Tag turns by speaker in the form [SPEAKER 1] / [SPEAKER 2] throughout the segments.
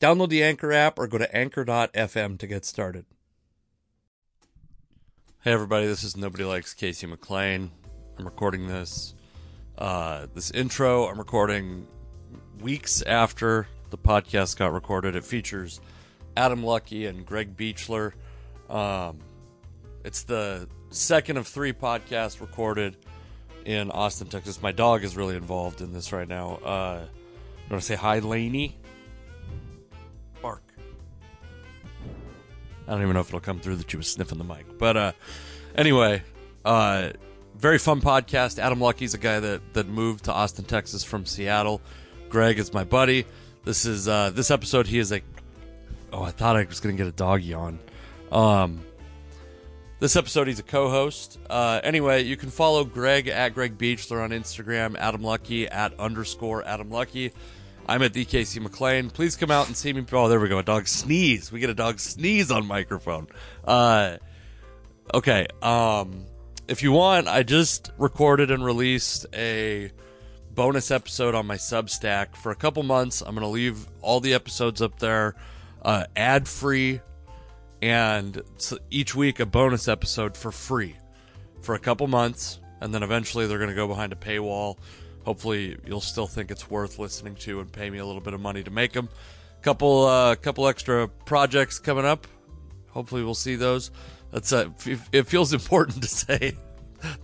[SPEAKER 1] Download the Anchor app or go to anchor.fm to get started. Hey, everybody, this is Nobody Likes Casey McLean. I'm recording this. Uh, this intro I'm recording weeks after the podcast got recorded. It features Adam Lucky and Greg Beechler. Um, it's the second of three podcasts recorded in Austin, Texas. My dog is really involved in this right now. Uh, you want to say hi, Laney? Bark. I don't even know if it'll come through that you was sniffing the mic. But uh, anyway, uh, very fun podcast. Adam Lucky's a guy that, that moved to Austin, Texas from Seattle. Greg is my buddy. This is uh, this episode. He is a. Oh, I thought I was going to get a dog yawn. Um, this episode, he's a co-host. Uh, anyway, you can follow Greg at Greg Beachler on Instagram, Adam Lucky at underscore Adam Lucky. I'm at DKC McLean. Please come out and see me. Oh, there we go. A dog sneeze. We get a dog sneeze on microphone. Uh, okay. Um, if you want, I just recorded and released a bonus episode on my Substack for a couple months. I'm going to leave all the episodes up there, uh, ad free and s- each week a bonus episode for free for a couple months and then eventually they're going to go behind a paywall hopefully you'll still think it's worth listening to and pay me a little bit of money to make them couple uh couple extra projects coming up hopefully we'll see those that's uh, f- it feels important to say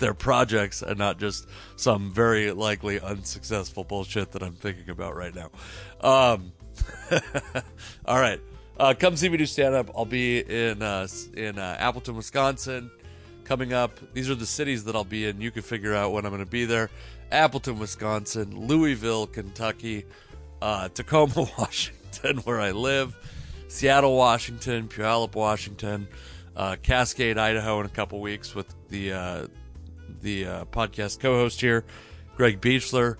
[SPEAKER 1] they're projects and not just some very likely unsuccessful bullshit that i'm thinking about right now um all right. Uh, come see me do stand up. I'll be in uh, s- in uh, Appleton, Wisconsin, coming up. These are the cities that I'll be in. You can figure out when I'm going to be there. Appleton, Wisconsin, Louisville, Kentucky, uh, Tacoma, Washington, where I live, Seattle, Washington, Puyallup, Washington, uh, Cascade, Idaho, in a couple weeks with the uh, the uh, podcast co-host here, Greg Beechler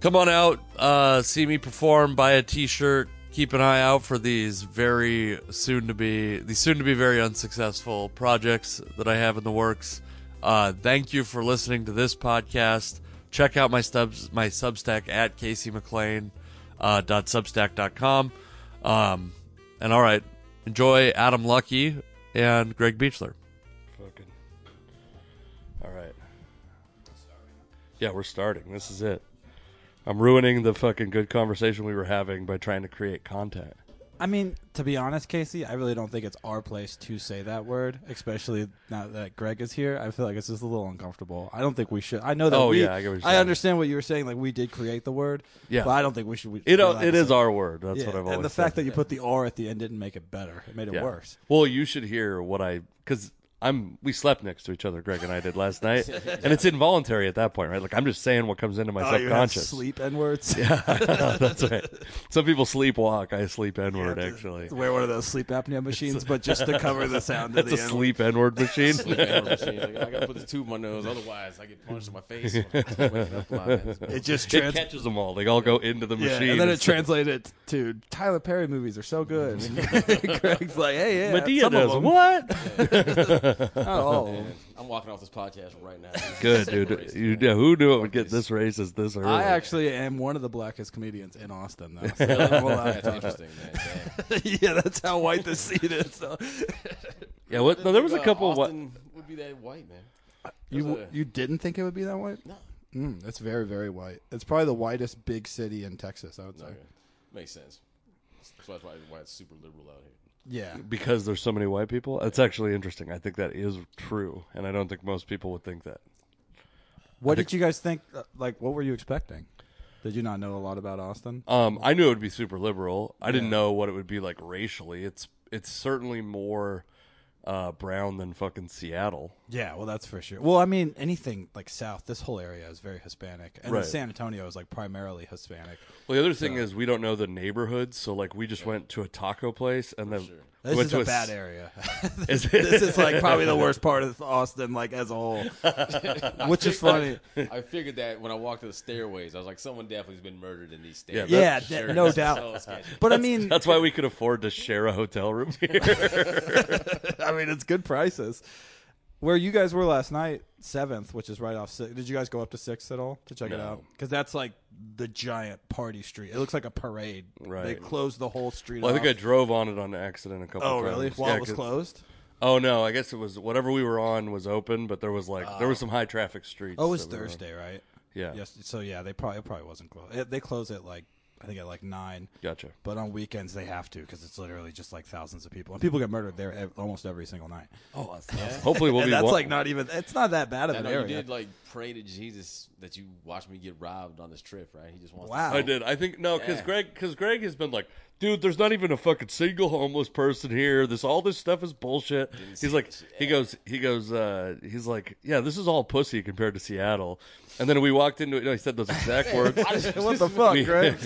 [SPEAKER 1] come on out uh, see me perform buy a t-shirt keep an eye out for these very soon to be these soon to be very unsuccessful projects that i have in the works uh, thank you for listening to this podcast check out my stubs my substack at casey mclean uh, dot substack.com um, and all right enjoy adam lucky and greg beechler Fucking. all right yeah we're starting this is it I'm ruining the fucking good conversation we were having by trying to create content.
[SPEAKER 2] I mean, to be honest, Casey, I really don't think it's our place to say that word, especially now that Greg is here. I feel like it's just a little uncomfortable. I don't think we should. I know that.
[SPEAKER 1] Oh,
[SPEAKER 2] we,
[SPEAKER 1] yeah, I get what you're
[SPEAKER 2] I
[SPEAKER 1] saying.
[SPEAKER 2] understand what you were saying. Like we did create the word.
[SPEAKER 1] Yeah.
[SPEAKER 2] but I don't think we should. We,
[SPEAKER 1] It
[SPEAKER 2] we're not
[SPEAKER 1] it
[SPEAKER 2] gonna
[SPEAKER 1] is
[SPEAKER 2] say-
[SPEAKER 1] our word. That's
[SPEAKER 2] Yeah,
[SPEAKER 1] what I've always.
[SPEAKER 2] and the fact that you put the R at the end didn't make it better. It made it
[SPEAKER 1] Yeah.
[SPEAKER 2] worse.
[SPEAKER 1] Well, you should hear what I because I'm we slept next to each other, Greg and I did last night, and it's involuntary at that point, right? Like I'm just saying what comes into my
[SPEAKER 2] Oh, you have
[SPEAKER 1] subconscious.
[SPEAKER 2] sleep N words.
[SPEAKER 1] That's right. Some people sleepwalk. I sleep N word actually.
[SPEAKER 2] Wear one of those sleep apnea machines, but just to cover the sound.
[SPEAKER 1] That's
[SPEAKER 2] of
[SPEAKER 1] a
[SPEAKER 2] the N word.
[SPEAKER 1] sleep N word machine.
[SPEAKER 3] I gotta put the tube in my nose, otherwise I get punched in my face. Waking up blind.
[SPEAKER 2] It just
[SPEAKER 1] It
[SPEAKER 2] trans-
[SPEAKER 1] catches them all. They all go into the
[SPEAKER 2] yeah,
[SPEAKER 1] machine.
[SPEAKER 2] and then it translated to Tyler Perry movies are so good. Greg's like, hey, yeah,
[SPEAKER 1] Medea
[SPEAKER 2] some of
[SPEAKER 1] does
[SPEAKER 2] them.
[SPEAKER 1] what?
[SPEAKER 2] Not all of them.
[SPEAKER 3] I'm walking off this podcast right now.
[SPEAKER 1] Good dude. You, yeah, who knew it would get this racist this early?
[SPEAKER 2] I actually am one of the blackest comedians in Austin, though. So I'm
[SPEAKER 3] That's
[SPEAKER 2] allowed-
[SPEAKER 3] interesting, man. Damn.
[SPEAKER 2] yeah, that's how white the scene is. So.
[SPEAKER 1] yeah. What, no, there was a
[SPEAKER 3] Uh,
[SPEAKER 1] couple. of what?
[SPEAKER 3] Austin would be that white man.
[SPEAKER 2] You
[SPEAKER 3] There's a-
[SPEAKER 2] you didn't think it would be that white?
[SPEAKER 3] No.
[SPEAKER 2] Mm, it's very very white. It's probably the whitest big city in Texas. I would say.
[SPEAKER 3] Okay. Makes sense. So that's why why it's super liberal out here.
[SPEAKER 2] Yeah.
[SPEAKER 1] because there's so many white people. It's actually interesting. I think that is true, and I don't think most people would think that.
[SPEAKER 2] What did you guys think? uh, Like, what were you expecting? Did you not know a lot about Austin?
[SPEAKER 1] Um, I knew it would be super liberal. I didn't know what it would be like racially. It's it's certainly more uh, brown than fucking Seattle.
[SPEAKER 2] Yeah, well, that's for sure. Well, I mean, anything like South, this whole area is very Hispanic, and
[SPEAKER 1] Right.
[SPEAKER 2] San Antonio is like primarily Hispanic.
[SPEAKER 1] Well, the other thing is we don't know the neighborhoods, so like we just went to a taco place and then we
[SPEAKER 2] This
[SPEAKER 1] went
[SPEAKER 2] is
[SPEAKER 1] to
[SPEAKER 2] a
[SPEAKER 1] s-
[SPEAKER 2] bad area.
[SPEAKER 1] Is it?
[SPEAKER 2] this is like probably the worst part of Austin, like as a whole, which is funny.
[SPEAKER 3] I figured that when I walked to the stairways, I was like, someone definitely has been murdered in these stairways.
[SPEAKER 1] Yeah,
[SPEAKER 2] Yeah,
[SPEAKER 1] That's
[SPEAKER 2] that-
[SPEAKER 3] sure.
[SPEAKER 2] no
[SPEAKER 3] That's
[SPEAKER 2] doubt.
[SPEAKER 3] so sketchy.
[SPEAKER 2] But I mean,
[SPEAKER 1] That's why we could afford to share a hotel room here.
[SPEAKER 2] I mean, it's good prices. Where you guys were last night, seventh, which is right off six. Did you guys go up to sixth at all to check it
[SPEAKER 1] No.
[SPEAKER 2] out? Because that's like the giant party street. It looks like a parade. They
[SPEAKER 1] Right.
[SPEAKER 2] closed the whole street.
[SPEAKER 1] well, I think I
[SPEAKER 2] off.
[SPEAKER 1] drove on it on accident a couple
[SPEAKER 2] Oh,
[SPEAKER 1] times.
[SPEAKER 2] really? While
[SPEAKER 1] Yeah,
[SPEAKER 2] it was
[SPEAKER 1] 'cause-
[SPEAKER 2] closed.
[SPEAKER 1] Oh no, I guess it was whatever we were on was open, but there was like there was some high traffic streets.
[SPEAKER 2] Ah. Oh, it was
[SPEAKER 1] that we were on.
[SPEAKER 2] Thursday, right?
[SPEAKER 1] Yeah.
[SPEAKER 2] Yes. So yeah, they probably it probably wasn't closed. It, they close at like I think at like nine.
[SPEAKER 1] Gotcha.
[SPEAKER 2] But on weekends they have to because it's literally just like thousands of people and people get murdered there ev- almost every single night.
[SPEAKER 1] Oh, hopefully we'll
[SPEAKER 2] and
[SPEAKER 1] be.
[SPEAKER 2] that's
[SPEAKER 1] wa-
[SPEAKER 2] like not even. It's not that bad of
[SPEAKER 3] I
[SPEAKER 2] an
[SPEAKER 3] know you
[SPEAKER 2] area.
[SPEAKER 3] did like pray to Jesus that you watched me get robbed on this trip, right? He just wants.
[SPEAKER 2] Wow.
[SPEAKER 3] To
[SPEAKER 1] I did. I think no, because
[SPEAKER 3] Yeah.
[SPEAKER 1] Greg, because Greg has been like, dude, there's not even a fucking single homeless person here. This all this stuff is bullshit.
[SPEAKER 3] see
[SPEAKER 1] He's like,
[SPEAKER 3] this.
[SPEAKER 1] he goes, he goes, uh, he's like, yeah, this is all pussy compared to Seattle. And then we walked into it. No, he said those exact words.
[SPEAKER 2] what the fuck,
[SPEAKER 1] We-
[SPEAKER 2] right?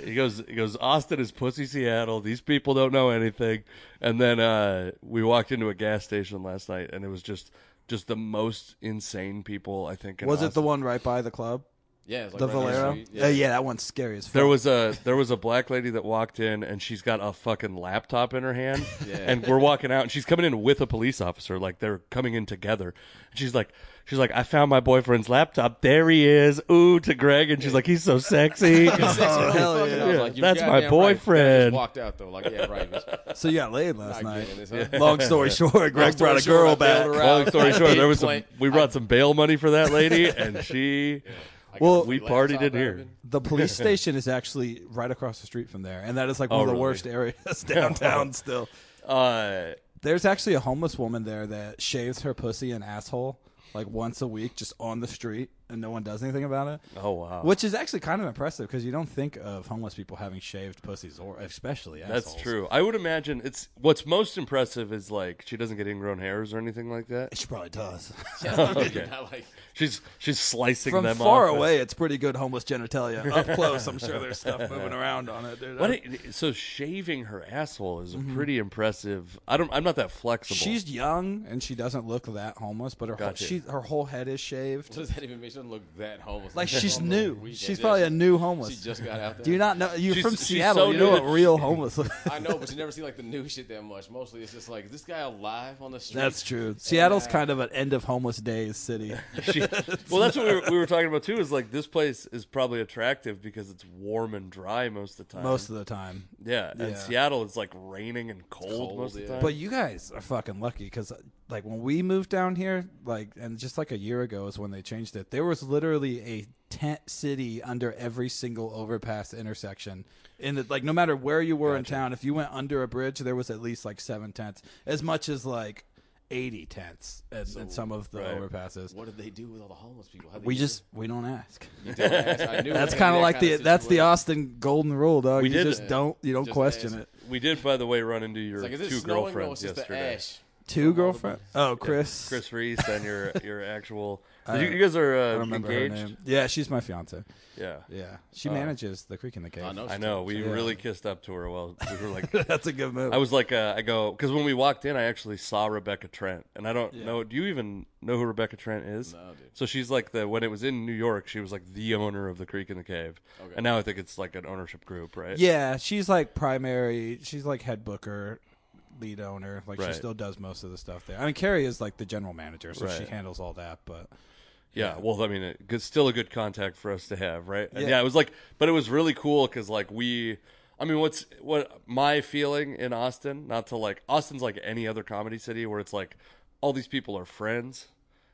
[SPEAKER 1] He goes, he goes, Austin is pussy Seattle. These people don't know anything. And then uh, we walked into a gas station last night, and it was just, just the most insane people. I think. in
[SPEAKER 2] Was it the
[SPEAKER 1] Austin.
[SPEAKER 2] one right by the club?
[SPEAKER 3] yeah, it's like
[SPEAKER 2] The
[SPEAKER 3] right down
[SPEAKER 2] Valero?
[SPEAKER 3] street.
[SPEAKER 2] Uh, Yeah. yeah, that one's scary as fuck.
[SPEAKER 1] There was a there was a black lady that walked in and she's got a fucking laptop in her hand
[SPEAKER 3] Yeah.
[SPEAKER 1] and we're walking out and she's coming in with a police officer like they're coming in together and she's like she's like I found my boyfriend's laptop there he is ooh to Greg and she's like he's so sexy
[SPEAKER 2] Oh, hell
[SPEAKER 3] And I was
[SPEAKER 1] yeah.
[SPEAKER 3] like, you're
[SPEAKER 1] That's my
[SPEAKER 3] goddamn right. Then I just
[SPEAKER 1] boyfriend.
[SPEAKER 3] Walked out though, like yeah, right. That's
[SPEAKER 2] so you got laid last
[SPEAKER 3] not
[SPEAKER 2] night.
[SPEAKER 3] good in this, huh?
[SPEAKER 2] Long story short, Greg
[SPEAKER 3] story
[SPEAKER 2] brought a
[SPEAKER 3] short,
[SPEAKER 2] girl
[SPEAKER 3] I bailed her
[SPEAKER 2] back.
[SPEAKER 3] out.
[SPEAKER 1] long story short there was some
[SPEAKER 3] Play-
[SPEAKER 1] we brought some bail money for that lady and she
[SPEAKER 3] I got
[SPEAKER 2] Well-
[SPEAKER 3] a free
[SPEAKER 1] we
[SPEAKER 3] laptop
[SPEAKER 1] partied in
[SPEAKER 3] out of
[SPEAKER 1] here
[SPEAKER 3] it.
[SPEAKER 2] The police station is actually right across the street from there, and that is like one
[SPEAKER 1] Oh,
[SPEAKER 2] of the
[SPEAKER 1] really?
[SPEAKER 2] worst areas downtown. Still,
[SPEAKER 1] uh
[SPEAKER 2] there's actually a homeless woman there that shaves her pussy and asshole like once a week, just on the street, and no one does anything about it.
[SPEAKER 1] oh wow
[SPEAKER 2] Which is actually kind of impressive because you don't think of homeless people having shaved pussies, or especially assholes.
[SPEAKER 1] That's true. I would imagine it's what's most impressive is like she doesn't get ingrown hairs or anything like that.
[SPEAKER 2] She probably does.
[SPEAKER 1] Okay.
[SPEAKER 3] Not like
[SPEAKER 1] She's she's slicing
[SPEAKER 2] From
[SPEAKER 1] them
[SPEAKER 2] far
[SPEAKER 1] off.
[SPEAKER 2] away, it's pretty good homeless genitalia. Up close, I'm sure there's stuff moving around on it. Dude.
[SPEAKER 1] What i- so shaving her asshole is a pretty impressive. I don't. I'm not that flexible.
[SPEAKER 2] Mm-hmm. She's young and she doesn't look that homeless, but her whole,
[SPEAKER 1] Gotcha.
[SPEAKER 2] she her whole head is shaved.
[SPEAKER 3] What does that even make? She doesn't look that homeless.
[SPEAKER 2] Like
[SPEAKER 3] She's
[SPEAKER 2] she's
[SPEAKER 3] on the
[SPEAKER 2] new.
[SPEAKER 3] weekend.
[SPEAKER 2] She's
[SPEAKER 3] Yeah,
[SPEAKER 2] probably a
[SPEAKER 3] she-
[SPEAKER 2] new homeless.
[SPEAKER 3] She just got out there.
[SPEAKER 2] Do you not know? You're
[SPEAKER 1] She's-
[SPEAKER 2] from
[SPEAKER 1] she's
[SPEAKER 2] Seattle.
[SPEAKER 1] so
[SPEAKER 2] you know
[SPEAKER 1] new
[SPEAKER 2] what
[SPEAKER 1] that-
[SPEAKER 2] real homeless. looks-
[SPEAKER 3] I know, but you never see like the new shit that much. Mostly, it's just like is this guy alive on the street.
[SPEAKER 2] That's true. Seattle's
[SPEAKER 3] uh,
[SPEAKER 2] kind of an end of homeless days city.
[SPEAKER 1] She- well, that's what we were, we were talking about too. Is like this place is probably attractive because it's warm and dry most of the time.
[SPEAKER 2] Most of the time,
[SPEAKER 1] yeah, and
[SPEAKER 2] yeah.
[SPEAKER 1] Seattle is like raining and cold,
[SPEAKER 3] Cold,
[SPEAKER 1] most of the
[SPEAKER 3] yeah.
[SPEAKER 1] time.
[SPEAKER 2] But you guys are fucking lucky because, like, when we moved down here, like, and just like a year ago is when they changed it. There was literally a tent city under every single overpass intersection. And it, like, no matter where you were in town, if you went under a bridge, there was at least like seven tents, as much as like eighty tents at, at some of the
[SPEAKER 1] right.
[SPEAKER 2] overpasses.
[SPEAKER 3] What did they do with all the homeless people? How they
[SPEAKER 2] We
[SPEAKER 3] get
[SPEAKER 2] just we don't ask.
[SPEAKER 3] them? You don't ask. I knew it was
[SPEAKER 2] That's kind
[SPEAKER 3] gonna be
[SPEAKER 2] of
[SPEAKER 3] that
[SPEAKER 2] like the
[SPEAKER 3] kinda
[SPEAKER 2] that's the
[SPEAKER 3] situation.
[SPEAKER 2] Austin golden rule, dog.
[SPEAKER 1] We
[SPEAKER 2] you
[SPEAKER 1] did
[SPEAKER 2] just
[SPEAKER 1] it.
[SPEAKER 2] don't you don't
[SPEAKER 3] Just
[SPEAKER 2] question
[SPEAKER 3] ask.
[SPEAKER 2] it.
[SPEAKER 1] we did, by the way, run into your
[SPEAKER 3] It's like, is
[SPEAKER 1] two
[SPEAKER 3] this snowing? No,
[SPEAKER 1] girlfriends
[SPEAKER 3] it's just the
[SPEAKER 1] yesterday.
[SPEAKER 3] ash.
[SPEAKER 2] Two girlfriend. Oh, Chris.
[SPEAKER 1] Chris Reese and your your actual. you, you guys are
[SPEAKER 2] I
[SPEAKER 1] uh,
[SPEAKER 2] don't remember
[SPEAKER 1] engaged.
[SPEAKER 2] her name. Yeah, she's my fiance.
[SPEAKER 1] Yeah.
[SPEAKER 2] Yeah, she
[SPEAKER 1] Uh,
[SPEAKER 2] manages the creek in the cave.
[SPEAKER 3] I know.
[SPEAKER 1] I know. We
[SPEAKER 2] Yeah.
[SPEAKER 1] really kissed up to her. Well, we were like,
[SPEAKER 2] That's a good move.
[SPEAKER 1] I was like, uh, I go because when we walked in, I actually saw Rebecca Trent, and I don't know. Do you even know who Rebecca Trent is?
[SPEAKER 3] No, dude.
[SPEAKER 1] So she's like the when it was in New York, she was like the owner of the Creek in the Cave, and now I think it's like an ownership group, right?
[SPEAKER 2] yeah, she's like primary. She's like head booker, lead owner. Like she
[SPEAKER 1] Right.
[SPEAKER 2] still does most of the stuff there. I mean, Carrie is like the general manager, so she
[SPEAKER 1] Right.
[SPEAKER 2] handles all that. But
[SPEAKER 1] Yeah, well, I mean, it, it's still a good contact for us to have, right? And
[SPEAKER 2] Yeah.
[SPEAKER 1] yeah, it was like, but it was really cool because like we, I mean, what's what my feeling in Austin? Not to like Austin's like any other comedy city where it's like all these people are friends,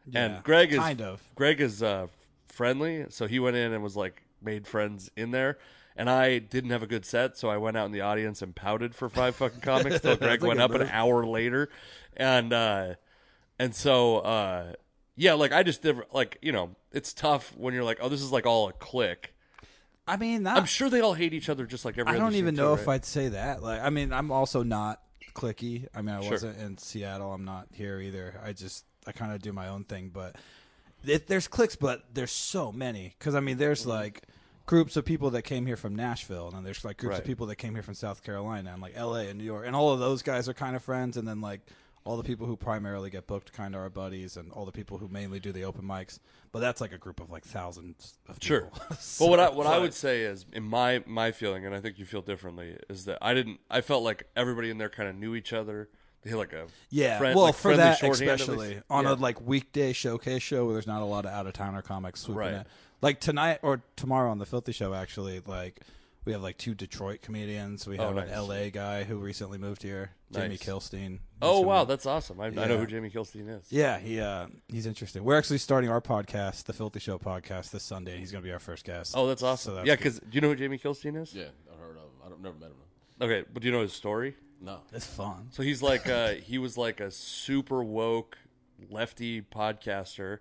[SPEAKER 2] Yeah,
[SPEAKER 1] and Greg is
[SPEAKER 2] kind of.
[SPEAKER 1] Greg is uh, friendly, so he went in and was like made friends in there. And I didn't have a good set, so I went out in the audience and pouted for five fucking comics till Greg
[SPEAKER 2] a
[SPEAKER 1] went
[SPEAKER 2] good
[SPEAKER 1] up an
[SPEAKER 2] move.
[SPEAKER 1] hour later, and uh, and so uh, yeah, like I just did like you know it's tough when you're like oh this is like all a click.
[SPEAKER 2] I mean, not,
[SPEAKER 1] I'm sure they all hate each other just like every.
[SPEAKER 2] I
[SPEAKER 1] other
[SPEAKER 2] don't even
[SPEAKER 1] scene, too,
[SPEAKER 2] know
[SPEAKER 1] right?
[SPEAKER 2] if I'd say that. Like, I mean, I'm also not clicky. I mean, I wasn't in Seattle. I'm not here either. I just I kind of do my own thing. But it, there's clicks, but there's so many because I mean,
[SPEAKER 1] Mm-hmm.
[SPEAKER 2] there's like groups of people that came here from Nashville, and then there's like groups
[SPEAKER 1] Right.
[SPEAKER 2] of people that came here from South Carolina and like L.A. and New York, and all of those guys are kind of friends, and then like. All the people who primarily get booked kind of are buddies, and all the people who mainly do the open mics. But that's like a group of like thousands of people.
[SPEAKER 1] Sure.
[SPEAKER 2] So-
[SPEAKER 1] Well, what I what I would say is, in my my feeling, and I think you feel differently, is that I didn't. I felt like everybody in there kind of knew each other. They had like a
[SPEAKER 2] Yeah,
[SPEAKER 1] friend-
[SPEAKER 2] well,
[SPEAKER 1] like
[SPEAKER 2] for
[SPEAKER 1] friendly
[SPEAKER 2] that
[SPEAKER 1] shorthand, at
[SPEAKER 2] especially
[SPEAKER 1] least.
[SPEAKER 2] on
[SPEAKER 1] Yeah.
[SPEAKER 2] a like weekday showcase show where there's not a lot of out of towner comics swooping
[SPEAKER 1] Right.
[SPEAKER 2] in. Like tonight or tomorrow on the Filthy Show, actually, like we have like two Detroit comedians. We have
[SPEAKER 1] Oh, nice.
[SPEAKER 2] an L.A. guy who recently moved here, Jamie
[SPEAKER 1] Nice.
[SPEAKER 2] Kilstein. He's
[SPEAKER 1] Oh
[SPEAKER 2] from-
[SPEAKER 1] wow, that's awesome! I, I know
[SPEAKER 2] Yeah.
[SPEAKER 1] who Jamie Kilstein is.
[SPEAKER 2] yeah, he uh, he's interesting. We're actually starting our podcast, the Filthy Show podcast, this Sunday, and he's going to be our first guest.
[SPEAKER 1] Oh, that's awesome.
[SPEAKER 2] So that's
[SPEAKER 1] yeah,
[SPEAKER 2] good.
[SPEAKER 1] because do you know who Jamie Kilstein is?
[SPEAKER 3] Yeah, I heard of him. I don't never met him.
[SPEAKER 1] Okay, but do you know his story?
[SPEAKER 3] No.
[SPEAKER 2] it's fun.
[SPEAKER 1] So he's like uh, he was like a super woke lefty podcaster,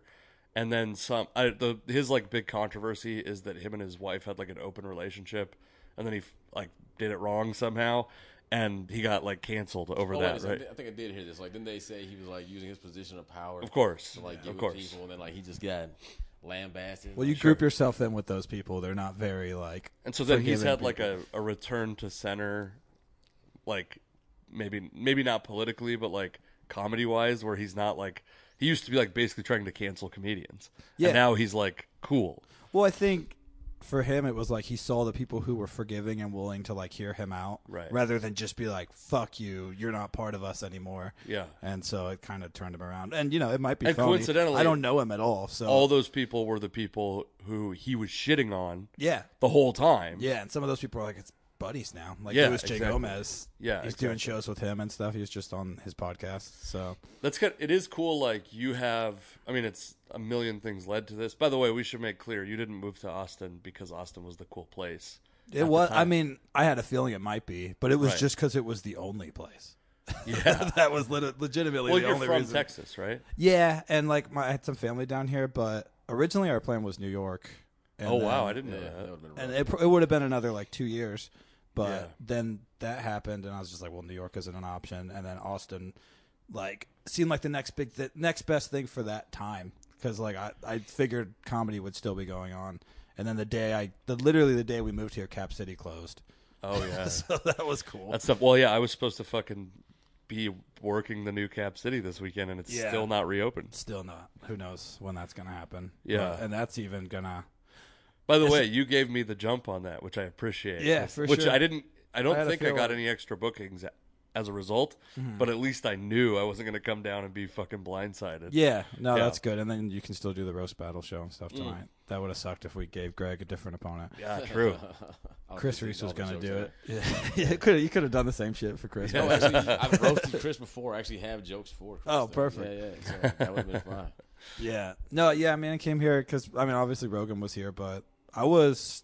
[SPEAKER 1] and then some. I, the his like big controversy is that him and his wife had like an open relationship, and then he like did it wrong somehow, and he got like canceled over
[SPEAKER 3] Oh, wait a
[SPEAKER 1] that.
[SPEAKER 3] second.
[SPEAKER 1] Right?
[SPEAKER 3] I think I did hear this. Like, didn't they say he was like using his position of power?
[SPEAKER 1] Of course,
[SPEAKER 3] To,
[SPEAKER 1] Yeah.
[SPEAKER 3] like, get
[SPEAKER 1] of
[SPEAKER 3] with
[SPEAKER 1] course.
[SPEAKER 3] people, and then like he just got lambasted.
[SPEAKER 2] Well, you group yourself in with those people. They're not very like.
[SPEAKER 1] And so then he's
[SPEAKER 2] forgiving
[SPEAKER 1] had like a, a return to center, like maybe maybe not politically, but like comedy wise, where he's not like he used to be like basically trying to cancel comedians.
[SPEAKER 2] Yeah.
[SPEAKER 1] And now he's like cool.
[SPEAKER 2] Well, I think for him it was like he saw the people who were forgiving and willing to like hear him out,
[SPEAKER 1] Right.
[SPEAKER 2] Rather than just be like "fuck you, you're not part of us anymore."
[SPEAKER 1] Yeah.
[SPEAKER 2] and so it kind of turned him around. And you know, it might be
[SPEAKER 1] And
[SPEAKER 2] phony.
[SPEAKER 1] coincidentally-
[SPEAKER 2] I don't know him at all, so
[SPEAKER 1] All those people were the people who he was shitting on
[SPEAKER 2] yeah,
[SPEAKER 1] the whole time.
[SPEAKER 2] yeah. And some of those people are like it's buddies now. Like
[SPEAKER 1] Yeah,
[SPEAKER 2] it was Jay
[SPEAKER 1] exactly.
[SPEAKER 2] Gomez.
[SPEAKER 1] Yeah,
[SPEAKER 2] he's doing shows with him and stuff. He was just on his podcast, so
[SPEAKER 1] That's good. It is cool. Like you have, I mean, it's a million things led to this. By the way, we should make clear you didn't move to Austin because Austin was the cool place.
[SPEAKER 2] it was. I mean, I had a feeling it might be, but it was
[SPEAKER 1] Right.
[SPEAKER 2] just because it was the only place.
[SPEAKER 1] Yeah.
[SPEAKER 2] that was lit- legitimately
[SPEAKER 1] well,
[SPEAKER 2] the
[SPEAKER 1] you're
[SPEAKER 2] only
[SPEAKER 1] from
[SPEAKER 2] reason.
[SPEAKER 1] Texas, right?
[SPEAKER 2] Yeah, and like my, I had some family down here, but originally our plan was New York. And
[SPEAKER 1] oh
[SPEAKER 2] then-
[SPEAKER 1] wow, I didn't
[SPEAKER 3] Yeah,
[SPEAKER 1] know that.
[SPEAKER 3] that would have been
[SPEAKER 2] And
[SPEAKER 3] rough.
[SPEAKER 2] it, pr- it would have been another like two years, but
[SPEAKER 1] Yeah.
[SPEAKER 2] then that happened, and I was just like, well, New York isn't an option, and then Austin, like, seemed like the next big, the next best thing for that time, because like I, I figured comedy would still be going on, and then the day I, the literally the day we moved here, Cap City closed,
[SPEAKER 1] Oh yeah.
[SPEAKER 2] so that was cool.
[SPEAKER 1] That stuff. Well, yeah, I was supposed to fucking be working the new Cap City this weekend, and it's
[SPEAKER 2] Yeah.
[SPEAKER 1] still not reopened.
[SPEAKER 2] Still not. Who knows when that's gonna happen?
[SPEAKER 1] Yeah.
[SPEAKER 2] But- and that's even gonna.
[SPEAKER 1] By the way, you gave me the jump on that, which I appreciate.
[SPEAKER 2] Yeah, for
[SPEAKER 1] which
[SPEAKER 2] sure.
[SPEAKER 1] I didn't. I don't
[SPEAKER 2] I had a
[SPEAKER 1] think I got
[SPEAKER 2] feeling.
[SPEAKER 1] any extra bookings a- as a result,
[SPEAKER 2] Mm-hmm.
[SPEAKER 1] but at least I knew I wasn't going to come down and be fucking blindsided.
[SPEAKER 2] Yeah, no,
[SPEAKER 1] Yeah. Mm.
[SPEAKER 2] that's good. And then you can still do the roast battle show and stuff tonight. That would have sucked if we gave Greg a different opponent.
[SPEAKER 1] Yeah, true.
[SPEAKER 3] I'll
[SPEAKER 2] Chris
[SPEAKER 3] just leave
[SPEAKER 2] Reese was
[SPEAKER 3] all the
[SPEAKER 2] gonna
[SPEAKER 3] jokes
[SPEAKER 2] do
[SPEAKER 3] there.
[SPEAKER 2] it. Yeah, yeah could you could have done the same shit for Chris.
[SPEAKER 3] No, actually, I've roasted Chris before. I actually have jokes for Chris.
[SPEAKER 2] Oh,
[SPEAKER 3] though.
[SPEAKER 2] perfect.
[SPEAKER 3] Yeah, yeah. So that would have been fine.
[SPEAKER 2] Yeah, no, yeah. I mean, I came here because I mean, obviously Rogan was here, but I was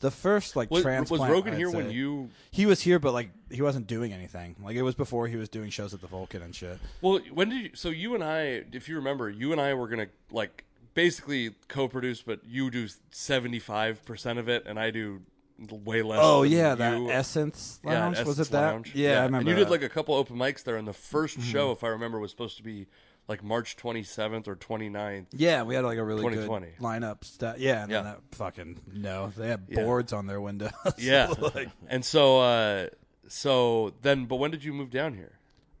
[SPEAKER 2] the first like
[SPEAKER 1] Was, was
[SPEAKER 2] transplant.
[SPEAKER 1] Rogan
[SPEAKER 2] I'd
[SPEAKER 1] here when
[SPEAKER 2] say.
[SPEAKER 1] you?
[SPEAKER 2] He was here, but like he wasn't doing anything. Like it was before he was doing shows at the Vulcan and shit.
[SPEAKER 1] Well, when did you? So you and I, if you remember, you and I were going to like basically co-produce, but you do seventy five percent of it, and I do way less.
[SPEAKER 2] Oh
[SPEAKER 1] than
[SPEAKER 2] yeah, that
[SPEAKER 1] you.
[SPEAKER 2] Essence
[SPEAKER 1] Yeah,
[SPEAKER 2] Lounge
[SPEAKER 1] at
[SPEAKER 2] was
[SPEAKER 1] Essence
[SPEAKER 2] it that?
[SPEAKER 1] Lounge.
[SPEAKER 2] Yeah, I remember.
[SPEAKER 1] And you did
[SPEAKER 2] that. Mm-hmm.
[SPEAKER 1] like a couple open mics there, and the 1st show, if I remember, was supposed to be like March 27th or 29th.
[SPEAKER 2] Yeah, we had like a really good
[SPEAKER 1] 2020.
[SPEAKER 2] lineup. Sta- yeah, and then
[SPEAKER 1] Yeah.
[SPEAKER 2] that fucking no, they had boards on their windows.
[SPEAKER 1] Yeah.
[SPEAKER 2] like,
[SPEAKER 1] and so, uh, so then, but when did you move down here?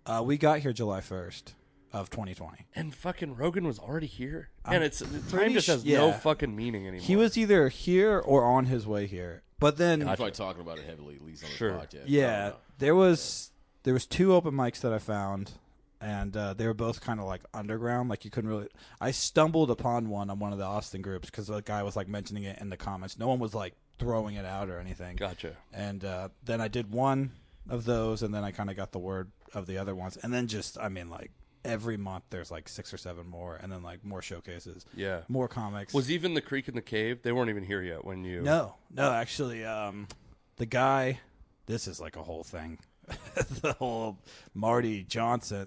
[SPEAKER 2] uh, we got here July first of 2020.
[SPEAKER 1] And fucking Rogan was already here, and it's time
[SPEAKER 2] pretty
[SPEAKER 1] just
[SPEAKER 2] su-
[SPEAKER 1] has no
[SPEAKER 2] yeah.
[SPEAKER 1] fucking meaning anymore.
[SPEAKER 2] He was either here or on his way here, but then
[SPEAKER 3] He's probably talking about it heavily, at least on the
[SPEAKER 1] Sure.
[SPEAKER 3] podcast. I
[SPEAKER 2] yeah,
[SPEAKER 3] don't know.
[SPEAKER 2] there was there was two open mics that I found, and uh, they were both kind of like underground. Like you couldn't really. I stumbled upon one on one of the Austin groups because the guy was like mentioning it in the comments. No one was like throwing it out or anything.
[SPEAKER 1] gotcha.
[SPEAKER 2] and uh, then I did one of those, and then I kind of got the word of the other ones, and then just I mean like every month there's like six or seven more, and then like more showcases.
[SPEAKER 1] Yeah.
[SPEAKER 2] More comics.
[SPEAKER 1] Was even the creek in the cave? They weren't even here yet when you.
[SPEAKER 2] No, no, actually, um, the guy. This is like a whole thing. the whole Marty Johnson.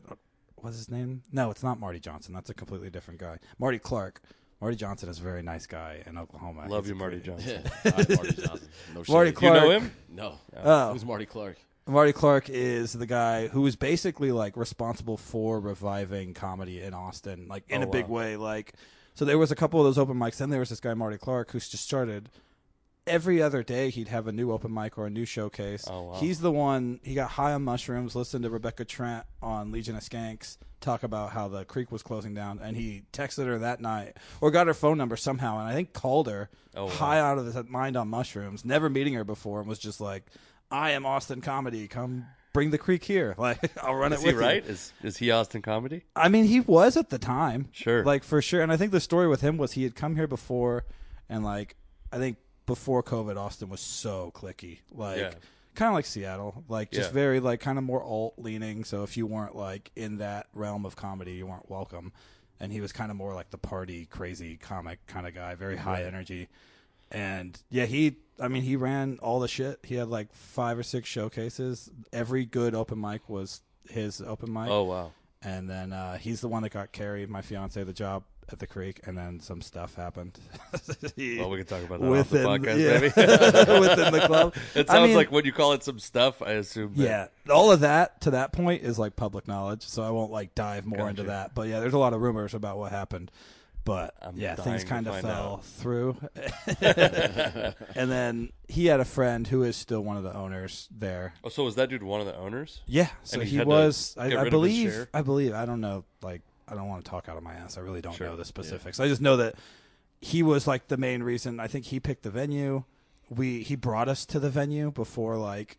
[SPEAKER 2] What's his name? No, it's not Marty Johnson. That's a completely different guy. Marty Clark. Marty Johnson is a very nice guy in Oklahoma.
[SPEAKER 1] Love
[SPEAKER 2] He's
[SPEAKER 1] you,
[SPEAKER 2] a
[SPEAKER 1] Marty
[SPEAKER 2] great-
[SPEAKER 1] Johnson.
[SPEAKER 3] Hi, Marty Johnson. No
[SPEAKER 2] Marty
[SPEAKER 1] Do you
[SPEAKER 2] Clark.
[SPEAKER 1] know him?
[SPEAKER 3] No.
[SPEAKER 2] Oh.
[SPEAKER 3] Who's Marty Clark?
[SPEAKER 2] Marty Clark is the guy who is basically like responsible for reviving comedy in Austin, like in
[SPEAKER 1] Oh,
[SPEAKER 2] a big
[SPEAKER 1] wow.
[SPEAKER 2] way. Like, so there was a couple of those open mics. Then there was this guy Marty Clark who's just started. Every other day, he'd have a new open mic or a new showcase.
[SPEAKER 1] Oh, wow.
[SPEAKER 2] He's the one. He got high on mushrooms, listened to Rebecca Trent on Legion of Skanks talk about how the creek was closing down, and he texted her that night or got her phone number somehow, and I think called her
[SPEAKER 1] Oh, wow.
[SPEAKER 2] high out of his mind on mushrooms, never meeting her before, and was just like, "I am Austin comedy. Come bring the creek here. Like I'll run
[SPEAKER 1] Is
[SPEAKER 2] it
[SPEAKER 1] he
[SPEAKER 2] with you."
[SPEAKER 1] right? Is is he Austin comedy?
[SPEAKER 2] I mean, he was at the time,
[SPEAKER 1] Sure.
[SPEAKER 2] like for sure. And I think the story with him was he had come here before, and like I think before COVID, Austin was so clicky, like
[SPEAKER 1] Yeah.
[SPEAKER 2] kind of like Seattle, like just
[SPEAKER 1] Yeah.
[SPEAKER 2] very like kind of more alt leaning. So if you weren't like in that realm of comedy, you weren't welcome. And he was kind of more like the party crazy comic kind of guy, very high energy. And yeah, he I mean he ran all the shit. He had like five or six showcases. Every good open mic was his open mic
[SPEAKER 1] Oh wow.
[SPEAKER 2] and then uh, he's the one that got Carrie, my fiance, the job at the creek, and then some stuff happened. He-
[SPEAKER 1] Well, Oh, we can talk about that off the podcast,
[SPEAKER 2] yeah,
[SPEAKER 1] maybe.
[SPEAKER 2] within the club.
[SPEAKER 1] It sounds
[SPEAKER 2] I mean,
[SPEAKER 1] like when you call it some stuff, I assume. That,
[SPEAKER 2] yeah, all of that to that point is like public knowledge, so I won't like dive more into
[SPEAKER 1] Gotcha.
[SPEAKER 2] that. But yeah, there's a lot of rumors about what happened. But
[SPEAKER 1] I'm
[SPEAKER 2] yeah,
[SPEAKER 1] dying
[SPEAKER 2] things
[SPEAKER 1] to
[SPEAKER 2] kind of
[SPEAKER 1] find
[SPEAKER 2] fell
[SPEAKER 1] out.
[SPEAKER 2] through. and then he had a friend who is still one of the owners there.
[SPEAKER 1] Oh, so was that dude one of the owners?
[SPEAKER 2] Yeah, so
[SPEAKER 1] And he
[SPEAKER 2] he,
[SPEAKER 1] had to
[SPEAKER 2] was.
[SPEAKER 1] get
[SPEAKER 2] I, I
[SPEAKER 1] rid of his
[SPEAKER 2] believe.
[SPEAKER 1] share?
[SPEAKER 2] I believe. I don't know. Like, I don't want to talk out of my ass. I really don't
[SPEAKER 1] Sure,
[SPEAKER 2] know
[SPEAKER 1] yeah.
[SPEAKER 2] the specifics. I just know that he was like the main reason. I think he picked the venue. We he brought us to the venue before like.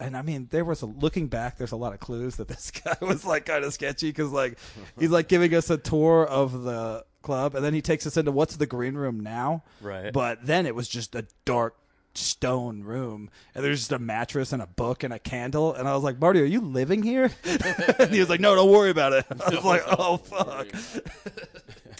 [SPEAKER 2] And I mean, there was a looking back. There's a lot of clues that this guy was like kind of sketchy because like he's like giving us a tour of the club, and then he takes us into what's the green room now.
[SPEAKER 1] Right.
[SPEAKER 2] But then it was just a dark stone room and there's just a mattress and a book and a candle and I was like, Marty, are you living here? and he was like, No, don't worry about it. I was like, Oh fuck.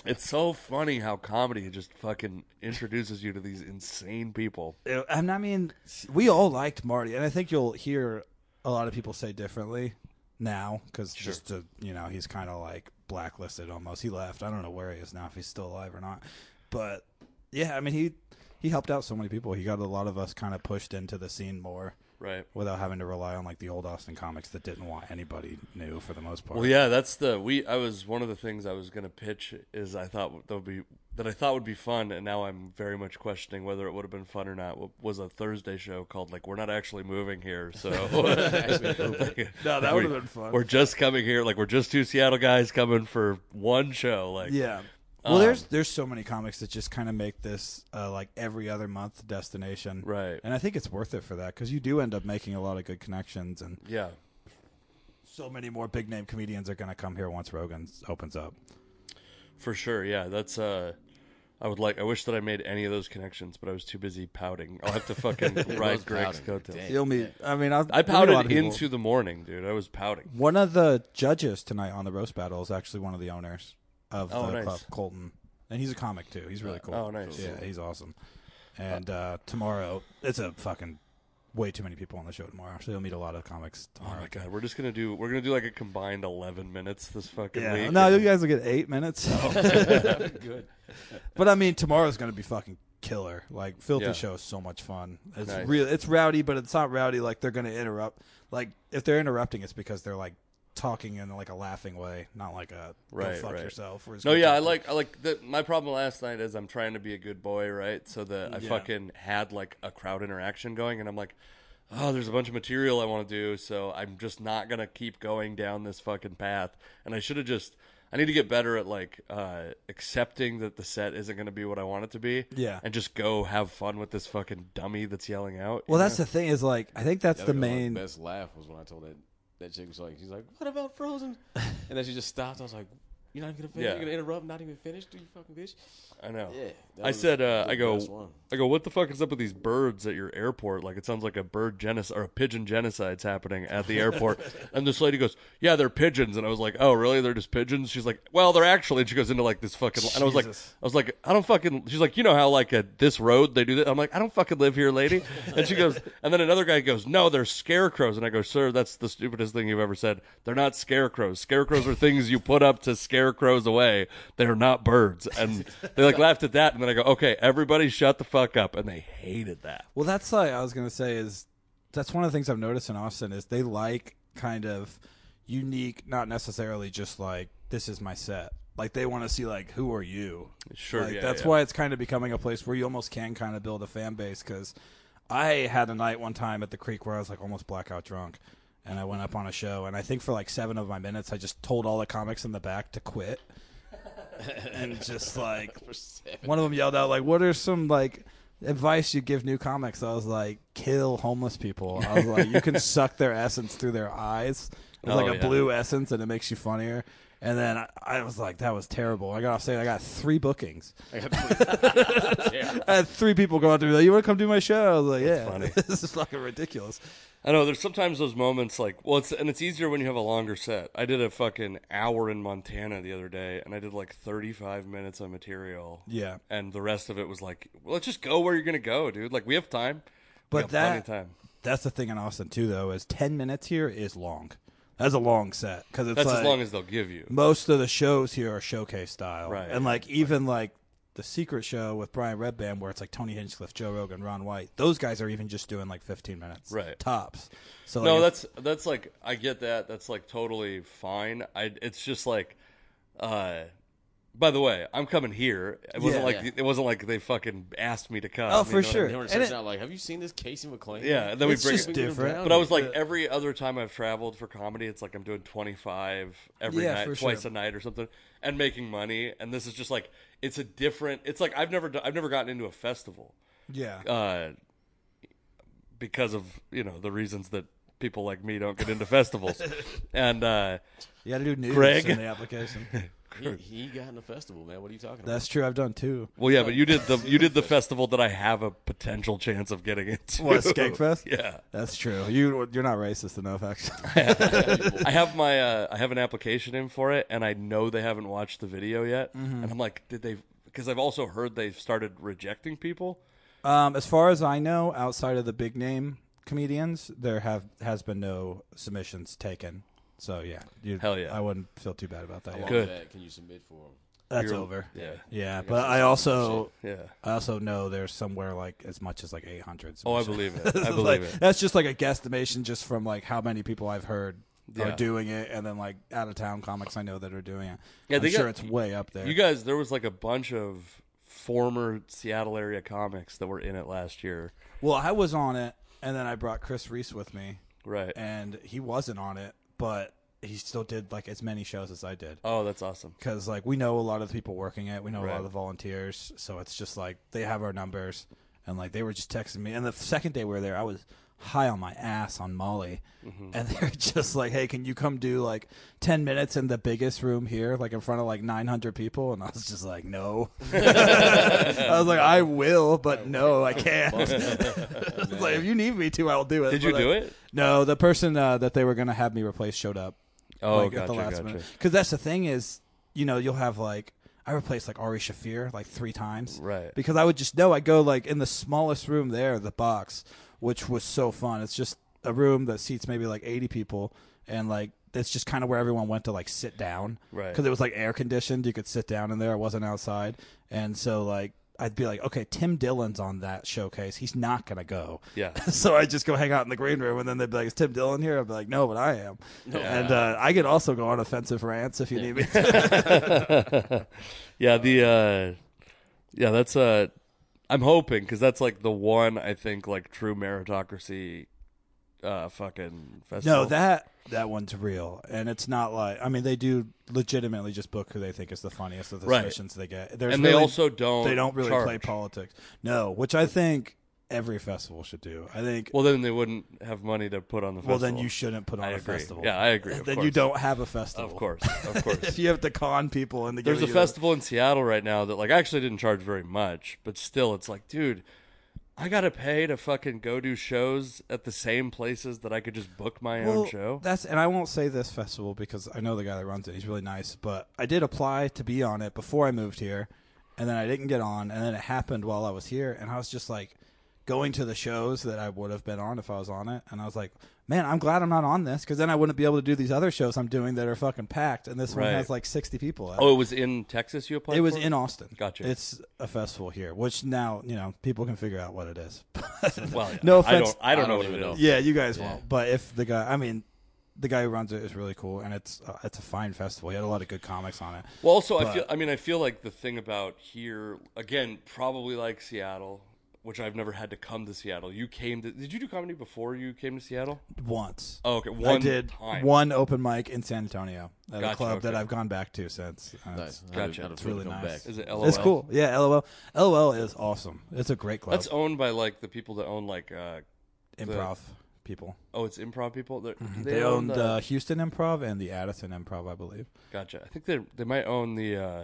[SPEAKER 1] It's so funny how comedy just fucking introduces you to these insane people.
[SPEAKER 2] It- And I mean we all liked Marty and I think you'll hear a lot of people say differently now because just to you know, he's kinda like blacklisted almost. He left. I don't know where he is now, if he's still alive or not. But yeah, I mean he he helped out so many people. He got a lot of us kind of pushed into the scene more.
[SPEAKER 1] Right.
[SPEAKER 2] without having to rely on like the old Austin comics that didn't want anybody new for the most part.
[SPEAKER 1] Well, yeah, that's the we. I was one of the things I was gonna pitch is I thought that would be that I thought would be fun, and now I'm very much questioning whether it would have been fun or not. w- Was a Thursday show called like "We're Not Actually Moving Here," so no,
[SPEAKER 2] that would've been fun.
[SPEAKER 1] We're just coming here, like we're just two Seattle guys coming for one show, like um,
[SPEAKER 2] Yeah. Well, there's there's so many comics that just kind of make this uh, like every other month destination,
[SPEAKER 1] Right.
[SPEAKER 2] And I think it's worth it for that because you do end up making a lot of good connections, and
[SPEAKER 1] yeah.
[SPEAKER 2] so many more big name comedians are going to come here once Rogan opens up.
[SPEAKER 1] For sure, yeah. That's uh I would like I wish that I made any of those connections, but I was too busy pouting. I'll have to fucking ride Greg's
[SPEAKER 3] pouting.
[SPEAKER 1] coattails.
[SPEAKER 3] Dang. You'll
[SPEAKER 2] meet. I mean, I'll,
[SPEAKER 1] I pouted into the morning, dude. I was pouting.
[SPEAKER 2] one of the judges tonight on the roast battle is actually one of the owners of
[SPEAKER 1] Oh,
[SPEAKER 2] the
[SPEAKER 1] nice.
[SPEAKER 2] club, Colton, and he's a comic too. He's really cool.
[SPEAKER 1] Oh, nice.
[SPEAKER 2] Yeah, he's awesome. And uh, tomorrow, it's a fucking way too many people on the show tomorrow. So you'll meet a lot of comics
[SPEAKER 1] Oh
[SPEAKER 2] tomorrow.
[SPEAKER 1] my god, we're just gonna do we're gonna do like a combined eleven minutes this fucking
[SPEAKER 2] Yeah,
[SPEAKER 1] week. Oh.
[SPEAKER 2] no, you guys will get eight minutes.
[SPEAKER 3] Good.
[SPEAKER 2] but I mean, tomorrow's gonna be fucking killer. Like, Filthy
[SPEAKER 1] Yeah.
[SPEAKER 2] Show is so much fun. It's
[SPEAKER 1] Nice.
[SPEAKER 2] real. It's rowdy, but it's not rowdy. Like they're gonna interrupt. Like if they're interrupting, it's because they're like talking in like a laughing way, not like a
[SPEAKER 1] Right,
[SPEAKER 2] go fuck
[SPEAKER 1] right.
[SPEAKER 2] yourself. We're just
[SPEAKER 1] No,
[SPEAKER 2] gonna
[SPEAKER 1] yeah, I
[SPEAKER 2] talk to-
[SPEAKER 1] like I like the, my problem last night is I'm trying to be a good boy, right? So that I
[SPEAKER 2] Yeah.
[SPEAKER 1] fucking had like a crowd interaction going, and I'm like, oh, there's a bunch of material I want to do, so I'm just not gonna keep going down this fucking path. And I should have just I need to get better at like uh, accepting that the set isn't gonna be what I want it to be,
[SPEAKER 2] Yeah.
[SPEAKER 1] and just go have fun with this fucking dummy that's yelling out.
[SPEAKER 2] Well,
[SPEAKER 1] you
[SPEAKER 2] that's
[SPEAKER 1] know?
[SPEAKER 2] the thing is like I think that's
[SPEAKER 3] Yeah,
[SPEAKER 2] the
[SPEAKER 3] that was my
[SPEAKER 2] main.
[SPEAKER 3] best laugh was when I told that that chick was like, she's like, "What about Frozen?" And then she just stopped. I was like, You're not even gonna finish.
[SPEAKER 1] Yeah.
[SPEAKER 3] You're gonna interrupt. Not even finish. Do you fucking bitch?
[SPEAKER 1] I know.
[SPEAKER 3] Yeah. that
[SPEAKER 1] I
[SPEAKER 3] was
[SPEAKER 1] said, uh,
[SPEAKER 3] the
[SPEAKER 1] I go,
[SPEAKER 3] best one.
[SPEAKER 1] I go, what the fuck is up with these birds at your airport? Like, it sounds like a bird genocide or a pigeon genocide's happening at the airport. and this lady goes, yeah, they're pigeons. And I was like, oh, really? They're just pigeons? She's like, well, they're actually. And she goes into like this fucking. And I was like,
[SPEAKER 2] Jesus.
[SPEAKER 1] I was like, I don't fucking. She's like, you know how like at this road they do that. I'm like, I don't fucking live here, lady. And she goes, and then another guy goes, no, they're scarecrows. And I go, sir, that's the stupidest thing you've ever said. They're not scarecrows. Scarecrows are things you put up to scarecrows away. They're not birds. And they like laughed at that. And then I go, okay, everybody, shut the fuck up. And they hated that.
[SPEAKER 2] Well, that's like I was gonna say is that's one of the things I've noticed in Austin is they like kind of unique, not necessarily just like this is my set. Like they want to see like who are you?
[SPEAKER 1] Sure,
[SPEAKER 2] Like,
[SPEAKER 1] yeah,
[SPEAKER 2] that's
[SPEAKER 1] yeah.
[SPEAKER 2] why it's kind of becoming a place where you almost can kind of build a fan base because I had a night one time at the creek where I was like almost blackout drunk. And I went up on a show, and I think for like seven of my minutes, I just told all the comics in the back to quit, and just like one of them yelled out like, "What are some like advice you give new comics?" I was like, "Kill homeless people." I was like, "You can suck their essence through their eyes. It's
[SPEAKER 1] Oh,
[SPEAKER 2] like a
[SPEAKER 1] yeah.
[SPEAKER 2] blue essence, and it makes you funnier." And then I, I was like, "That was terrible." I got off stage. I got three bookings.
[SPEAKER 3] I got- Yeah.
[SPEAKER 2] I had three people going through. Like, you want to come do my show? I was like, "Yeah,
[SPEAKER 1] funny.
[SPEAKER 2] this is fucking ridiculous."
[SPEAKER 1] I know there's sometimes those moments like well it's and it's easier when you have a longer set. I did a fucking hour in Montana the other day and I did like 35 minutes of material.
[SPEAKER 2] Yeah.
[SPEAKER 1] And the rest of it was like well, let's just go where you're going to go, dude. Like we have time. We
[SPEAKER 2] But
[SPEAKER 1] have plenty
[SPEAKER 2] that
[SPEAKER 1] of time.
[SPEAKER 2] that's the thing in Austin too, though, is ten minutes here is long. That's a long set because it's
[SPEAKER 1] That's
[SPEAKER 2] like,
[SPEAKER 1] as long as they'll give you.
[SPEAKER 2] most of the shows here are showcase style,
[SPEAKER 1] Right.
[SPEAKER 2] And like even like the secret show with Brian Redband, where it's like Tony Hinchcliffe, Joe Rogan, Ron White. Those guys are even just doing like 15 minutes,
[SPEAKER 1] Right.
[SPEAKER 2] Tops. So
[SPEAKER 1] No,
[SPEAKER 2] like,
[SPEAKER 1] that's that's like I get that. That's like totally fine. I it's just like uh by the way, I'm coming here. It wasn't
[SPEAKER 2] Yeah.
[SPEAKER 1] like
[SPEAKER 3] Yeah.
[SPEAKER 1] it wasn't like they fucking asked me to come.
[SPEAKER 2] Oh,
[SPEAKER 1] you
[SPEAKER 2] for
[SPEAKER 1] know what I
[SPEAKER 2] sure.
[SPEAKER 3] They were
[SPEAKER 2] And it-
[SPEAKER 3] searching out like, have you seen this Casey McLean?
[SPEAKER 1] Yeah, and then we
[SPEAKER 2] It's
[SPEAKER 1] bring
[SPEAKER 2] just
[SPEAKER 1] it.
[SPEAKER 2] different.
[SPEAKER 1] But I was like, every other time I've traveled for comedy, it's like I'm doing 25 every
[SPEAKER 2] Yeah, for
[SPEAKER 1] night, twice
[SPEAKER 2] sure.
[SPEAKER 1] a night or something, and making money. And this is just like it's a different. It's like I've never do- I've never gotten into a festival
[SPEAKER 2] yeah.
[SPEAKER 1] uh, because of you know the reasons that people like me don't get into festivals. And uh,
[SPEAKER 2] You got to do news
[SPEAKER 1] Greg?
[SPEAKER 2] in the application.
[SPEAKER 3] he, he got in a festival, man. What are you talking about?
[SPEAKER 2] that's true. I've done two.
[SPEAKER 1] well, yeah, but you did the you did the festival that I have a potential chance of getting into.
[SPEAKER 2] What Skankfest?
[SPEAKER 1] Yeah.
[SPEAKER 2] That's true. You you're not racist enough, actually.
[SPEAKER 1] I have my uh, I have an application in for it, and I know they haven't watched the video yet. And I'm like, did they? Because I've also heard they've started rejecting people.
[SPEAKER 2] Um, as far as I know, outside of the big name comedians, there have has been no submissions taken. So yeah, you,
[SPEAKER 1] Hell yeah.
[SPEAKER 2] I wouldn't feel too bad about that.
[SPEAKER 3] How
[SPEAKER 2] Yeah.
[SPEAKER 3] long
[SPEAKER 1] Good.
[SPEAKER 3] That can you submit for him?
[SPEAKER 2] That's
[SPEAKER 1] You're-
[SPEAKER 2] over.
[SPEAKER 1] Yeah,
[SPEAKER 2] Yeah, but I also
[SPEAKER 1] yeah.
[SPEAKER 2] I also know there's somewhere like as much as like 800.
[SPEAKER 1] Oh, I
[SPEAKER 2] submissions.
[SPEAKER 1] believe it. I believe
[SPEAKER 2] like,
[SPEAKER 1] it.
[SPEAKER 2] That's just like a guesstimation, just from like how many people I've heard
[SPEAKER 1] Yeah.
[SPEAKER 2] are doing it, and then like out of town comics I know that are doing it.
[SPEAKER 1] Yeah,
[SPEAKER 2] I'm
[SPEAKER 1] they
[SPEAKER 2] sure
[SPEAKER 1] got-
[SPEAKER 2] it's way up there.
[SPEAKER 1] You guys, there was like a bunch of former Seattle area comics that were in it last year,
[SPEAKER 2] well, I was on it, and then I brought Chris Reese with me,
[SPEAKER 1] right?
[SPEAKER 2] and he wasn't on it, but he still did like as many shows as I did.
[SPEAKER 1] oh, that's awesome.
[SPEAKER 2] because like we know a lot of the people working it, we know a lot
[SPEAKER 1] Right.
[SPEAKER 2] of the volunteers, so it's just like they have our numbers, and like they were just texting me. And the second day we were there, I was high on my ass on Molly,
[SPEAKER 1] Mm-hmm.
[SPEAKER 2] and they're just like, "Hey, can you come do like ten minutes in the biggest room here, like in front of like nine hundred people?" And I was just like, "No," I was like, "I will, but no, I can't." I was like, if you need me to, I'll do it.
[SPEAKER 1] Did you
[SPEAKER 2] But,
[SPEAKER 1] do
[SPEAKER 2] like,
[SPEAKER 1] it?
[SPEAKER 2] No, the person uh, that they were gonna have me replace showed up
[SPEAKER 1] Oh,
[SPEAKER 2] like
[SPEAKER 1] gotcha,
[SPEAKER 2] at the last
[SPEAKER 1] gotcha.
[SPEAKER 2] minute. Because that's the thing is, you know, you'll have like I replaced like Ari Shafir like three times,
[SPEAKER 1] Right.
[SPEAKER 2] Because I would just know I go like in the smallest room there, the box, which was so fun. It's just a room that seats maybe like eighty people, and like that's just kind of where everyone went to like sit down,
[SPEAKER 1] Right.
[SPEAKER 2] Because it was like air conditioned, you could sit down in there. It wasn't outside, and so like. I'd be like, okay, Tim Dillon's on that showcase. He's not gonna go.
[SPEAKER 1] Yeah.
[SPEAKER 2] so I just go hang out in the green room, and then they'd be like, "Is Tim Dillon here?" I'd be like, "No, but I am." And uh, I could also go on offensive rants if you need me. to.
[SPEAKER 1] Yeah, the uh yeah, that's uh I'm hoping cuz that's like the one I think like true meritocracy uh fucking festival.
[SPEAKER 2] no, that that one's real, and it's not like I mean they do legitimately just book who they think is the funniest of the
[SPEAKER 1] Right.
[SPEAKER 2] submissions they get. There's
[SPEAKER 1] and
[SPEAKER 2] really-
[SPEAKER 1] they also don't
[SPEAKER 2] they don't really
[SPEAKER 1] charge.
[SPEAKER 2] play politics. No, which I think every festival should do. I think. Well,
[SPEAKER 1] Well, then they wouldn't have money to put on the festival.
[SPEAKER 2] then you shouldn't put on
[SPEAKER 1] I
[SPEAKER 2] a
[SPEAKER 1] agree.
[SPEAKER 2] festival.
[SPEAKER 1] Yeah, I agree. Of
[SPEAKER 2] then
[SPEAKER 1] course.
[SPEAKER 2] you don't have a festival.
[SPEAKER 1] Of course, of course.
[SPEAKER 2] if you have to con people and
[SPEAKER 1] There's a festival in Seattle right now that like actually didn't charge very much, but still, it's like, dude, I gotta pay to fucking go do shows at the same places that I could just book my
[SPEAKER 2] well,
[SPEAKER 1] own show.
[SPEAKER 2] That's and I won't say this festival because I know the guy that runs it. He's really nice, but I did apply to be on it before I moved here, and then I didn't get on, and then it happened while I was here, and I was just like going to the shows that I would have been on if I was on it, and I was like, man, I'm glad I'm not on this because then I wouldn't be able to do these other shows I'm doing that are fucking packed, and this one
[SPEAKER 1] Right.
[SPEAKER 2] has like 60 people. At it.
[SPEAKER 1] oh, it was in Texas. You applied.
[SPEAKER 2] It was
[SPEAKER 1] for?
[SPEAKER 2] in Austin.
[SPEAKER 1] Gotcha.
[SPEAKER 2] It's a festival here, which now you know people can figure out what it is.
[SPEAKER 1] Well, yeah.
[SPEAKER 2] no
[SPEAKER 1] I
[SPEAKER 2] offense.
[SPEAKER 1] don't. I don't know
[SPEAKER 3] I don't
[SPEAKER 1] what
[SPEAKER 3] even
[SPEAKER 1] it
[SPEAKER 3] know.
[SPEAKER 1] is.
[SPEAKER 2] Yeah, you guys won't. But if the guy, I mean, the guy who runs it is really cool, and it's uh, it's a fine festival. He had a lot of good comics on it.
[SPEAKER 1] Well, also, I feel. I mean, I feel like the thing about here again, probably like Seattle, which I've never had to come to Seattle. You came. to Did you do comedy before you came to Seattle?
[SPEAKER 2] Once,
[SPEAKER 1] Oh, okay.
[SPEAKER 2] I
[SPEAKER 1] One
[SPEAKER 2] did
[SPEAKER 1] time.
[SPEAKER 2] one open mic in San Antonio at a
[SPEAKER 1] Gotcha,
[SPEAKER 2] club that
[SPEAKER 1] okay.
[SPEAKER 2] I've gone back to since. Uh,
[SPEAKER 3] Nice.
[SPEAKER 2] it's,
[SPEAKER 3] I'd have-
[SPEAKER 1] Gotcha.
[SPEAKER 3] I'd have
[SPEAKER 1] It's
[SPEAKER 2] really
[SPEAKER 3] come
[SPEAKER 2] nice.
[SPEAKER 3] back.
[SPEAKER 1] Is it LOL?
[SPEAKER 2] it's cool. Yeah, LOL. LOL is awesome. It's a great club.
[SPEAKER 1] That's owned by like the people that own like. uh
[SPEAKER 2] improv people.
[SPEAKER 1] Oh, it's improv people. They're,
[SPEAKER 2] Mm-hmm. They, uh, own the Houston Improv and the Addison Improv, I believe.
[SPEAKER 1] Gotcha. I think they they might own the uh,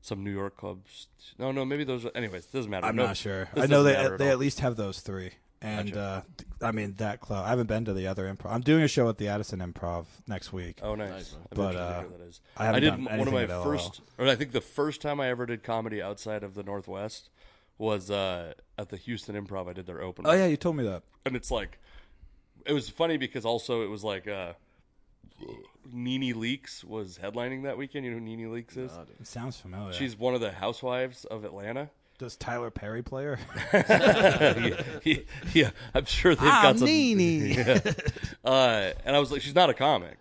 [SPEAKER 1] some New York clubs. No, no, maybe those. Are, anyways, doesn't matter.
[SPEAKER 2] I'm
[SPEAKER 1] No,
[SPEAKER 2] not sure.
[SPEAKER 1] this
[SPEAKER 2] I
[SPEAKER 1] doesn't
[SPEAKER 2] know they
[SPEAKER 1] matter at
[SPEAKER 2] they
[SPEAKER 1] all.
[SPEAKER 2] at least have those three. And uh, th- I mean that club. I haven't been to the other improv. I'm doing a show at the Addison Improv next week.
[SPEAKER 1] Oh, nice.
[SPEAKER 3] Nice, man.
[SPEAKER 1] I'm
[SPEAKER 2] But,
[SPEAKER 1] interested to
[SPEAKER 2] uh,
[SPEAKER 1] hear that is.
[SPEAKER 2] I haven't
[SPEAKER 1] did
[SPEAKER 2] done
[SPEAKER 1] one of
[SPEAKER 2] anything
[SPEAKER 1] my
[SPEAKER 2] at LOL.
[SPEAKER 1] first, or I think the first time I ever did comedy outside of the Northwest was uh, at the Houston Improv. I did their open.
[SPEAKER 2] Oh
[SPEAKER 1] mic.
[SPEAKER 2] yeah, you told me that.
[SPEAKER 1] and it's like it was funny because also it was like uh Nene Leaks was headlining that weekend. You know who Nene Leaks is?
[SPEAKER 2] It sounds familiar.
[SPEAKER 1] She's one of the housewives of Atlanta.
[SPEAKER 2] does Tyler Perry play her?
[SPEAKER 1] yeah, yeah, I'm sure
[SPEAKER 2] Ah,
[SPEAKER 1] they've got some. Yeah. Uh, and I was like, she's not a comic.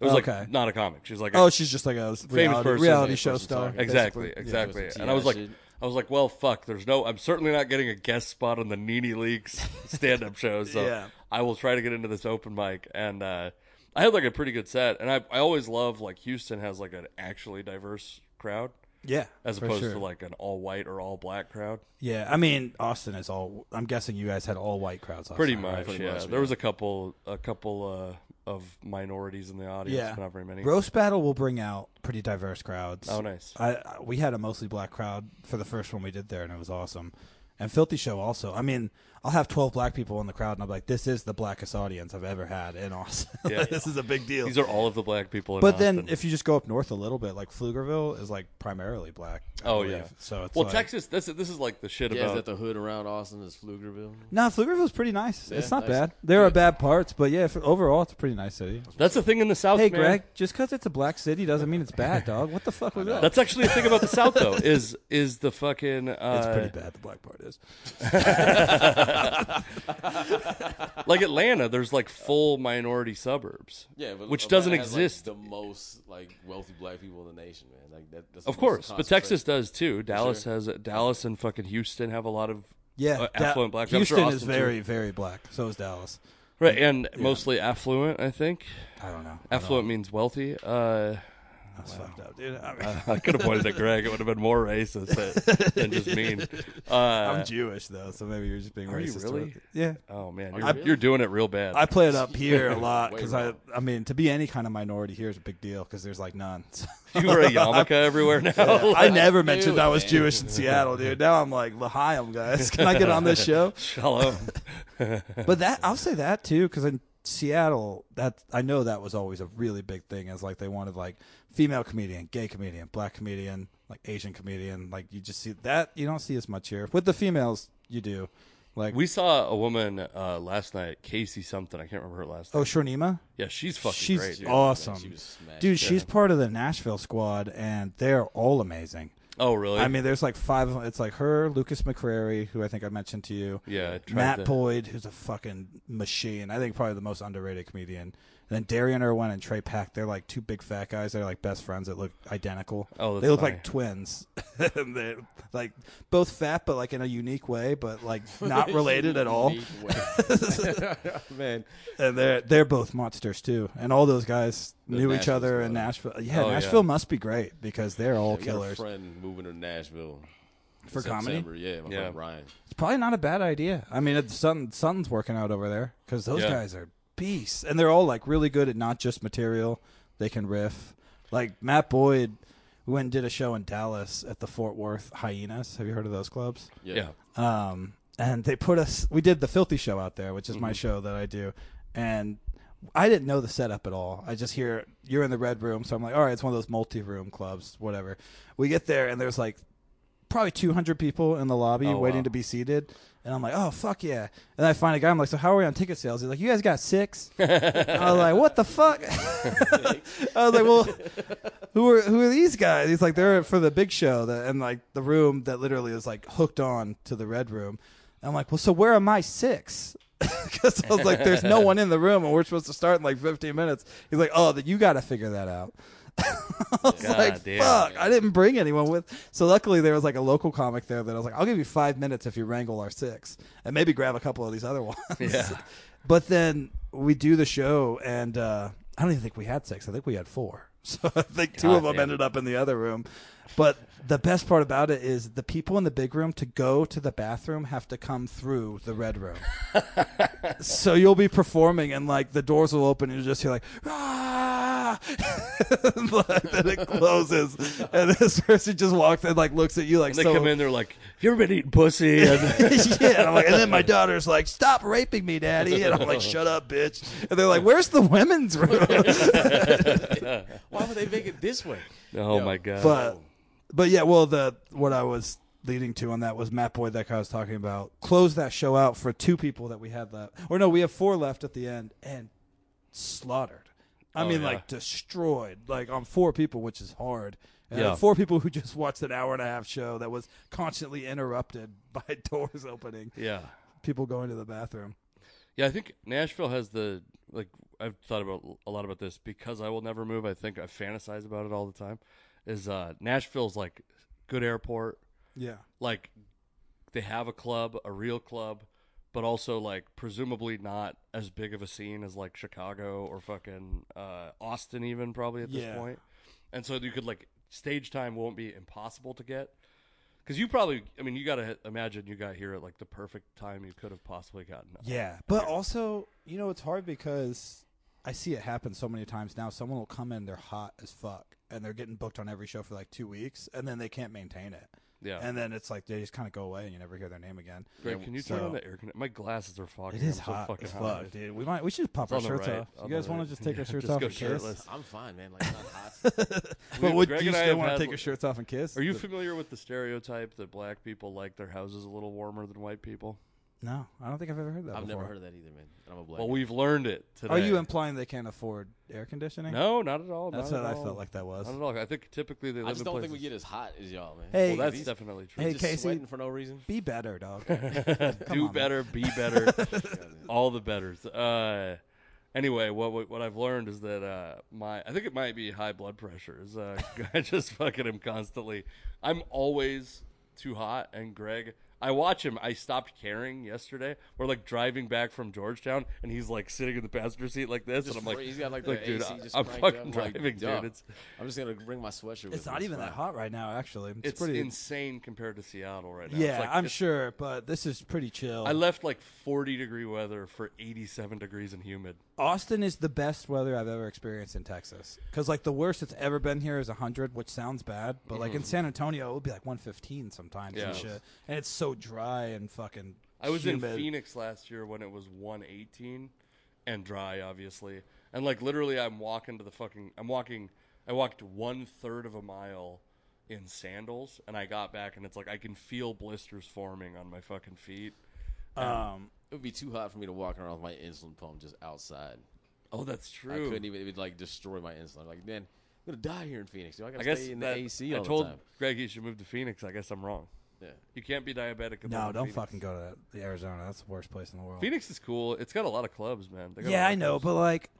[SPEAKER 1] It was
[SPEAKER 2] Okay.
[SPEAKER 1] like not a comic. She's like, a-
[SPEAKER 2] oh, she's just like a reality,
[SPEAKER 1] person,
[SPEAKER 2] reality
[SPEAKER 1] yeah,
[SPEAKER 2] show
[SPEAKER 3] person
[SPEAKER 2] star.
[SPEAKER 3] talking.
[SPEAKER 1] exactly,
[SPEAKER 2] basically.
[SPEAKER 1] exactly.
[SPEAKER 3] Yeah, it was a
[SPEAKER 1] and I was
[SPEAKER 3] TI
[SPEAKER 1] like,
[SPEAKER 3] shit.
[SPEAKER 1] I was like, well, fuck. There's no. I'm certainly not getting a guest spot on the Nene Leaks stand-up show. So
[SPEAKER 2] Yeah.
[SPEAKER 1] I will try to get into this open mic. And uh, I had like a pretty good set. And I, I always love like Houston has like an actually diverse crowd
[SPEAKER 2] Yeah,
[SPEAKER 1] as
[SPEAKER 2] for
[SPEAKER 1] opposed
[SPEAKER 2] sure.
[SPEAKER 1] to like an all white or all black crowd.
[SPEAKER 2] yeah. I mean, Austin is all. I'm guessing you guys had all white crowds. Last
[SPEAKER 1] pretty
[SPEAKER 2] night,
[SPEAKER 1] much,
[SPEAKER 2] right?
[SPEAKER 1] yeah. There was a couple, a couple uh, of minorities in the audience,
[SPEAKER 2] Yeah,
[SPEAKER 1] but not very many.
[SPEAKER 2] roast battle will bring out pretty diverse crowds.
[SPEAKER 1] oh, nice.
[SPEAKER 2] I, I we had a mostly black crowd for the first one we did there, and it was awesome. And Filthy Show also. I mean, I'll have twelve black people in the crowd, and I'm like, this is the blackest audience I've ever had in Austin.
[SPEAKER 1] Yeah.
[SPEAKER 2] this is a big deal.
[SPEAKER 1] These are all of the black people. In
[SPEAKER 2] but then,
[SPEAKER 1] Austin.
[SPEAKER 2] if you just go up north a little bit, like Pflugerville is like primarily black. I
[SPEAKER 1] oh
[SPEAKER 2] believe.
[SPEAKER 1] yeah,
[SPEAKER 2] So it's
[SPEAKER 1] well,
[SPEAKER 2] like,
[SPEAKER 1] Texas. This this is like the shit
[SPEAKER 3] Yeah, is
[SPEAKER 1] about
[SPEAKER 3] that the hood around Austin? Is Pflugerville?
[SPEAKER 2] No, Pflugerville's pretty nice.
[SPEAKER 3] Yeah,
[SPEAKER 2] it's not
[SPEAKER 3] nice.
[SPEAKER 2] bad. There are bad parts, but yeah, for, overall, it's a pretty nice city.
[SPEAKER 1] That's the thing in the South,
[SPEAKER 2] Hey,
[SPEAKER 1] man.
[SPEAKER 2] Greg, just because it's a black city doesn't mean it's bad, dog. What the fuck was that?
[SPEAKER 1] That's actually the thing about the South, though. Is is the fucking uh,
[SPEAKER 2] it's pretty bad. The black part is.
[SPEAKER 1] like Atlanta? There's like full minority suburbs.
[SPEAKER 3] Yeah, but
[SPEAKER 1] which
[SPEAKER 3] Atlanta
[SPEAKER 1] doesn't
[SPEAKER 3] has, like,
[SPEAKER 1] exist.
[SPEAKER 3] the most like wealthy black people in the nation, man. Like that. That's the
[SPEAKER 1] of
[SPEAKER 3] most
[SPEAKER 1] course, but
[SPEAKER 3] concentrated.
[SPEAKER 1] Texas does too. Dallas has Dallas and fucking Houston have a lot of
[SPEAKER 2] Yeah,
[SPEAKER 1] uh,
[SPEAKER 2] Da-
[SPEAKER 1] affluent black. I'm
[SPEAKER 2] Houston
[SPEAKER 1] sure
[SPEAKER 2] is
[SPEAKER 1] Austin, too.
[SPEAKER 2] very, very black. So is Dallas.
[SPEAKER 1] right and mostly affluent. I think
[SPEAKER 2] I don't know.
[SPEAKER 1] affluent means wealthy. Uh,
[SPEAKER 2] That's fucked up, dude. I
[SPEAKER 1] I could have pointed at Greg. It would have been more racist than- than just mean. Uh,
[SPEAKER 2] am Jewish though, so maybe you're just being
[SPEAKER 1] you
[SPEAKER 2] racist.
[SPEAKER 1] really?
[SPEAKER 2] with it. Yeah.
[SPEAKER 1] oh man, you're, you're doing it real bad.
[SPEAKER 2] I play it up here a lot
[SPEAKER 3] Way
[SPEAKER 2] because I,
[SPEAKER 3] wrong.
[SPEAKER 2] I mean, to be any kind of minority here is a big deal because there's like none.
[SPEAKER 1] you wear a yarmulke everywhere now.
[SPEAKER 2] I never mentioned
[SPEAKER 3] knew
[SPEAKER 2] I
[SPEAKER 3] it,
[SPEAKER 2] was
[SPEAKER 3] man.
[SPEAKER 2] Jewish in Seattle, dude. Now I'm like, L'chaim, guys. Can I get on this show?
[SPEAKER 1] Shalom.
[SPEAKER 2] But that I'll say that too, because in Seattle, that I know that was always a really big thing. Is like they wanted like female comedian, gay comedian, black comedian, like Asian comedian. Like you just see that you don't see as much here with the females. You do, like
[SPEAKER 1] We saw a woman uh, last night, Casey something. I can't remember her last name.
[SPEAKER 2] oh Shornima.
[SPEAKER 1] Yeah, she's fucking
[SPEAKER 2] she's
[SPEAKER 1] great. dude.
[SPEAKER 2] awesome,
[SPEAKER 3] She was smashed.
[SPEAKER 2] dude. She's part of the Nashville squad, and they're all amazing.
[SPEAKER 1] Oh, really?
[SPEAKER 2] I mean, there's like five. of 'em. It's like her, Lucas McCrary, who I think I mentioned to you.
[SPEAKER 1] Yeah, I tried
[SPEAKER 2] Matt
[SPEAKER 1] to-
[SPEAKER 2] Boyd, who's a fucking machine. I think probably the most underrated comedian. And then Darian Irwin and Trey Pack. They're like two big fat guys. They're like best friends that look identical.
[SPEAKER 1] Oh, that's
[SPEAKER 2] they look
[SPEAKER 1] funny.
[SPEAKER 2] like twins. And they're like both fat, but like in a unique way, but like not related at all.
[SPEAKER 3] Unique way.
[SPEAKER 2] Man, and they're they're both monsters too. And all those guys knew each
[SPEAKER 3] Nashville
[SPEAKER 2] other
[SPEAKER 3] squad.
[SPEAKER 2] in Nashville. Yeah,
[SPEAKER 1] yeah.
[SPEAKER 2] Nashville must be great because they're all
[SPEAKER 3] Oh, We got a
[SPEAKER 2] killers.
[SPEAKER 3] friend moving to Nashville.
[SPEAKER 2] for comedy.
[SPEAKER 3] September, yeah, my
[SPEAKER 1] Yeah.
[SPEAKER 3] friend Ryan.
[SPEAKER 2] It's probably not a bad idea. I mean, it's, Sutton, Sutton's working out over there because those
[SPEAKER 1] Yeah.
[SPEAKER 2] guys are beasts, and they're all like really good at not just material; they can riff. Like Matt Boyd, we went and did a show in Dallas at the Fort Worth Hyenas. Have you heard of those clubs?
[SPEAKER 3] Yeah.
[SPEAKER 1] Yeah.
[SPEAKER 2] um, and they put us. We did the Filthy Show out there, which is my show that I do, and I didn't know the setup at all. I just hear you're in the red room, so I'm like, all right, it's one of those multi-room clubs, whatever. We get there, and there's like probably 200 people in the lobby waiting to be seated, and I'm like, oh fuck yeah! And I find a guy. I'm like, so how are we on ticket sales? He's like, you guys got six. I was like, what the fuck? I was like, well, who are who are these guys? He's like, they're for the big show, that, and like the room that literally is like hooked on to the red room. And I'm like, well, so where am I six? Because I was like, there's no one in the room, and we're supposed to start in like 15 minutes. He's like, oh, that you got to figure that out. I was
[SPEAKER 1] God
[SPEAKER 2] like,
[SPEAKER 1] damn.
[SPEAKER 2] fuck, I didn't bring anyone with. So luckily, there was like a local comic there that I was like, I'll give you five minutes if you wrangle our six, and maybe grab a couple of these other ones.
[SPEAKER 1] Yeah.
[SPEAKER 2] But then we do the show, and uh, I don't even think we had six. I think we had four. So I think two
[SPEAKER 1] God
[SPEAKER 2] of them
[SPEAKER 1] damn
[SPEAKER 2] ended up in the other room. But the best part about it is the people in the big room to go to the bathroom have to come through the red room. so you'll be performing, and like the doors will open, and you'll just hear like, ah, and, like, then it closes, and this person just walks and like looks at you like
[SPEAKER 1] They
[SPEAKER 2] so
[SPEAKER 1] come in, they're like, "Have you ever been eating pussy?" And
[SPEAKER 2] yeah, and I'm like, and then my daughter's like, "Stop raping me, daddy," and I'm like, "Shut up, bitch!" And they're like, "Where's the women's room?"
[SPEAKER 3] Why would they make it this way?
[SPEAKER 1] oh my god!
[SPEAKER 2] but, but yeah, well, the what I was leading to on that was Matt Boyd, that guy I was talking about, closed that show out for two people that we had left, or no, we have four left at the end, and slaughtered. I mean,
[SPEAKER 1] Oh, yeah.
[SPEAKER 2] like destroyed, like on four people, which is hard. And
[SPEAKER 1] Yeah.
[SPEAKER 2] four people who just watched an hour and a half show that was constantly interrupted by doors opening,
[SPEAKER 1] yeah,
[SPEAKER 2] people going to the bathroom.
[SPEAKER 1] yeah. I think Nashville has the like. I've thought about a lot about this because I will never move. I think I fantasize about it all the time. Is uh, Nashville's like good airport,
[SPEAKER 2] Yeah.
[SPEAKER 1] like they have a club, a real club, but also like presumably not as big of a scene as like Chicago or fucking uh, Austin even probably at this
[SPEAKER 2] Yeah.
[SPEAKER 1] point. And so you could like stage time won't be impossible to get. Cause you probably, I mean, you gotta imagine you got here at like the perfect time you could have possibly gotten.
[SPEAKER 2] Yeah, but also, you know, it's hard because I see it happen so many times now. Someone will come in, they're hot as fuck, and they're getting booked on every show for like two weeks, and then they can't maintain it.
[SPEAKER 1] Yeah.
[SPEAKER 2] And then it's like they just kind of go away, and you never hear their name again.
[SPEAKER 1] Greg, can you turn
[SPEAKER 2] so-
[SPEAKER 1] on the air? Con- My glasses are fogging.
[SPEAKER 2] It is
[SPEAKER 1] I'm so
[SPEAKER 2] hot
[SPEAKER 1] fucking
[SPEAKER 2] as
[SPEAKER 1] hot.
[SPEAKER 2] fuck, dude. We might we should pop
[SPEAKER 1] It's
[SPEAKER 2] our
[SPEAKER 1] on the
[SPEAKER 2] shirts
[SPEAKER 1] right,
[SPEAKER 2] off.
[SPEAKER 1] on
[SPEAKER 2] You guys
[SPEAKER 1] the
[SPEAKER 2] want
[SPEAKER 1] right.
[SPEAKER 2] to just take our shirts
[SPEAKER 1] Just
[SPEAKER 2] off
[SPEAKER 1] go
[SPEAKER 2] and kiss?
[SPEAKER 1] shirtless.
[SPEAKER 3] I'm fine, man. Like not hot.
[SPEAKER 2] But would
[SPEAKER 1] Greg
[SPEAKER 2] you
[SPEAKER 1] and I
[SPEAKER 2] still
[SPEAKER 1] have
[SPEAKER 2] want to
[SPEAKER 1] had-
[SPEAKER 2] take your shirts off and kiss?
[SPEAKER 1] Are you
[SPEAKER 2] The-
[SPEAKER 1] familiar with the stereotype that black people like their houses a little warmer than white people?
[SPEAKER 2] no, I don't think I've ever heard that.
[SPEAKER 3] I've
[SPEAKER 2] before.
[SPEAKER 3] never heard of that either, man. And I'm a black.
[SPEAKER 1] Well, we've learned it today.
[SPEAKER 2] Are you implying they can't afford air conditioning?
[SPEAKER 1] No, not at all.
[SPEAKER 2] that's
[SPEAKER 1] not
[SPEAKER 2] what
[SPEAKER 1] at
[SPEAKER 2] I
[SPEAKER 1] all.
[SPEAKER 2] felt like that was.
[SPEAKER 1] Not at all. I think typically they live
[SPEAKER 3] I just
[SPEAKER 1] in
[SPEAKER 3] don't
[SPEAKER 1] places.
[SPEAKER 3] think we get as hot as y'all, man.
[SPEAKER 2] Hey,
[SPEAKER 1] well, that's
[SPEAKER 3] These-
[SPEAKER 1] definitely true.
[SPEAKER 2] Hey,
[SPEAKER 3] just
[SPEAKER 2] Casey.
[SPEAKER 3] sweating for no reason.
[SPEAKER 2] Be better, dog.
[SPEAKER 1] Do
[SPEAKER 2] on, man.
[SPEAKER 1] better, be better, all the betters. Uh, anyway, what, what what I've learned is that uh, my I think it might be high blood pressure. Is uh, I just fucking am constantly. I'm always too hot, and Greg. I watch him. I stopped caring yesterday. We're like driving back from Georgetown, and he's like sitting in the passenger seat like this,
[SPEAKER 3] Just
[SPEAKER 1] and I'm like,
[SPEAKER 3] free- he's got like,
[SPEAKER 1] like
[SPEAKER 3] the
[SPEAKER 1] dude,
[SPEAKER 3] AC
[SPEAKER 1] I-
[SPEAKER 3] just
[SPEAKER 1] I'm
[SPEAKER 3] cranked
[SPEAKER 1] fucking
[SPEAKER 3] up, like,
[SPEAKER 1] driving, dude.
[SPEAKER 3] yeah.
[SPEAKER 1] It's
[SPEAKER 3] I'm just gonna bring my sweatshirt.
[SPEAKER 2] It's not even that hot right now, actually. It's,
[SPEAKER 1] it's
[SPEAKER 2] pretty
[SPEAKER 1] insane compared to Seattle right now. It's
[SPEAKER 2] Yeah,
[SPEAKER 1] like-
[SPEAKER 2] I'm
[SPEAKER 1] it's-
[SPEAKER 2] sure, but this is pretty chill.
[SPEAKER 1] I left like 40 degree weather for 87 degrees and humid.
[SPEAKER 2] Austin is the best weather I've ever experienced in Texas. Because, like, the worst it's ever been here is 100, which sounds bad, but, like, in San Antonio, it would be like 115 sometimes
[SPEAKER 1] Mm. Yeah.
[SPEAKER 2] and shit. And it's so dry and fucking.
[SPEAKER 1] I was in
[SPEAKER 2] humid.
[SPEAKER 1] Phoenix last year when it was 118 and dry, obviously. And like literally, I'm walking to the fucking. I'm walking. I walked one third of a mile in sandals, and I got back, and it's like I can feel blisters forming on my fucking feet.
[SPEAKER 2] Um,
[SPEAKER 3] It would be too hot for me to walk around with my insulin pump just outside.
[SPEAKER 1] Oh, that's
[SPEAKER 3] I
[SPEAKER 1] true.
[SPEAKER 3] couldn't even. It would like destroy my insulin. I'm Like man, I'm gonna die here in Phoenix. Dude. I gotta
[SPEAKER 1] I guess
[SPEAKER 3] stay in
[SPEAKER 1] that-
[SPEAKER 3] the AC
[SPEAKER 1] I
[SPEAKER 3] all
[SPEAKER 1] told
[SPEAKER 3] the time.
[SPEAKER 1] Greg he should move to Phoenix. I guess I'm wrong.
[SPEAKER 3] Yeah.
[SPEAKER 1] You can't be diabetic. and live
[SPEAKER 2] no,
[SPEAKER 1] in
[SPEAKER 2] don't
[SPEAKER 1] Phoenix.
[SPEAKER 2] fucking go to the Arizona. That's the worst place in the world.
[SPEAKER 1] Phoenix is cool. It's got a lot of clubs, man. They got a
[SPEAKER 2] Yeah,
[SPEAKER 1] lot
[SPEAKER 2] I
[SPEAKER 1] of
[SPEAKER 2] know,
[SPEAKER 1] clubs.
[SPEAKER 2] but, like,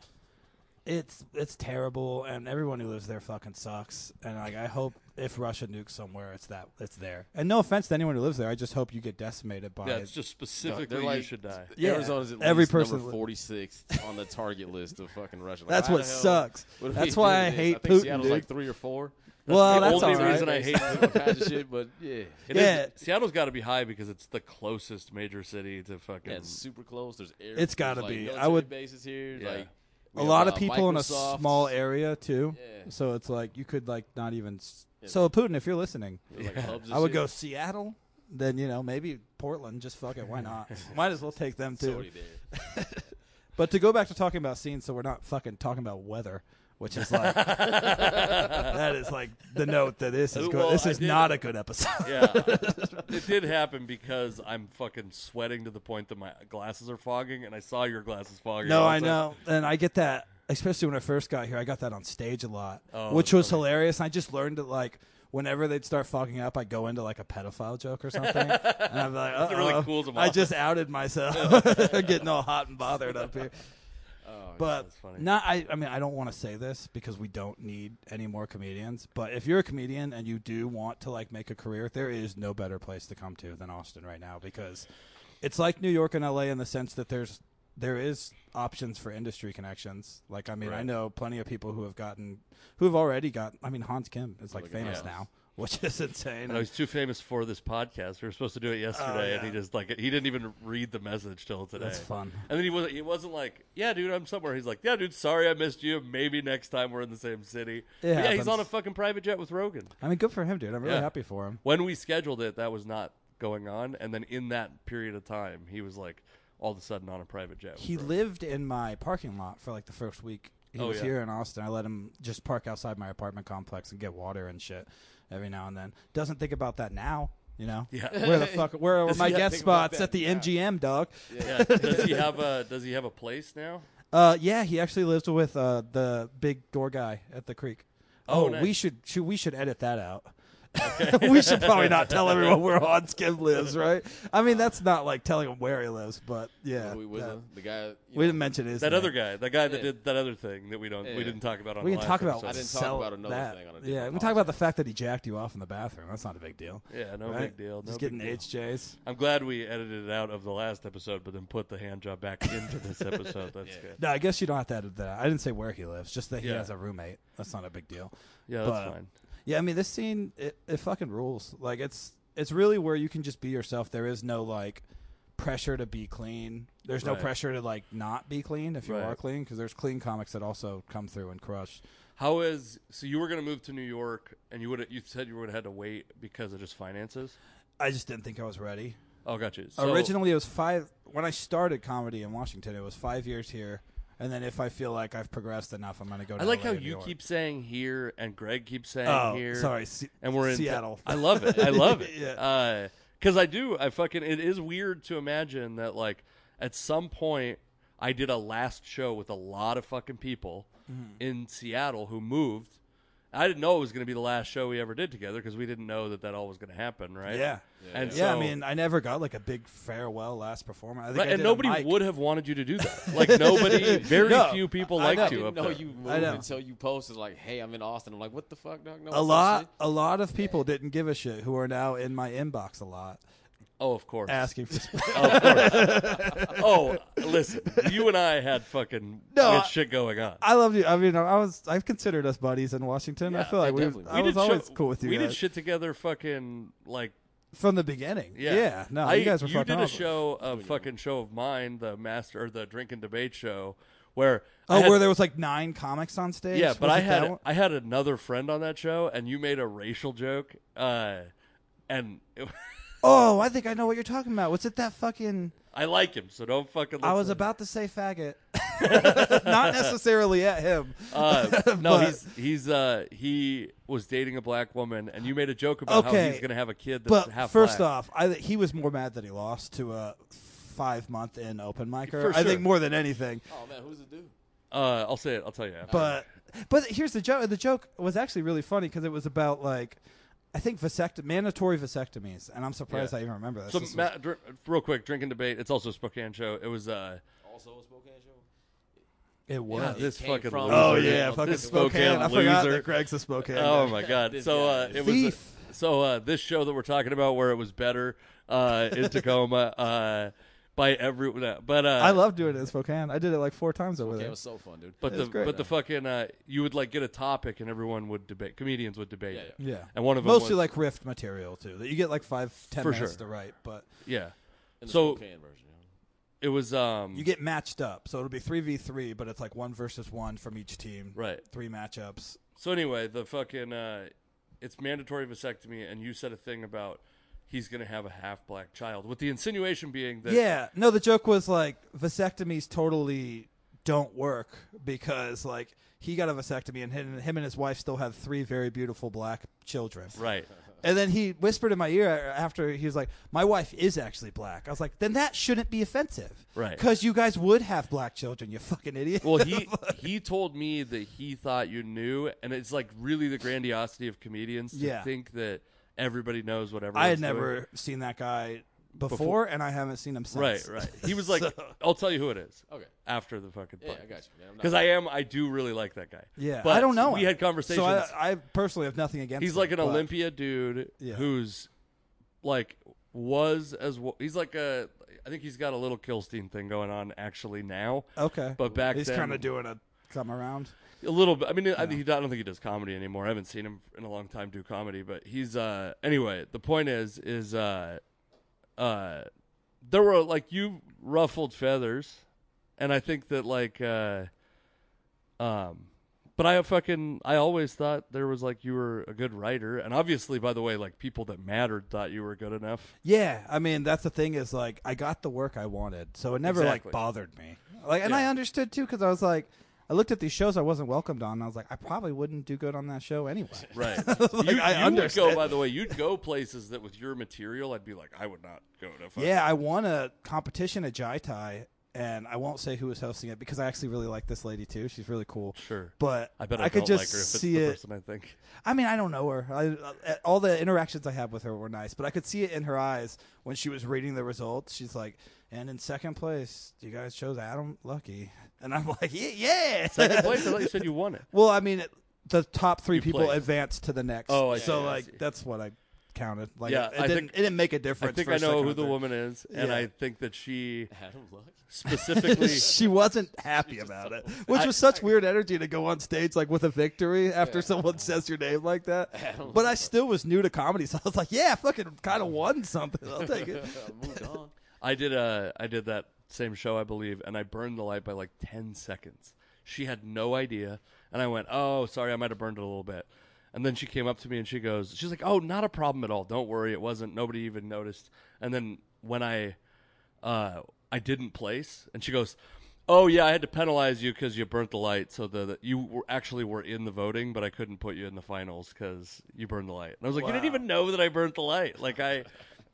[SPEAKER 2] it's it's terrible, and everyone who lives there fucking sucks. And, like, I hope if Russia nukes somewhere, it's that it's there. And no offense to anyone who lives there, I just hope you get decimated by
[SPEAKER 1] Yeah, it's just
[SPEAKER 3] No,
[SPEAKER 1] specifically
[SPEAKER 3] they're like,
[SPEAKER 1] you should die.
[SPEAKER 2] Yeah.
[SPEAKER 3] Arizona's at
[SPEAKER 2] Every
[SPEAKER 3] least
[SPEAKER 2] person
[SPEAKER 3] number
[SPEAKER 2] li-
[SPEAKER 3] 46 on the target list of fucking Russia. Like,
[SPEAKER 2] That's
[SPEAKER 3] why
[SPEAKER 2] what
[SPEAKER 3] the hell-
[SPEAKER 2] sucks.
[SPEAKER 3] what are
[SPEAKER 2] That's
[SPEAKER 3] we
[SPEAKER 2] why
[SPEAKER 3] doing
[SPEAKER 2] I
[SPEAKER 3] this?
[SPEAKER 2] hate
[SPEAKER 3] I think
[SPEAKER 2] Putin,
[SPEAKER 3] Seattle's
[SPEAKER 2] dude.
[SPEAKER 3] like three or four.
[SPEAKER 2] well,
[SPEAKER 1] the
[SPEAKER 2] that's all
[SPEAKER 1] only
[SPEAKER 2] right.
[SPEAKER 1] reason I hate
[SPEAKER 3] Little patch of shit, but yeah.
[SPEAKER 1] it is-
[SPEAKER 2] Yeah.
[SPEAKER 1] Seattle's got to be high because it's the closest major city to fucking.
[SPEAKER 3] Yeah, it's super close. There's air.
[SPEAKER 2] It's gotta
[SPEAKER 3] there's, like,
[SPEAKER 2] be. I
[SPEAKER 3] military
[SPEAKER 2] would-
[SPEAKER 3] Bases here.
[SPEAKER 1] Yeah.
[SPEAKER 3] Like we
[SPEAKER 2] a
[SPEAKER 3] have,
[SPEAKER 2] lot of
[SPEAKER 3] uh,
[SPEAKER 2] people in
[SPEAKER 3] Microsoft.
[SPEAKER 2] a small area too.
[SPEAKER 3] Yeah.
[SPEAKER 2] So it's like you could like not even. s So Putin, if you're listening,
[SPEAKER 3] There's, like, hubs and
[SPEAKER 2] I would
[SPEAKER 3] shit.
[SPEAKER 2] go Seattle. Then you know maybe Portland. Just fuck it. Why not? Might as well take them
[SPEAKER 3] It's
[SPEAKER 2] too.
[SPEAKER 3] already there.
[SPEAKER 2] But to go back to talking about scenes, so we're not fucking talking about weather, which is like that is like the note that this is good.
[SPEAKER 1] Well,
[SPEAKER 2] this
[SPEAKER 1] I
[SPEAKER 2] is
[SPEAKER 1] did-
[SPEAKER 2] not a good episode.
[SPEAKER 1] yeah, it did happen because I'm fucking sweating to the point that my glasses are fogging, and I saw your glasses fogging.
[SPEAKER 2] No, I
[SPEAKER 1] also.
[SPEAKER 2] know, and I get that, especially when I first got here. I got that on stage a lot,
[SPEAKER 1] Oh,
[SPEAKER 2] which was hilarious. And I just learned that like whenever they'd start fucking up, I would go into like a pedophile joke or something, and I'm like,
[SPEAKER 1] That's what really
[SPEAKER 2] "Uh-oh,
[SPEAKER 1] cools 'em
[SPEAKER 2] I
[SPEAKER 1] off."
[SPEAKER 2] just outed myself, getting all hot and bothered up here. but
[SPEAKER 1] that's funny.
[SPEAKER 2] not I, I mean I don't want to say this because we don't need any more comedians but if you're a comedian and you do want to like make a career there is no better place to come to than Austin right now because it's like New York and LA in the sense that there's there is options for industry connections like I mean I know plenty of people who have gotten who have already got I mean Hans Kim is
[SPEAKER 1] Oh
[SPEAKER 2] like famous now which is insane
[SPEAKER 1] No, Oh, he's too famous for this podcast. We were supposed to do it
[SPEAKER 2] Oh,
[SPEAKER 1] yesterday, and he just like he didn't even read the message till today.
[SPEAKER 2] That's fun.
[SPEAKER 1] And then he wasn't. He wasn't like, "Yeah, dude, I'm somewhere." He's like, "Yeah, dude, sorry, I missed you. Maybe next time we're in the same city." But yeah,
[SPEAKER 2] happens.
[SPEAKER 1] he's on a fucking private jet with Rogan.
[SPEAKER 2] I mean good for him dude I'm really
[SPEAKER 1] Yeah.
[SPEAKER 2] happy for him
[SPEAKER 1] When we scheduled it, that was not going on. And then in that period of time, he was like all of a sudden on a private jet. with
[SPEAKER 2] he
[SPEAKER 1] Rogan.
[SPEAKER 2] lived in my parking lot for like the first week he
[SPEAKER 1] Oh,
[SPEAKER 2] was
[SPEAKER 1] yeah.
[SPEAKER 2] here in austin i let him just park outside my apartment complex and get water and shit every now and then doesn't think about that now you know
[SPEAKER 1] Yeah.
[SPEAKER 2] where the fuck where were my
[SPEAKER 3] Yeah,
[SPEAKER 2] guest
[SPEAKER 3] think about
[SPEAKER 2] spots
[SPEAKER 3] that
[SPEAKER 2] at the
[SPEAKER 3] now.
[SPEAKER 2] mgm dog
[SPEAKER 1] Yeah. Does he have a Does he have a place now?
[SPEAKER 2] uh yeah he actually lives with uh the big door guy at the creek oh,
[SPEAKER 1] Oh, nice.
[SPEAKER 2] we should, should we should edit that out we should probably not tell everyone where Hans Kim lives, right? I mean, that's not like telling him where he lives, but yeah,
[SPEAKER 3] Who he was,
[SPEAKER 2] that-
[SPEAKER 3] uh, the guy. you
[SPEAKER 2] we
[SPEAKER 3] know,
[SPEAKER 2] didn't mention his
[SPEAKER 1] That
[SPEAKER 2] name.
[SPEAKER 1] other guy, the guy that
[SPEAKER 3] Yeah.
[SPEAKER 1] did that other thing that we don't
[SPEAKER 3] Yeah.
[SPEAKER 1] we didn't talk about on.
[SPEAKER 2] We
[SPEAKER 1] the
[SPEAKER 2] can
[SPEAKER 1] last
[SPEAKER 2] talk about.
[SPEAKER 1] episode.
[SPEAKER 3] I didn't talk
[SPEAKER 2] sell
[SPEAKER 3] about another
[SPEAKER 2] that.
[SPEAKER 3] thing on a
[SPEAKER 2] Yeah,
[SPEAKER 3] different
[SPEAKER 2] we talk about the fact that he jacked you off in the bathroom. That's not a big deal.
[SPEAKER 1] Yeah, no
[SPEAKER 2] right?
[SPEAKER 1] big deal. No
[SPEAKER 2] Just
[SPEAKER 1] big
[SPEAKER 2] getting
[SPEAKER 1] deal.
[SPEAKER 2] HJs.
[SPEAKER 1] I'm glad we edited it out of the last episode, but then put the hand job back into this episode. That's good.
[SPEAKER 2] No, I guess you don't have to edit that. I didn't say where he lives, just that he
[SPEAKER 1] Yeah.
[SPEAKER 2] has a roommate. That's not a big deal.
[SPEAKER 1] Yeah, that's
[SPEAKER 2] But-
[SPEAKER 1] fine.
[SPEAKER 2] Yeah, I mean this scene it, it fucking rules. Like it's it's really where you can just be yourself. There is no like pressure to be clean. There's no
[SPEAKER 1] Right.
[SPEAKER 2] pressure to like not be clean if you
[SPEAKER 1] Right.
[SPEAKER 2] are clean because there's clean comics that also come through and crush.
[SPEAKER 1] How is so? You were going to move to New York, and you would you said you would have had to wait because of just finances.
[SPEAKER 2] I just didn't think I was ready.
[SPEAKER 1] Oh, got you. So,
[SPEAKER 2] Originally, it was five. When I started comedy in Washington, it was five years here. And then if I feel like I've progressed enough, I'm going to go. To
[SPEAKER 1] I like
[SPEAKER 2] LA
[SPEAKER 1] how
[SPEAKER 2] or Oh, New
[SPEAKER 1] you
[SPEAKER 2] York.
[SPEAKER 1] keep saying here, and Greg keeps saying
[SPEAKER 2] Oh,
[SPEAKER 1] here.
[SPEAKER 2] sorry, Se-
[SPEAKER 1] and we're in
[SPEAKER 2] Seattle.
[SPEAKER 1] I love it. I love it.
[SPEAKER 2] Yeah.
[SPEAKER 1] because I do. I fucking. It is weird to imagine that like at some point I did a last show with a lot of fucking people
[SPEAKER 2] Mm-hmm.
[SPEAKER 1] in Seattle who moved. I didn't know it was going to be the last show we ever did together because we didn't know that that all was going to happen, right?
[SPEAKER 2] Yeah.
[SPEAKER 1] and
[SPEAKER 2] Yeah,
[SPEAKER 1] so-
[SPEAKER 2] I mean, I never got like a big farewell last performance. I think
[SPEAKER 1] Right,
[SPEAKER 2] I
[SPEAKER 1] and
[SPEAKER 2] did a
[SPEAKER 1] nobody
[SPEAKER 2] mic.
[SPEAKER 1] would have wanted you to do that. Like nobody, very
[SPEAKER 2] No,
[SPEAKER 1] few people
[SPEAKER 2] I
[SPEAKER 1] liked
[SPEAKER 2] know.
[SPEAKER 3] I
[SPEAKER 1] you
[SPEAKER 3] didn't
[SPEAKER 1] up
[SPEAKER 3] know
[SPEAKER 1] there.
[SPEAKER 3] you moved
[SPEAKER 2] I know.
[SPEAKER 3] until you posted like, "Hey, I'm in Austin." I'm like, "What the fuck, dog?" No,
[SPEAKER 2] A lot, a lot of people didn't give a shit who are now in my inbox a lot
[SPEAKER 1] Oh, of course.
[SPEAKER 2] asking for.
[SPEAKER 1] Oh, listen, you and I had fucking
[SPEAKER 2] No,
[SPEAKER 1] good
[SPEAKER 2] I-
[SPEAKER 1] shit going on.
[SPEAKER 2] I love you. I mean, I was I've considered us buddies in Washington. I feel like we,
[SPEAKER 3] definitely.
[SPEAKER 2] I
[SPEAKER 1] We
[SPEAKER 2] was
[SPEAKER 1] did
[SPEAKER 2] always
[SPEAKER 1] show-
[SPEAKER 2] cool with you.
[SPEAKER 1] We
[SPEAKER 2] guys.
[SPEAKER 1] did shit together, fucking like
[SPEAKER 2] from the beginning.
[SPEAKER 1] yeah,
[SPEAKER 2] no,
[SPEAKER 1] I-
[SPEAKER 2] you guys were
[SPEAKER 1] You
[SPEAKER 2] fucking
[SPEAKER 1] did a
[SPEAKER 2] awesome.
[SPEAKER 1] show, a fucking show of mine, the master or the drink and debate show, where I
[SPEAKER 2] Oh,
[SPEAKER 1] had-
[SPEAKER 2] where there was like nine comics on stage.
[SPEAKER 1] yeah, but
[SPEAKER 2] Was
[SPEAKER 1] I
[SPEAKER 2] it that
[SPEAKER 1] had
[SPEAKER 2] one?
[SPEAKER 1] I had another friend on that show, and you made a racial joke, uh, and. It,
[SPEAKER 2] Oh, I think I know what you're talking about. Was it that fucking?
[SPEAKER 1] I like him, so don't fucking. Listen.
[SPEAKER 2] I was about to say faggot, not necessarily at him.
[SPEAKER 1] Uh, no,
[SPEAKER 2] But-
[SPEAKER 1] he's he's uh he was dating a black woman, and you made a joke about
[SPEAKER 2] Okay.
[SPEAKER 1] how he's gonna have a kid. That's
[SPEAKER 2] but
[SPEAKER 1] half
[SPEAKER 2] first
[SPEAKER 1] black.
[SPEAKER 2] off, I, he was more mad that he lost to a five month in open micer.
[SPEAKER 1] For
[SPEAKER 2] I think
[SPEAKER 1] sure.
[SPEAKER 2] more than anything.
[SPEAKER 3] Oh man, who's the dude?
[SPEAKER 1] uh, I'll say it. I'll tell you. After.
[SPEAKER 2] But but here's the joke. The joke was actually really funny because it was about like I think vasect- mandatory vasectomies, and I'm surprised
[SPEAKER 1] Yeah.
[SPEAKER 2] I even remember this.
[SPEAKER 1] So,
[SPEAKER 2] This was-
[SPEAKER 1] Matt, dr- real quick, drink and debate. It's also a Spokane show. It was uh,
[SPEAKER 3] Also a Spokane show.
[SPEAKER 2] it was.
[SPEAKER 1] God, this
[SPEAKER 3] came
[SPEAKER 1] fucking
[SPEAKER 3] from-
[SPEAKER 1] loser.
[SPEAKER 2] Oh
[SPEAKER 3] Spokane.
[SPEAKER 2] yeah, fucking
[SPEAKER 1] this
[SPEAKER 2] Spokane.
[SPEAKER 1] Spokane
[SPEAKER 2] I forgot
[SPEAKER 1] loser.
[SPEAKER 2] that Greg's a Spokane.
[SPEAKER 1] Oh
[SPEAKER 2] guy.
[SPEAKER 1] my god.
[SPEAKER 3] This
[SPEAKER 1] So uh,
[SPEAKER 3] guy.
[SPEAKER 1] it was
[SPEAKER 2] Thief.
[SPEAKER 1] so uh, this show that we're talking about where it was better uh, in Tacoma. Uh, by everyone. But uh,
[SPEAKER 2] I love doing it in Spokane. I did it like four times over
[SPEAKER 3] It
[SPEAKER 2] there.
[SPEAKER 3] was so fun, dude.
[SPEAKER 1] But
[SPEAKER 2] It
[SPEAKER 1] the
[SPEAKER 2] was great,
[SPEAKER 1] but the fucking uh, you would like get a topic and everyone would debate. Comedians would debate
[SPEAKER 3] Yeah,
[SPEAKER 1] it.
[SPEAKER 2] Yeah,
[SPEAKER 1] And one of them
[SPEAKER 2] mostly
[SPEAKER 1] was-
[SPEAKER 2] like rift material too. That you get like five, ten
[SPEAKER 1] For
[SPEAKER 2] minutes
[SPEAKER 1] sure.
[SPEAKER 2] to write, but
[SPEAKER 1] Yeah.
[SPEAKER 3] In the
[SPEAKER 1] So-
[SPEAKER 3] Spokane version, you
[SPEAKER 1] It was um
[SPEAKER 2] you get matched up. So it'll be three v three, but it's like one versus one from each team.
[SPEAKER 1] right.
[SPEAKER 2] Three matchups.
[SPEAKER 1] So anyway, the fucking uh, it's mandatory vasectomy, and you said a thing about he's gonna have a half black child, with the insinuation being that
[SPEAKER 2] Yeah. No, the joke was like vasectomies totally don't work because like he got a vasectomy and him, him and his wife still had three very beautiful black children.
[SPEAKER 1] right.
[SPEAKER 2] And then he whispered in my ear after he was like, "My wife is actually black." I was like, "Then that shouldn't be offensive,
[SPEAKER 1] Right.
[SPEAKER 2] Because you guys would have black children, you fucking idiot."
[SPEAKER 1] Well, he he told me that he thought you knew, and it's like really the grandiosity of comedians to
[SPEAKER 2] Yeah.
[SPEAKER 1] think that everybody knows what everyone's
[SPEAKER 2] I had
[SPEAKER 1] doing.
[SPEAKER 2] never seen that guy before, and I haven't seen him
[SPEAKER 1] Right,
[SPEAKER 2] since.
[SPEAKER 1] right. He was like, "I'll tell you who it is."
[SPEAKER 3] Okay.
[SPEAKER 1] After the fucking
[SPEAKER 3] Yeah, I got you. Yeah, I'm not-
[SPEAKER 1] Because I am, I do really like that guy.
[SPEAKER 2] Yeah,
[SPEAKER 1] But
[SPEAKER 2] I don't know.
[SPEAKER 1] We
[SPEAKER 2] him.
[SPEAKER 1] had conversations.
[SPEAKER 2] So I, I personally have nothing against.
[SPEAKER 1] he's
[SPEAKER 2] him,
[SPEAKER 1] like an
[SPEAKER 2] but-
[SPEAKER 1] Olympia dude
[SPEAKER 2] Yeah.
[SPEAKER 1] who's like was as well. He's like a. I think he's got a little Kilstein thing going on actually now.
[SPEAKER 2] Okay,
[SPEAKER 1] But back
[SPEAKER 2] he's
[SPEAKER 1] then,
[SPEAKER 2] kind of doing a come around.
[SPEAKER 1] a little bit. I mean, I, he, I don't think he does comedy anymore. I haven't seen him in a long time do comedy, but he's uh anyway, the point is is uh uh there were like you ruffled feathers and I think that like uh um but I fucking I always thought there was like you were a good writer and obviously by the way like people that mattered thought you were good enough.
[SPEAKER 2] Yeah, I mean that's the thing is like I got the work I wanted, so it never
[SPEAKER 1] Exactly.
[SPEAKER 2] like bothered me. Like, and I
[SPEAKER 1] Yeah.
[SPEAKER 2] understood too because I was like, I looked at these shows I wasn't welcomed on, and I was like, I probably wouldn't do good on that show anyway.
[SPEAKER 1] Right.
[SPEAKER 2] Like,
[SPEAKER 1] you,
[SPEAKER 2] I
[SPEAKER 1] you would go
[SPEAKER 2] understand.
[SPEAKER 1] by the way, you'd go places that with your material I'd be like I would not go to fucking
[SPEAKER 2] yeah, I won a competition at Jai Tai, and I won't say who was hosting it because I actually really like this lady too. She's really cool.
[SPEAKER 1] Sure.
[SPEAKER 2] But
[SPEAKER 1] I bet I,
[SPEAKER 2] I, could
[SPEAKER 1] don't
[SPEAKER 2] just
[SPEAKER 1] like her if it's
[SPEAKER 2] see
[SPEAKER 1] the
[SPEAKER 2] it.
[SPEAKER 1] person I think.
[SPEAKER 2] I mean, I don't know her. I, I, all the interactions I had with her were nice, but I could see it in her eyes when she was reading the results. She's like, "And in second place, you guys chose Adam Lucky," and I'm like, "Yeah, yeah."
[SPEAKER 1] Second place. I thought you said you won it.
[SPEAKER 2] well, I mean, it, the top three
[SPEAKER 1] You
[SPEAKER 2] people
[SPEAKER 1] placed.
[SPEAKER 2] advanced to the next.
[SPEAKER 1] Oh, I see,
[SPEAKER 2] so
[SPEAKER 1] I
[SPEAKER 2] like
[SPEAKER 1] see.
[SPEAKER 2] that's what I counted. Like,
[SPEAKER 1] Yeah,
[SPEAKER 2] it,
[SPEAKER 1] I
[SPEAKER 2] didn't,
[SPEAKER 1] think-
[SPEAKER 2] it didn't make a
[SPEAKER 1] I
[SPEAKER 2] difference.
[SPEAKER 1] think I
[SPEAKER 2] first,
[SPEAKER 1] know
[SPEAKER 2] second,
[SPEAKER 1] who
[SPEAKER 2] or
[SPEAKER 1] the
[SPEAKER 2] third.
[SPEAKER 1] woman is, and
[SPEAKER 2] Yeah.
[SPEAKER 1] I think that she
[SPEAKER 3] know? Adam Luck.
[SPEAKER 1] specifically.
[SPEAKER 2] She wasn't happy about it, which was such weird energy to go on stage like with a victory after someone says your name like that. But I still was new to comedy, so I was like, "Yeah, I fucking kind of won something. I'll take it."
[SPEAKER 3] I moved on.
[SPEAKER 1] I did uh, I did that same show, I believe, and I burned the light by like ten seconds. She had no idea, and I went, "Oh, sorry, I might have burned it a little bit." And then she came up to me and she goes, "She's like, oh, not a problem at all. Don't worry, it wasn't. Nobody even noticed." And then when I, uh, I didn't place, and she goes. Oh yeah, I had to penalize you because you burnt the light. So the, the you were actually were in the voting, but I couldn't put you in the finals because you burned the light. And I was like, you didn't even know that I burnt the light. Like I,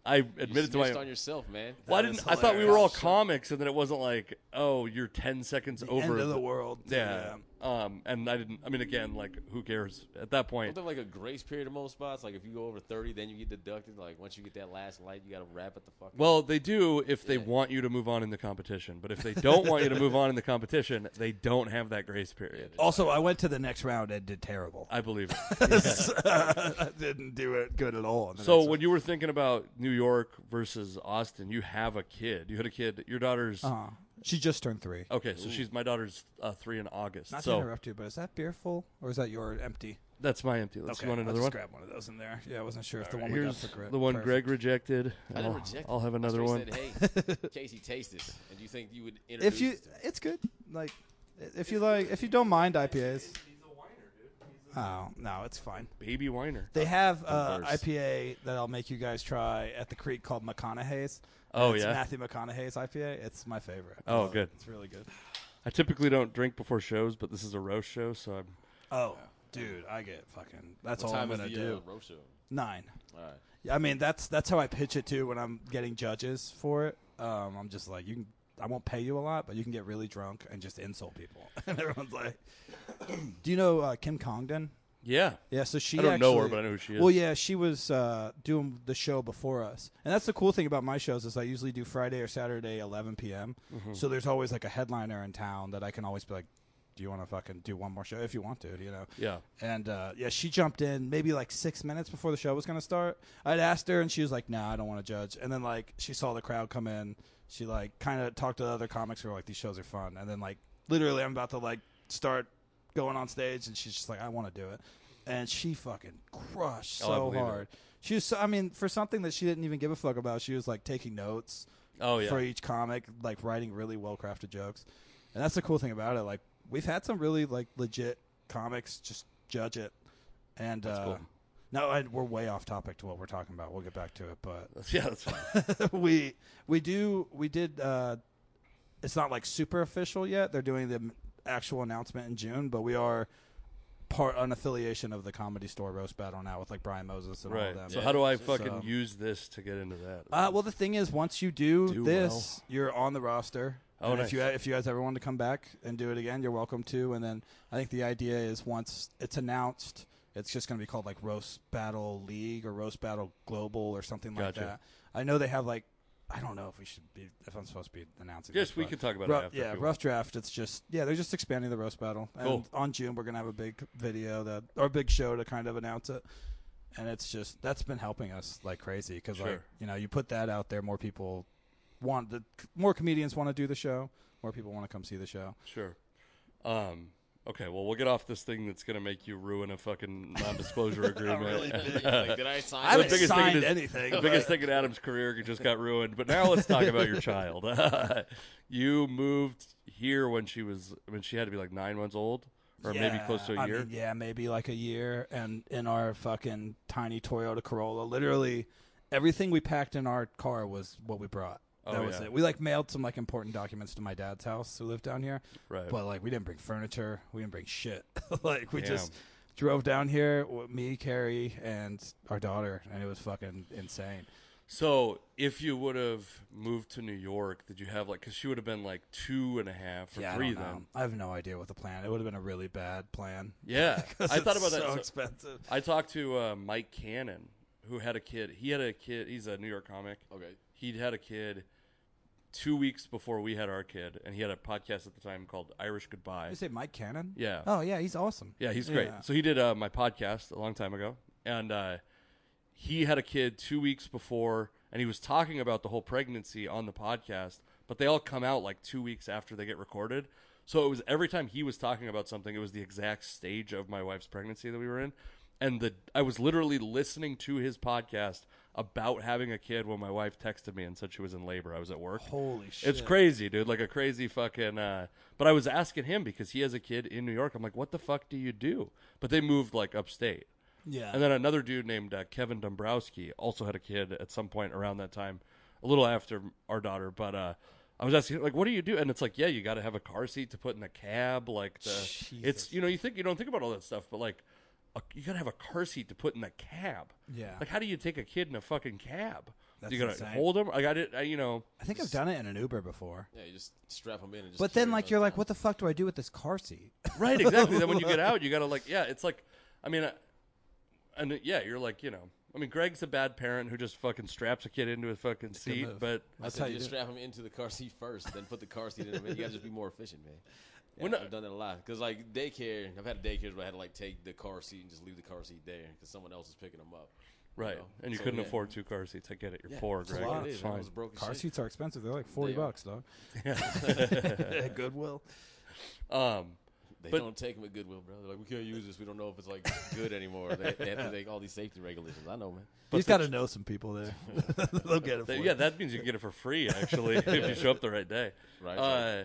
[SPEAKER 1] I
[SPEAKER 3] You
[SPEAKER 1] admitted to my
[SPEAKER 3] snitched on yourself, man.
[SPEAKER 1] well, I
[SPEAKER 2] That
[SPEAKER 1] didn't.
[SPEAKER 2] is
[SPEAKER 1] I thought we were all
[SPEAKER 2] hilarious.
[SPEAKER 1] comics, and then it wasn't like, oh, you're ten seconds over
[SPEAKER 2] End of the world.
[SPEAKER 1] Yeah. Um, and I didn't. I mean, again, like, who cares at that point?
[SPEAKER 3] Don't they have like a grace period in most spots? Like if you go over thirty, then you get deducted. Like once you get that last light, you got to wrap it the fuck. up.
[SPEAKER 1] Well, they do if they want you to move on in the competition, but if they don't want you to move on in the competition, they don't have that grace period.
[SPEAKER 2] Also, I went to the next round and did terrible.
[SPEAKER 1] I believe. It.
[SPEAKER 2] I didn't do it good at all. in the
[SPEAKER 1] So
[SPEAKER 2] next round.
[SPEAKER 1] when you were thinking about New York versus Austin, you have a kid. You had a kid. Your daughter's
[SPEAKER 2] Uh-huh. she just turned three.
[SPEAKER 1] okay. So she's my daughter's uh, three in August.
[SPEAKER 2] Not to
[SPEAKER 1] Oh, so
[SPEAKER 2] interrupt you, but is that beer full or is that your empty?
[SPEAKER 1] that's my empty. Let's
[SPEAKER 2] Okay,
[SPEAKER 1] you want
[SPEAKER 2] I'll
[SPEAKER 1] another
[SPEAKER 2] just
[SPEAKER 1] one.
[SPEAKER 2] Grab one of those in there. Yeah, I wasn't sure if the one we got
[SPEAKER 1] Here's
[SPEAKER 2] Oh for Greg-
[SPEAKER 1] the one
[SPEAKER 2] perfect.
[SPEAKER 1] Greg rejected.
[SPEAKER 3] I didn't
[SPEAKER 1] I'll,
[SPEAKER 3] reject.
[SPEAKER 1] I'll
[SPEAKER 3] it.
[SPEAKER 1] have
[SPEAKER 3] I
[SPEAKER 1] another
[SPEAKER 3] straight
[SPEAKER 1] one.
[SPEAKER 3] Said, hey, Casey, taste this, and you think you would introduce?
[SPEAKER 2] if you
[SPEAKER 3] this to me?
[SPEAKER 2] it's good like if you like if you don't mind ipas oh no it's fine
[SPEAKER 1] Baby Weiner.
[SPEAKER 2] they have uh,
[SPEAKER 1] worst.
[SPEAKER 2] ipa that i'll make you guys try at the creek called mcconaughey's
[SPEAKER 1] Oh,
[SPEAKER 2] it's
[SPEAKER 1] yeah?
[SPEAKER 2] matthew mcconaughey's ipa it's my favorite I
[SPEAKER 1] Oh,
[SPEAKER 2] love it.
[SPEAKER 1] good.
[SPEAKER 2] it's really good
[SPEAKER 1] I typically don't drink before shows, but this is a roast show, so I'm.
[SPEAKER 2] oh dude i get fucking that's all i'm
[SPEAKER 3] time is
[SPEAKER 2] gonna
[SPEAKER 3] the,
[SPEAKER 2] do
[SPEAKER 3] Uh, roast show?
[SPEAKER 2] nine
[SPEAKER 3] All right.
[SPEAKER 2] Yeah, I mean that's that's how I pitch it too when I'm getting judges for it. Um, I'm just like you can. I won't pay you a lot, but you can get really drunk and just insult people, and everyone's like, "Do you know uh, Kim Congdon?"
[SPEAKER 1] Yeah.
[SPEAKER 2] Yeah, so she.
[SPEAKER 1] I don't know her,
[SPEAKER 2] actually-
[SPEAKER 1] but I know who she is.
[SPEAKER 2] Well, yeah, she was uh, doing the show before us, and that's the cool thing about my shows is I usually do Friday or Saturday, 11 p.m. So there's always like a headliner in town that I can always be like, do you want to fucking do one more show if you want to, you know?
[SPEAKER 1] Yeah.
[SPEAKER 2] And uh, yeah, she jumped in maybe like six minutes before the show was gonna start. I'd asked her, and she was like, "Nah, I don't want to judge." And then like she saw the crowd come in, she like kind of talked to the other comics who were like, "These shows are fun." And then like literally, I'm about to like start going on stage, and she's just like, "I want to do it," and she fucking crushed
[SPEAKER 1] Oh, I
[SPEAKER 2] so
[SPEAKER 1] believe it.
[SPEAKER 2] hard. She was, so, I mean, for something that she didn't even give a fuck about, she was like taking notes
[SPEAKER 1] Oh yeah.
[SPEAKER 2] for each comic, like writing really well crafted jokes. And that's the cool thing about it. Like we've had some really like legit comics just judge it. And uh
[SPEAKER 1] cool.
[SPEAKER 2] no, and we're way off topic to what we're talking about. We'll get back to it, but
[SPEAKER 1] Yeah, that's fine.
[SPEAKER 2] we we do we did uh it's not like super official yet. They're doing the m- actual announcement in June, but we are part an affiliation of the comedy store roast battle now with like Brian Moses and all
[SPEAKER 1] right.
[SPEAKER 2] of them.
[SPEAKER 1] So how do I
[SPEAKER 3] So-
[SPEAKER 1] fucking
[SPEAKER 2] so-
[SPEAKER 1] use this to get into that?
[SPEAKER 2] Uh, well, the thing is, once you do,
[SPEAKER 1] Do
[SPEAKER 2] this, you're on the roster.
[SPEAKER 1] Oh,
[SPEAKER 2] and
[SPEAKER 1] nice.
[SPEAKER 2] if you if you guys ever want to come back and do it again, you're welcome to. And then I think the idea is once it's announced, it's just going to be called like Roast Battle League or Roast Battle Global or something
[SPEAKER 1] Gotcha.
[SPEAKER 2] like that. I know they have like I don't know if we should be if I'm supposed to be announcing.
[SPEAKER 1] Yes,
[SPEAKER 2] this,
[SPEAKER 1] we
[SPEAKER 2] but-
[SPEAKER 1] could talk about
[SPEAKER 2] Rough-
[SPEAKER 1] it after.
[SPEAKER 2] yeah,
[SPEAKER 1] if you want.
[SPEAKER 2] rough draft. It's just yeah, they're just expanding the roast battle. And
[SPEAKER 1] Cool.
[SPEAKER 2] on June we're gonna have a big video that or a big show to kind of announce it. And it's just that's been helping us like crazy because like
[SPEAKER 1] Sure.
[SPEAKER 2] you know you put that out there, more people want the more comedians want to do the show, more people want to come see the show.
[SPEAKER 1] Sure. Um, okay, well, we'll get off this thing that's going to make you ruin a fucking non disclosure agreement.
[SPEAKER 3] like, did I sign?
[SPEAKER 2] I haven't
[SPEAKER 3] this?
[SPEAKER 1] biggest thing
[SPEAKER 2] signed
[SPEAKER 1] is-
[SPEAKER 2] anything.
[SPEAKER 1] the
[SPEAKER 2] but-
[SPEAKER 1] biggest thing in Adam's career just got ruined. But now let's talk about your child. you moved here when she was, when she had to be like nine months old or maybe
[SPEAKER 2] Yeah,
[SPEAKER 1] close to a
[SPEAKER 2] I
[SPEAKER 1] year.
[SPEAKER 2] mean, yeah, maybe like a year. And in our fucking tiny Toyota Corolla, literally everything we packed in our car was what we brought. That
[SPEAKER 1] Oh,
[SPEAKER 2] was
[SPEAKER 1] yeah.
[SPEAKER 2] it. We like mailed some like important documents to my dad's house who lived down here.
[SPEAKER 1] Right.
[SPEAKER 2] But like we didn't bring furniture. We didn't bring shit. like we just drove down here, w- me, Carrie, and our daughter, and it was fucking insane.
[SPEAKER 1] So if you would have moved to New York, did you have like, because she would have been like two and a half or
[SPEAKER 2] Yeah, I,
[SPEAKER 1] three
[SPEAKER 2] don't know.
[SPEAKER 1] then.
[SPEAKER 2] I have no idea what the plan. It would have been a really bad plan.
[SPEAKER 1] Yeah. I thought
[SPEAKER 2] It's
[SPEAKER 1] about
[SPEAKER 2] So
[SPEAKER 1] that. So-
[SPEAKER 2] expensive.
[SPEAKER 1] I talked to uh, Mike Cannon, who had a kid. He had a kid. He's a New York comic.
[SPEAKER 3] Okay.
[SPEAKER 1] He'd had a kid two weeks before we had our kid, and he had a podcast at the time called Irish Goodbye.
[SPEAKER 2] You say Mike Cannon?
[SPEAKER 1] Yeah.
[SPEAKER 2] Oh yeah, he's awesome.
[SPEAKER 1] Yeah, he's great.
[SPEAKER 2] Yeah.
[SPEAKER 1] So he did uh, my podcast a long time ago, and uh, he had a kid two weeks before, and he was talking about the whole pregnancy on the podcast. But they all come out like two weeks after they get recorded. So it was every time he was talking about something, it was the exact stage of my wife's pregnancy that we were in, and the I was literally listening to his podcast about having a kid when my wife texted me and said she was in labor. I was at work.
[SPEAKER 2] Holy shit.
[SPEAKER 1] It's crazy, dude. Like a crazy fucking. Uh, but I was asking him because he has a kid in New York. I'm like, what the fuck do you do? But they moved like upstate.
[SPEAKER 2] Yeah.
[SPEAKER 1] And then another dude named uh, Kevin Dombrowski also had a kid at some point around that time, a little after our daughter. But uh, I was asking, like, what do you do? And it's like, yeah, you got to have a car seat to put in the cab. Like the, it's you know, you think you don't think about all that stuff, but like, a, you got to have a car seat to put in the cab.
[SPEAKER 2] Yeah.
[SPEAKER 1] Like, how do you take a kid in a fucking cab?
[SPEAKER 2] That's
[SPEAKER 1] you gotta
[SPEAKER 2] insane.
[SPEAKER 1] hold him. Like I did, I, you know.
[SPEAKER 2] I think I've done it in an Uber before.
[SPEAKER 3] Yeah, you just strap them in and just.
[SPEAKER 2] But then,
[SPEAKER 3] carry
[SPEAKER 2] like,
[SPEAKER 3] them
[SPEAKER 2] you're
[SPEAKER 3] out.
[SPEAKER 2] like, what the fuck do I do with this car seat?
[SPEAKER 1] Right, exactly. then when you get out, you gotta like, yeah, it's like, I mean, I, and uh, yeah, you're like, you know, I mean, Greg's a bad parent who just fucking straps a kid into a fucking seat,
[SPEAKER 2] move.
[SPEAKER 1] but
[SPEAKER 3] I
[SPEAKER 2] That's
[SPEAKER 3] said
[SPEAKER 2] how
[SPEAKER 3] you
[SPEAKER 2] you
[SPEAKER 3] just
[SPEAKER 2] do
[SPEAKER 3] strap them into the car seat first, then put the car seat in them. You gotta just be more efficient, man. Yeah,
[SPEAKER 1] We're not-
[SPEAKER 3] I've done that a lot because like daycare, I've had daycares where I had to like take the car seat and just leave the car seat there because someone else was picking them up.
[SPEAKER 1] right,
[SPEAKER 3] know,
[SPEAKER 1] and you
[SPEAKER 3] so,
[SPEAKER 1] couldn't
[SPEAKER 3] yeah.
[SPEAKER 1] afford two car seats. I get it. You're
[SPEAKER 3] Yeah,
[SPEAKER 1] poor,
[SPEAKER 3] that's
[SPEAKER 1] Greg.
[SPEAKER 3] what it
[SPEAKER 1] It's
[SPEAKER 3] is. I
[SPEAKER 1] fine.
[SPEAKER 3] was broke as
[SPEAKER 2] Car
[SPEAKER 3] shit.
[SPEAKER 2] seats are expensive. They're like 40
[SPEAKER 3] They are.
[SPEAKER 2] bucks, dog. Goodwill.
[SPEAKER 1] Um,
[SPEAKER 3] They
[SPEAKER 1] but-
[SPEAKER 3] don't take them at Goodwill, bro. They're like, we can't use this. We don't know if it's like good anymore. They, they have to take all these safety regulations. I know, man.
[SPEAKER 2] He's got to know some people there. They'll get it for
[SPEAKER 1] Th-
[SPEAKER 2] you.
[SPEAKER 1] yeah, that means you can get it for free actually if you show up the right day.
[SPEAKER 3] Right,
[SPEAKER 1] Uh,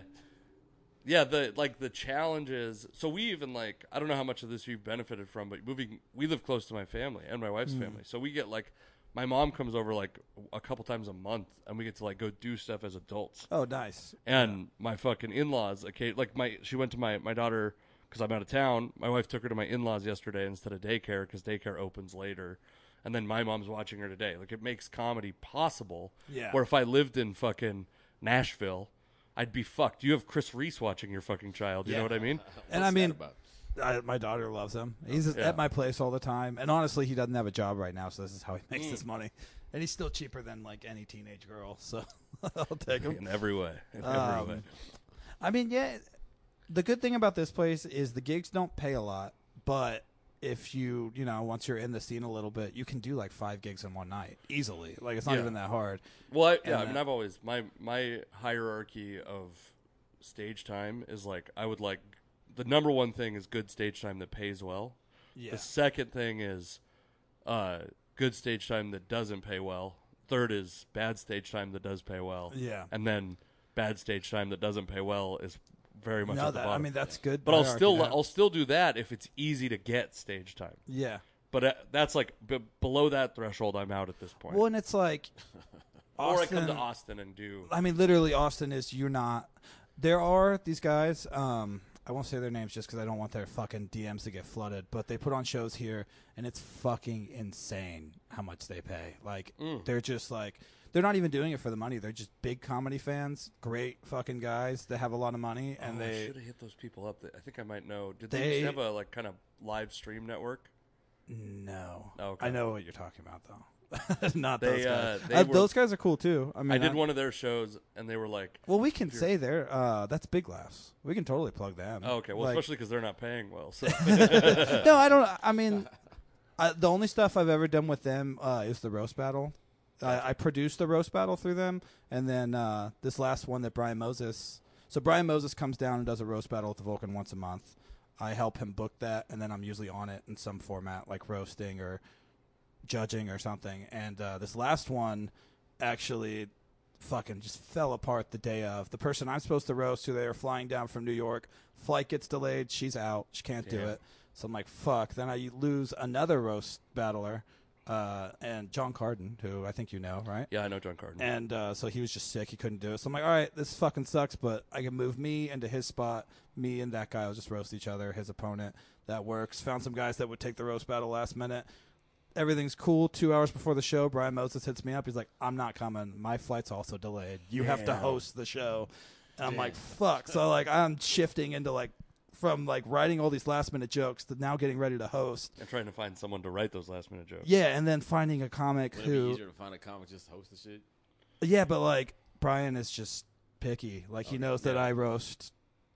[SPEAKER 1] yeah, the like the challenges. So we even like I don't know how much of this you've benefited from, but moving we live close to my family and my wife's family, so we get like my mom comes over like a couple times a month, and we get to like go do stuff as adults
[SPEAKER 2] Oh, nice.
[SPEAKER 1] and my fucking in-laws okay like my she went to my my daughter because i'm out of town my wife took her to my in-laws yesterday instead of daycare because daycare opens later and then my mom's watching her today like it makes comedy possible
[SPEAKER 2] Yeah.
[SPEAKER 1] where if i lived in fucking nashville i'd be fucked you have chris reese watching your fucking child you know
[SPEAKER 2] Yeah.
[SPEAKER 1] what i mean
[SPEAKER 2] and I
[SPEAKER 3] that
[SPEAKER 2] mean,
[SPEAKER 3] about?
[SPEAKER 2] I, my daughter loves him. He's
[SPEAKER 1] Yeah.
[SPEAKER 2] at my place all the time. And honestly, he doesn't have a job right now, so this is how he makes his money. And he's still cheaper than like any teenage girl, so I'll take him. Um,
[SPEAKER 1] in every way in every way
[SPEAKER 2] I mean, yeah, the good thing about this place is the gigs don't pay a lot, but if you you know once you're in the scene a little bit, you can do like five gigs in one night easily. Like it's not
[SPEAKER 1] Yeah.
[SPEAKER 2] even that hard.
[SPEAKER 1] Well, I, yeah, I
[SPEAKER 2] And
[SPEAKER 1] mean,
[SPEAKER 2] that-
[SPEAKER 1] I've always my my hierarchy of stage time is like I would like the number one thing is good stage time that pays well.
[SPEAKER 2] Yeah.
[SPEAKER 1] The second thing is uh, good stage time that doesn't pay well. Third is bad stage time that does pay well.
[SPEAKER 2] Yeah.
[SPEAKER 1] and then bad stage time that doesn't pay well is very much at
[SPEAKER 2] No,
[SPEAKER 1] the
[SPEAKER 2] that I
[SPEAKER 1] bottom.
[SPEAKER 2] mean that's good.
[SPEAKER 1] but I'll
[SPEAKER 2] hierarchy
[SPEAKER 1] still
[SPEAKER 2] to have.
[SPEAKER 1] I'll still do that if it's easy to get stage time.
[SPEAKER 2] yeah.
[SPEAKER 1] But uh, that's like b- below that threshold, I'm out at this point.
[SPEAKER 2] Well, and it's like
[SPEAKER 1] or I come to
[SPEAKER 2] Austin- Oh,
[SPEAKER 1] Austin and do
[SPEAKER 2] I mean, literally, Austin is you're not. There are these guys. Um, I won't say their names just because I don't want their fucking DMs to get flooded. But they put on shows here, and it's fucking insane how much they pay. Like
[SPEAKER 1] Mm.
[SPEAKER 2] they're just like they're not even doing it for the money. They're just big comedy fans, great fucking guys that have a lot of money, and
[SPEAKER 1] Oh, I
[SPEAKER 2] they
[SPEAKER 1] should have hit those people up. I think I might know. Did
[SPEAKER 2] They-
[SPEAKER 1] they, used to have a like kind of live stream network?
[SPEAKER 2] no.
[SPEAKER 1] Okay.
[SPEAKER 2] I know what you're talking about though. not
[SPEAKER 1] They,
[SPEAKER 2] those guys.
[SPEAKER 1] uh, they
[SPEAKER 2] Uh,
[SPEAKER 1] were-
[SPEAKER 2] those guys are cool too. I mean,
[SPEAKER 1] I, did
[SPEAKER 2] I-
[SPEAKER 1] one of their shows, and they were like,
[SPEAKER 2] Well, we can say there. Uh, that's big laughs. We can totally plug them.
[SPEAKER 1] oh, "Okay, well,
[SPEAKER 2] Like-
[SPEAKER 1] especially especially because they're not paying well." So
[SPEAKER 2] no, I don't. I mean, I, the only stuff I've ever done with them uh, is the roast battle. I, I produced the roast battle through them, and then uh, this last one that Brian Moses. So Brian Moses comes down and does a roast battle at the Vulcan once a month. I help him book that, and then I'm usually on it in some format, like roasting or judging or something. And uh, this last one actually fucking just fell apart the day of. The person I'm supposed to roast, who they are flying down from New York, flight gets delayed. She's out. She can't do it. So I'm like, fuck. Then I lose another roast battler, uh, and John Carden, who I think you know, right?
[SPEAKER 1] yeah, I know John Carden.
[SPEAKER 2] And uh, so he was just sick. He couldn't do it. So I'm like, all right, this fucking sucks, but I can move me into his spot. Me and that guy will just roast each other, his opponent. That works. Found some guys that would take the roast battle last minute. Everything's cool. Two hours before the show, Brian Moses hits me up. He's like, I'm not coming. My flight's also delayed. You have to host the show. And I'm like, fuck. So like I'm shifting into like from like writing all these last minute jokes to now getting ready to host.
[SPEAKER 1] I'm trying to find someone to write those last minute jokes.
[SPEAKER 2] Yeah, and then finding a comic
[SPEAKER 3] Would it
[SPEAKER 2] who
[SPEAKER 3] be easier to find a comic just to host the shit?
[SPEAKER 2] Yeah, but like Brian is just picky. Like he knows that I roast,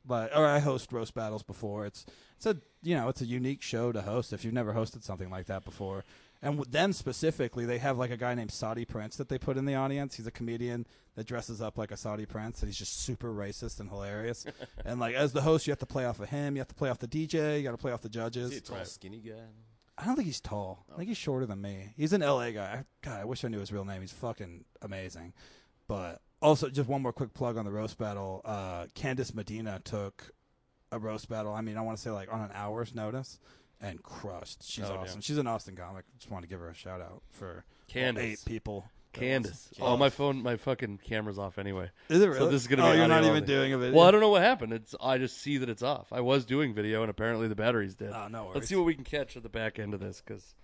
[SPEAKER 2] but or I host roast battles before. It's it's a you know it's a unique show to host if you've never hosted something like that before. And with them specifically, they have like a guy named Saudi Prince that they put in the audience. He's a comedian that dresses up like a Saudi Prince, and he's just super racist and hilarious. and like as the host, you have to play off of him. You have to play off the DJ. You got to play off the
[SPEAKER 3] Is he a
[SPEAKER 2] judges.
[SPEAKER 3] tall, skinny guy?
[SPEAKER 2] I don't think he's tall.
[SPEAKER 1] Oh.
[SPEAKER 2] I think he's shorter than me. He's an LA guy. I- God, I wish I knew his real name. He's fucking amazing. But also, just one more quick plug on the roast battle. Uh, Candice Medina took a roast battle. I mean, I want to say like on an hour's notice and crushed. She's
[SPEAKER 1] Oh,
[SPEAKER 2] awesome.
[SPEAKER 1] damn.
[SPEAKER 2] She's an Austin comic. Just want to give her a shout out for
[SPEAKER 1] Candice.
[SPEAKER 2] eight people.
[SPEAKER 1] Candace. Oh, my phone, my fucking camera's off anyway.
[SPEAKER 2] Is it really?
[SPEAKER 1] So this is gonna
[SPEAKER 2] oh,
[SPEAKER 1] be.
[SPEAKER 2] you're
[SPEAKER 1] audio
[SPEAKER 2] not even
[SPEAKER 1] only.
[SPEAKER 2] doing a video.
[SPEAKER 1] Well, I don't know what happened. It's I just see that it's off. I was doing video, and apparently the batteries did.
[SPEAKER 2] Oh, no
[SPEAKER 1] Let's
[SPEAKER 2] worries.
[SPEAKER 1] see what we can catch at the back end of this, because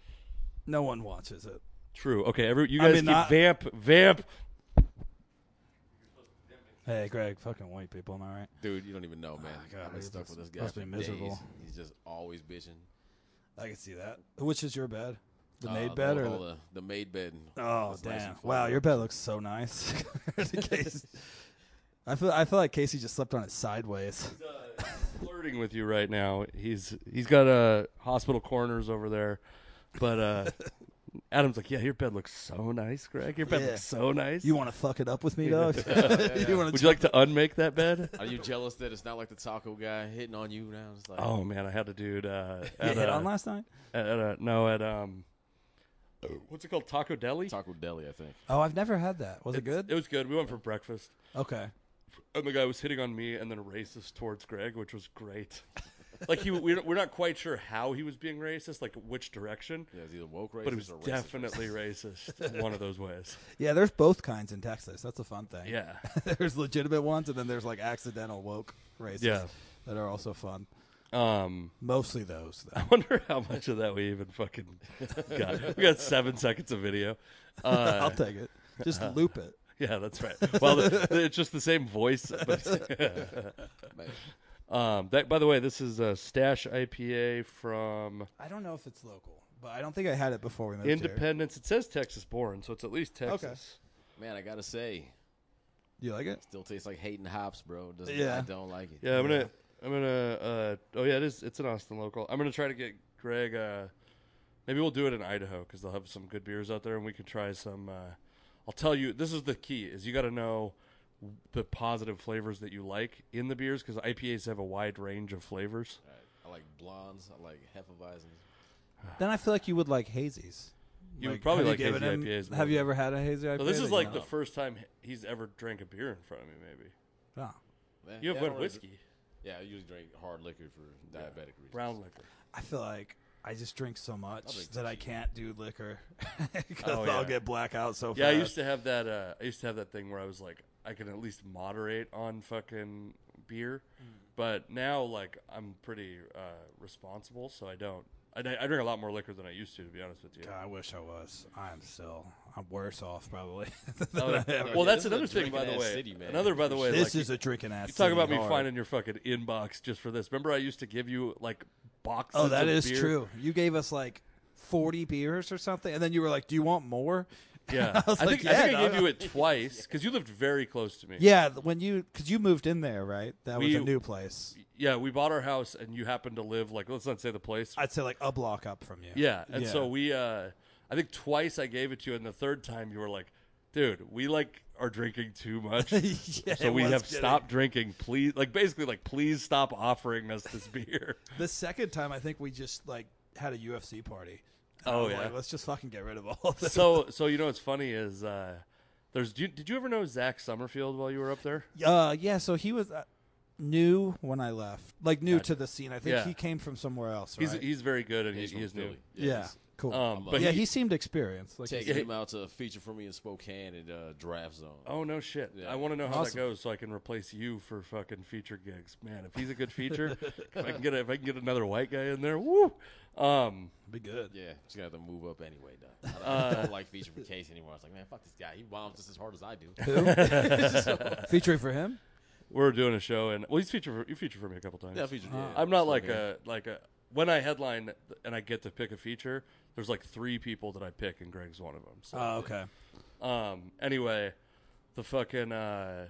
[SPEAKER 2] no one watches it.
[SPEAKER 1] true. Okay, every you
[SPEAKER 2] I
[SPEAKER 1] guys
[SPEAKER 2] mean,
[SPEAKER 1] keep
[SPEAKER 2] I-
[SPEAKER 1] vamp, vamp.
[SPEAKER 2] Hey, Greg, fucking white people, am I right?
[SPEAKER 3] Dude, you don't even know, man.
[SPEAKER 2] God,
[SPEAKER 3] I've been
[SPEAKER 2] this
[SPEAKER 3] stuck
[SPEAKER 2] must-
[SPEAKER 3] with this guy.
[SPEAKER 2] must
[SPEAKER 3] for
[SPEAKER 2] be miserable.
[SPEAKER 3] days. He's just always bitching.
[SPEAKER 2] I can see that. Which is your bed? The
[SPEAKER 3] Uh,
[SPEAKER 2] made bed
[SPEAKER 3] the,
[SPEAKER 2] or
[SPEAKER 3] the, the maid bed?
[SPEAKER 2] Oh
[SPEAKER 3] It's nice
[SPEAKER 2] damn!
[SPEAKER 3] and
[SPEAKER 2] Wow,
[SPEAKER 3] flat.
[SPEAKER 2] your bed looks so nice. compared to Casey. I feel I feel like Casey just slept on it sideways.
[SPEAKER 1] flirting with you right now. He's he's got uh, hospital corners over there, but uh, Adam's like, yeah, your bed looks so nice, Greg. Your bed
[SPEAKER 2] Yeah.
[SPEAKER 1] looks so nice.
[SPEAKER 2] You want to fuck it up with me, dog? you want
[SPEAKER 1] Would
[SPEAKER 2] to?
[SPEAKER 1] you like to unmake that bed?
[SPEAKER 3] Are you jealous that it's not like the taco guy hitting on you now? It's like,
[SPEAKER 1] oh man, I had a dude uh,
[SPEAKER 2] You
[SPEAKER 1] at,
[SPEAKER 2] hit
[SPEAKER 1] uh,
[SPEAKER 2] on last night?
[SPEAKER 1] at, at uh, no at um, what's it called? Taco Deli.
[SPEAKER 3] taco deli, I think.
[SPEAKER 2] Oh, I've never had that. Was it good?
[SPEAKER 1] It was good. We went for breakfast,
[SPEAKER 2] okay.
[SPEAKER 1] and the guy was hitting on me and then racist towards Greg, which was great. like he, we're, we're not quite sure how he was being racist, like which direction.
[SPEAKER 3] Yeah, it's either woke racist
[SPEAKER 1] But it was
[SPEAKER 3] or racist.
[SPEAKER 1] definitely racist, one of those ways.
[SPEAKER 2] Yeah, there's both kinds in Texas. That's a fun thing.
[SPEAKER 1] Yeah.
[SPEAKER 2] there's legitimate ones, and then there's like accidental woke races
[SPEAKER 1] Yeah.
[SPEAKER 2] that are also fun.
[SPEAKER 1] Um,
[SPEAKER 2] Mostly those. Though.
[SPEAKER 1] I wonder how much of that we even fucking got. We got seven seconds of video. Uh,
[SPEAKER 2] I'll take it. Just loop it.
[SPEAKER 1] yeah, that's right. Well, the, the- it's just the same voice. But,
[SPEAKER 3] Man,
[SPEAKER 1] um, that, by the way, this is a stash IPA from
[SPEAKER 2] I don't know if it's local, but I don't think I had it before we moved here.
[SPEAKER 1] Independence. It says Texas born, so it's at least Texas.
[SPEAKER 3] man, I gotta say,
[SPEAKER 2] You like it?
[SPEAKER 3] still tastes like hating hops, bro. Doesn't,
[SPEAKER 2] Yeah.
[SPEAKER 3] I don't like it.
[SPEAKER 1] Yeah, I'm gonna. I'm gonna. Uh, oh yeah, it is. It's an Austin local. I'm gonna try to get Greg. Uh, maybe we'll do it in Idaho because they'll have some good beers out there, and we can try some. Uh, I'll tell you, this is the key: is you got to know the positive flavors that you like in the beers because IPAs have a wide range of flavors.
[SPEAKER 3] All right. I like blondes. I like Hefeweizens.
[SPEAKER 2] Then I feel like you would like hazies.
[SPEAKER 1] You would probably
[SPEAKER 2] have
[SPEAKER 1] like hazy
[SPEAKER 2] given
[SPEAKER 1] IPAs more
[SPEAKER 2] Have you
[SPEAKER 1] than-
[SPEAKER 2] ever had a hazy IPA?
[SPEAKER 1] So this
[SPEAKER 2] that
[SPEAKER 1] is
[SPEAKER 2] you
[SPEAKER 1] like the
[SPEAKER 2] love?
[SPEAKER 1] first time he's ever drank a beer in front of me. Maybe
[SPEAKER 2] Oh.
[SPEAKER 3] Man,
[SPEAKER 1] you have
[SPEAKER 3] yeah,
[SPEAKER 1] went
[SPEAKER 3] I don't really-
[SPEAKER 1] whiskey,
[SPEAKER 3] Yeah, I usually drink hard liquor for diabetic reasons.
[SPEAKER 1] brown liquor.
[SPEAKER 2] I feel like I just drink so much
[SPEAKER 3] drink
[SPEAKER 2] that I can't do liquor because
[SPEAKER 1] Oh,
[SPEAKER 2] I'll
[SPEAKER 1] yeah.
[SPEAKER 2] get blackout so
[SPEAKER 1] Yeah, I
[SPEAKER 2] fast.
[SPEAKER 1] used to have that. Uh, I used to have that thing where I was like, I can at least moderate on fucking beer,
[SPEAKER 2] Mm.
[SPEAKER 1] but now like I'm pretty uh, responsible, so I don't. I, I drink a lot more liquor than I used to, to be honest with you.
[SPEAKER 2] God, I wish I was. I'm still. I'm worse off probably.
[SPEAKER 1] Oh, yeah.
[SPEAKER 3] yeah,
[SPEAKER 1] well,
[SPEAKER 3] this
[SPEAKER 1] that's
[SPEAKER 3] is a
[SPEAKER 1] another thing, by the
[SPEAKER 3] drinking-ass
[SPEAKER 1] way.
[SPEAKER 3] city, man.
[SPEAKER 1] another, by the way,
[SPEAKER 2] this
[SPEAKER 1] like,
[SPEAKER 2] is a drinking ass.
[SPEAKER 1] you talk about me
[SPEAKER 2] hard.
[SPEAKER 1] finding your fucking inbox just for this. Remember, I used to give you like boxes.
[SPEAKER 2] Oh, that
[SPEAKER 1] of
[SPEAKER 2] is
[SPEAKER 1] beer?
[SPEAKER 2] true. You gave us like 40 beers or something, and then you were like, "Do you want more?"
[SPEAKER 1] Yeah,
[SPEAKER 2] I was like,
[SPEAKER 1] think, I, think
[SPEAKER 2] yeah,
[SPEAKER 1] I gave
[SPEAKER 2] dog.
[SPEAKER 1] you it twice because you lived very close to me.
[SPEAKER 2] Yeah, when you because you moved in there, right? That was
[SPEAKER 1] We-
[SPEAKER 2] a new place.
[SPEAKER 1] yeah, we bought our house, and you happened to live like let's not say the place.
[SPEAKER 2] I'd say like a block up from you.
[SPEAKER 1] yeah, and so we, uh I think twice I gave it to you, and the third time you were like, "Dude, we like are drinking too much,
[SPEAKER 2] Yeah,
[SPEAKER 1] so
[SPEAKER 2] it
[SPEAKER 1] we
[SPEAKER 2] was
[SPEAKER 1] have
[SPEAKER 2] getting-
[SPEAKER 1] stopped drinking. Please, like basically, like please stop offering us this beer."
[SPEAKER 2] The second time, I think we just like had a UFC party. And
[SPEAKER 1] Oh,
[SPEAKER 2] I'm like,
[SPEAKER 1] yeah.
[SPEAKER 2] let's just fucking get rid of all this.
[SPEAKER 1] so, so you know what's funny is uh there's. Do you, did you ever know Zach Summerfield while you were up there?
[SPEAKER 2] Uh, yeah. So he was uh, new when I left, like new to the scene. I think
[SPEAKER 1] Yeah.
[SPEAKER 2] he came from somewhere else. Right?
[SPEAKER 1] He's he's very good, and he,
[SPEAKER 3] He's from
[SPEAKER 1] he is new.
[SPEAKER 3] Philly.
[SPEAKER 2] yeah,
[SPEAKER 3] he's-
[SPEAKER 2] cool.
[SPEAKER 1] Um, but
[SPEAKER 2] yeah,
[SPEAKER 1] he-
[SPEAKER 2] he, seemed experienced. Like,
[SPEAKER 3] Take
[SPEAKER 1] Yeah.
[SPEAKER 3] him out to a feature for me in Spokane at uh, Draft Zone.
[SPEAKER 1] Oh no shit!
[SPEAKER 3] Yeah.
[SPEAKER 1] I want to know how that
[SPEAKER 2] Awesome.
[SPEAKER 1] goes so I can replace you for fucking feature gigs. Man, if he's a good feature, if I can get a, if I can get another white guy in there, woo. Um,
[SPEAKER 2] be good.
[SPEAKER 3] Yeah, just gonna have to move up anyway, though. I don't, I don't like feature for Case anymore. I was like, man, fuck this guy. He bombs just as hard as I do.
[SPEAKER 2] Featuring for him.
[SPEAKER 1] we're doing a show, and well, he's feature for, you feature for me a couple times.
[SPEAKER 3] yeah, feature. yeah.
[SPEAKER 1] I'm not like uh, a like a when I headline and I get to pick a feature. There's like three people that I pick, and Greg's one of them. So,
[SPEAKER 2] Oh, okay.
[SPEAKER 1] um, anyway, the fucking uh,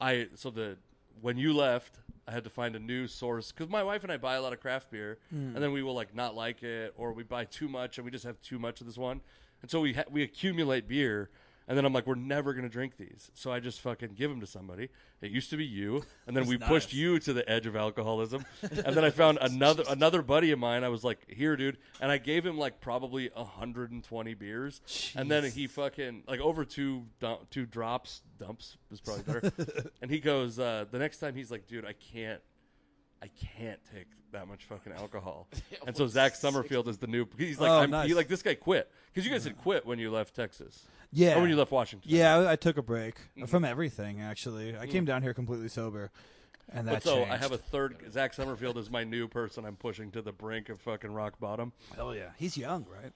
[SPEAKER 1] I so the when you left, I had to find a new source because my wife and I buy a lot of craft beer, and then we will like not like it, or we buy too much, and we just have too much of this one, and so we ha- we accumulate beer. And then I'm like, we're never gonna drink these, so I just fucking give them to somebody. It used to be you, and then we pushed you to the edge of alcoholism. and then I found another another buddy of mine. I was like, here, dude, and I gave him like probably 120 beers, and then he fucking like over two dump, two drops dumps is probably better. and he goes uh, the next time he's like, dude, I can't, I can't take that much fucking alcohol. and so Zach Summerfield is the new. He's like,
[SPEAKER 2] Oh,
[SPEAKER 1] I'm,
[SPEAKER 2] nice.
[SPEAKER 1] he, like this guy quit because you guys had quit when you left Texas.
[SPEAKER 2] Yeah.
[SPEAKER 1] or Oh, when you left Mm-hmm. Washington.
[SPEAKER 2] Yeah, I, I took a break from everything. Actually, I came down here completely sober, and that
[SPEAKER 1] Mm. But so
[SPEAKER 2] changed.
[SPEAKER 1] I have a third. Zach Summerfield is my new person. I'm pushing to the brink of fucking rock bottom.
[SPEAKER 2] Hell Oh, yeah, he's young, right?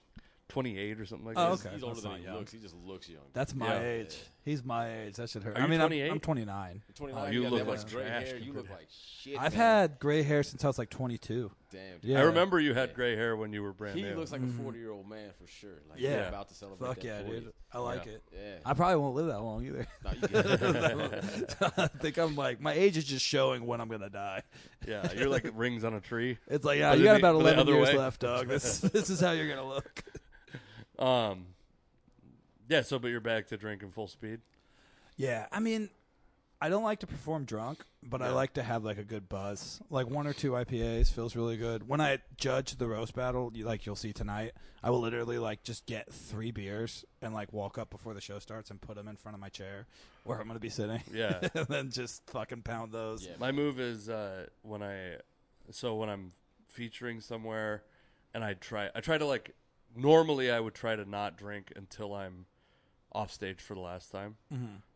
[SPEAKER 1] 28 or something like
[SPEAKER 2] Oh,
[SPEAKER 1] that.
[SPEAKER 2] okay.
[SPEAKER 3] He's older
[SPEAKER 2] That's
[SPEAKER 3] than
[SPEAKER 2] not
[SPEAKER 3] he
[SPEAKER 2] young.
[SPEAKER 3] looks. He just looks young.
[SPEAKER 2] That's my
[SPEAKER 1] Yeah.
[SPEAKER 2] age. He's my age. That should hurt.
[SPEAKER 1] Are you
[SPEAKER 2] I mean, I'm-
[SPEAKER 1] 28?
[SPEAKER 2] I'm 29.
[SPEAKER 3] 29.
[SPEAKER 1] you
[SPEAKER 3] got
[SPEAKER 1] look
[SPEAKER 3] that much
[SPEAKER 1] like
[SPEAKER 3] gray
[SPEAKER 1] trash
[SPEAKER 3] hair. You
[SPEAKER 1] compared
[SPEAKER 3] look
[SPEAKER 1] to-
[SPEAKER 3] like shit.
[SPEAKER 2] I've
[SPEAKER 3] man.
[SPEAKER 2] had gray hair since I was like 22.
[SPEAKER 3] Damn.
[SPEAKER 2] Yeah.
[SPEAKER 1] I remember you had gray hair when you were brand
[SPEAKER 3] He
[SPEAKER 1] new.
[SPEAKER 3] looks like
[SPEAKER 2] Mm-hmm.
[SPEAKER 3] a 40 year old man for sure. Like
[SPEAKER 2] Yeah.
[SPEAKER 3] yeah. about to celebrate.
[SPEAKER 2] Fuck
[SPEAKER 3] that
[SPEAKER 2] yeah,
[SPEAKER 3] 40.
[SPEAKER 2] dude. I like it.
[SPEAKER 3] Yeah.
[SPEAKER 2] I probably won't live that long either.
[SPEAKER 3] No, you get it.
[SPEAKER 2] I think I'm like my age is just showing when I'm gonna die.
[SPEAKER 1] yeah, you're like rings on a tree.
[SPEAKER 2] It's like yeah,
[SPEAKER 1] But
[SPEAKER 2] you
[SPEAKER 1] then
[SPEAKER 2] got
[SPEAKER 1] the-
[SPEAKER 2] about
[SPEAKER 1] but the
[SPEAKER 2] 11
[SPEAKER 1] other
[SPEAKER 2] years
[SPEAKER 1] way.
[SPEAKER 2] left, dog. This this is how you're gonna look.
[SPEAKER 1] Um, yeah. So, but you're back to drinking full speed.
[SPEAKER 2] Yeah, I mean, I don't like to perform drunk, but I like to have like a good buzz. Like one or two IPAs feels really good. When I judge the roast battle, you, like you'll see tonight, I will literally like just get three beers and like walk up before the show starts and put them in front of my chair where I'm gonna be sitting.
[SPEAKER 1] Yeah.
[SPEAKER 2] and then just fucking pound those.
[SPEAKER 3] Yeah.
[SPEAKER 1] My move is uh, when I, so when I'm featuring somewhere, and I try, I try to like. Normally, I would try to not drink until I'm off stage for the last time.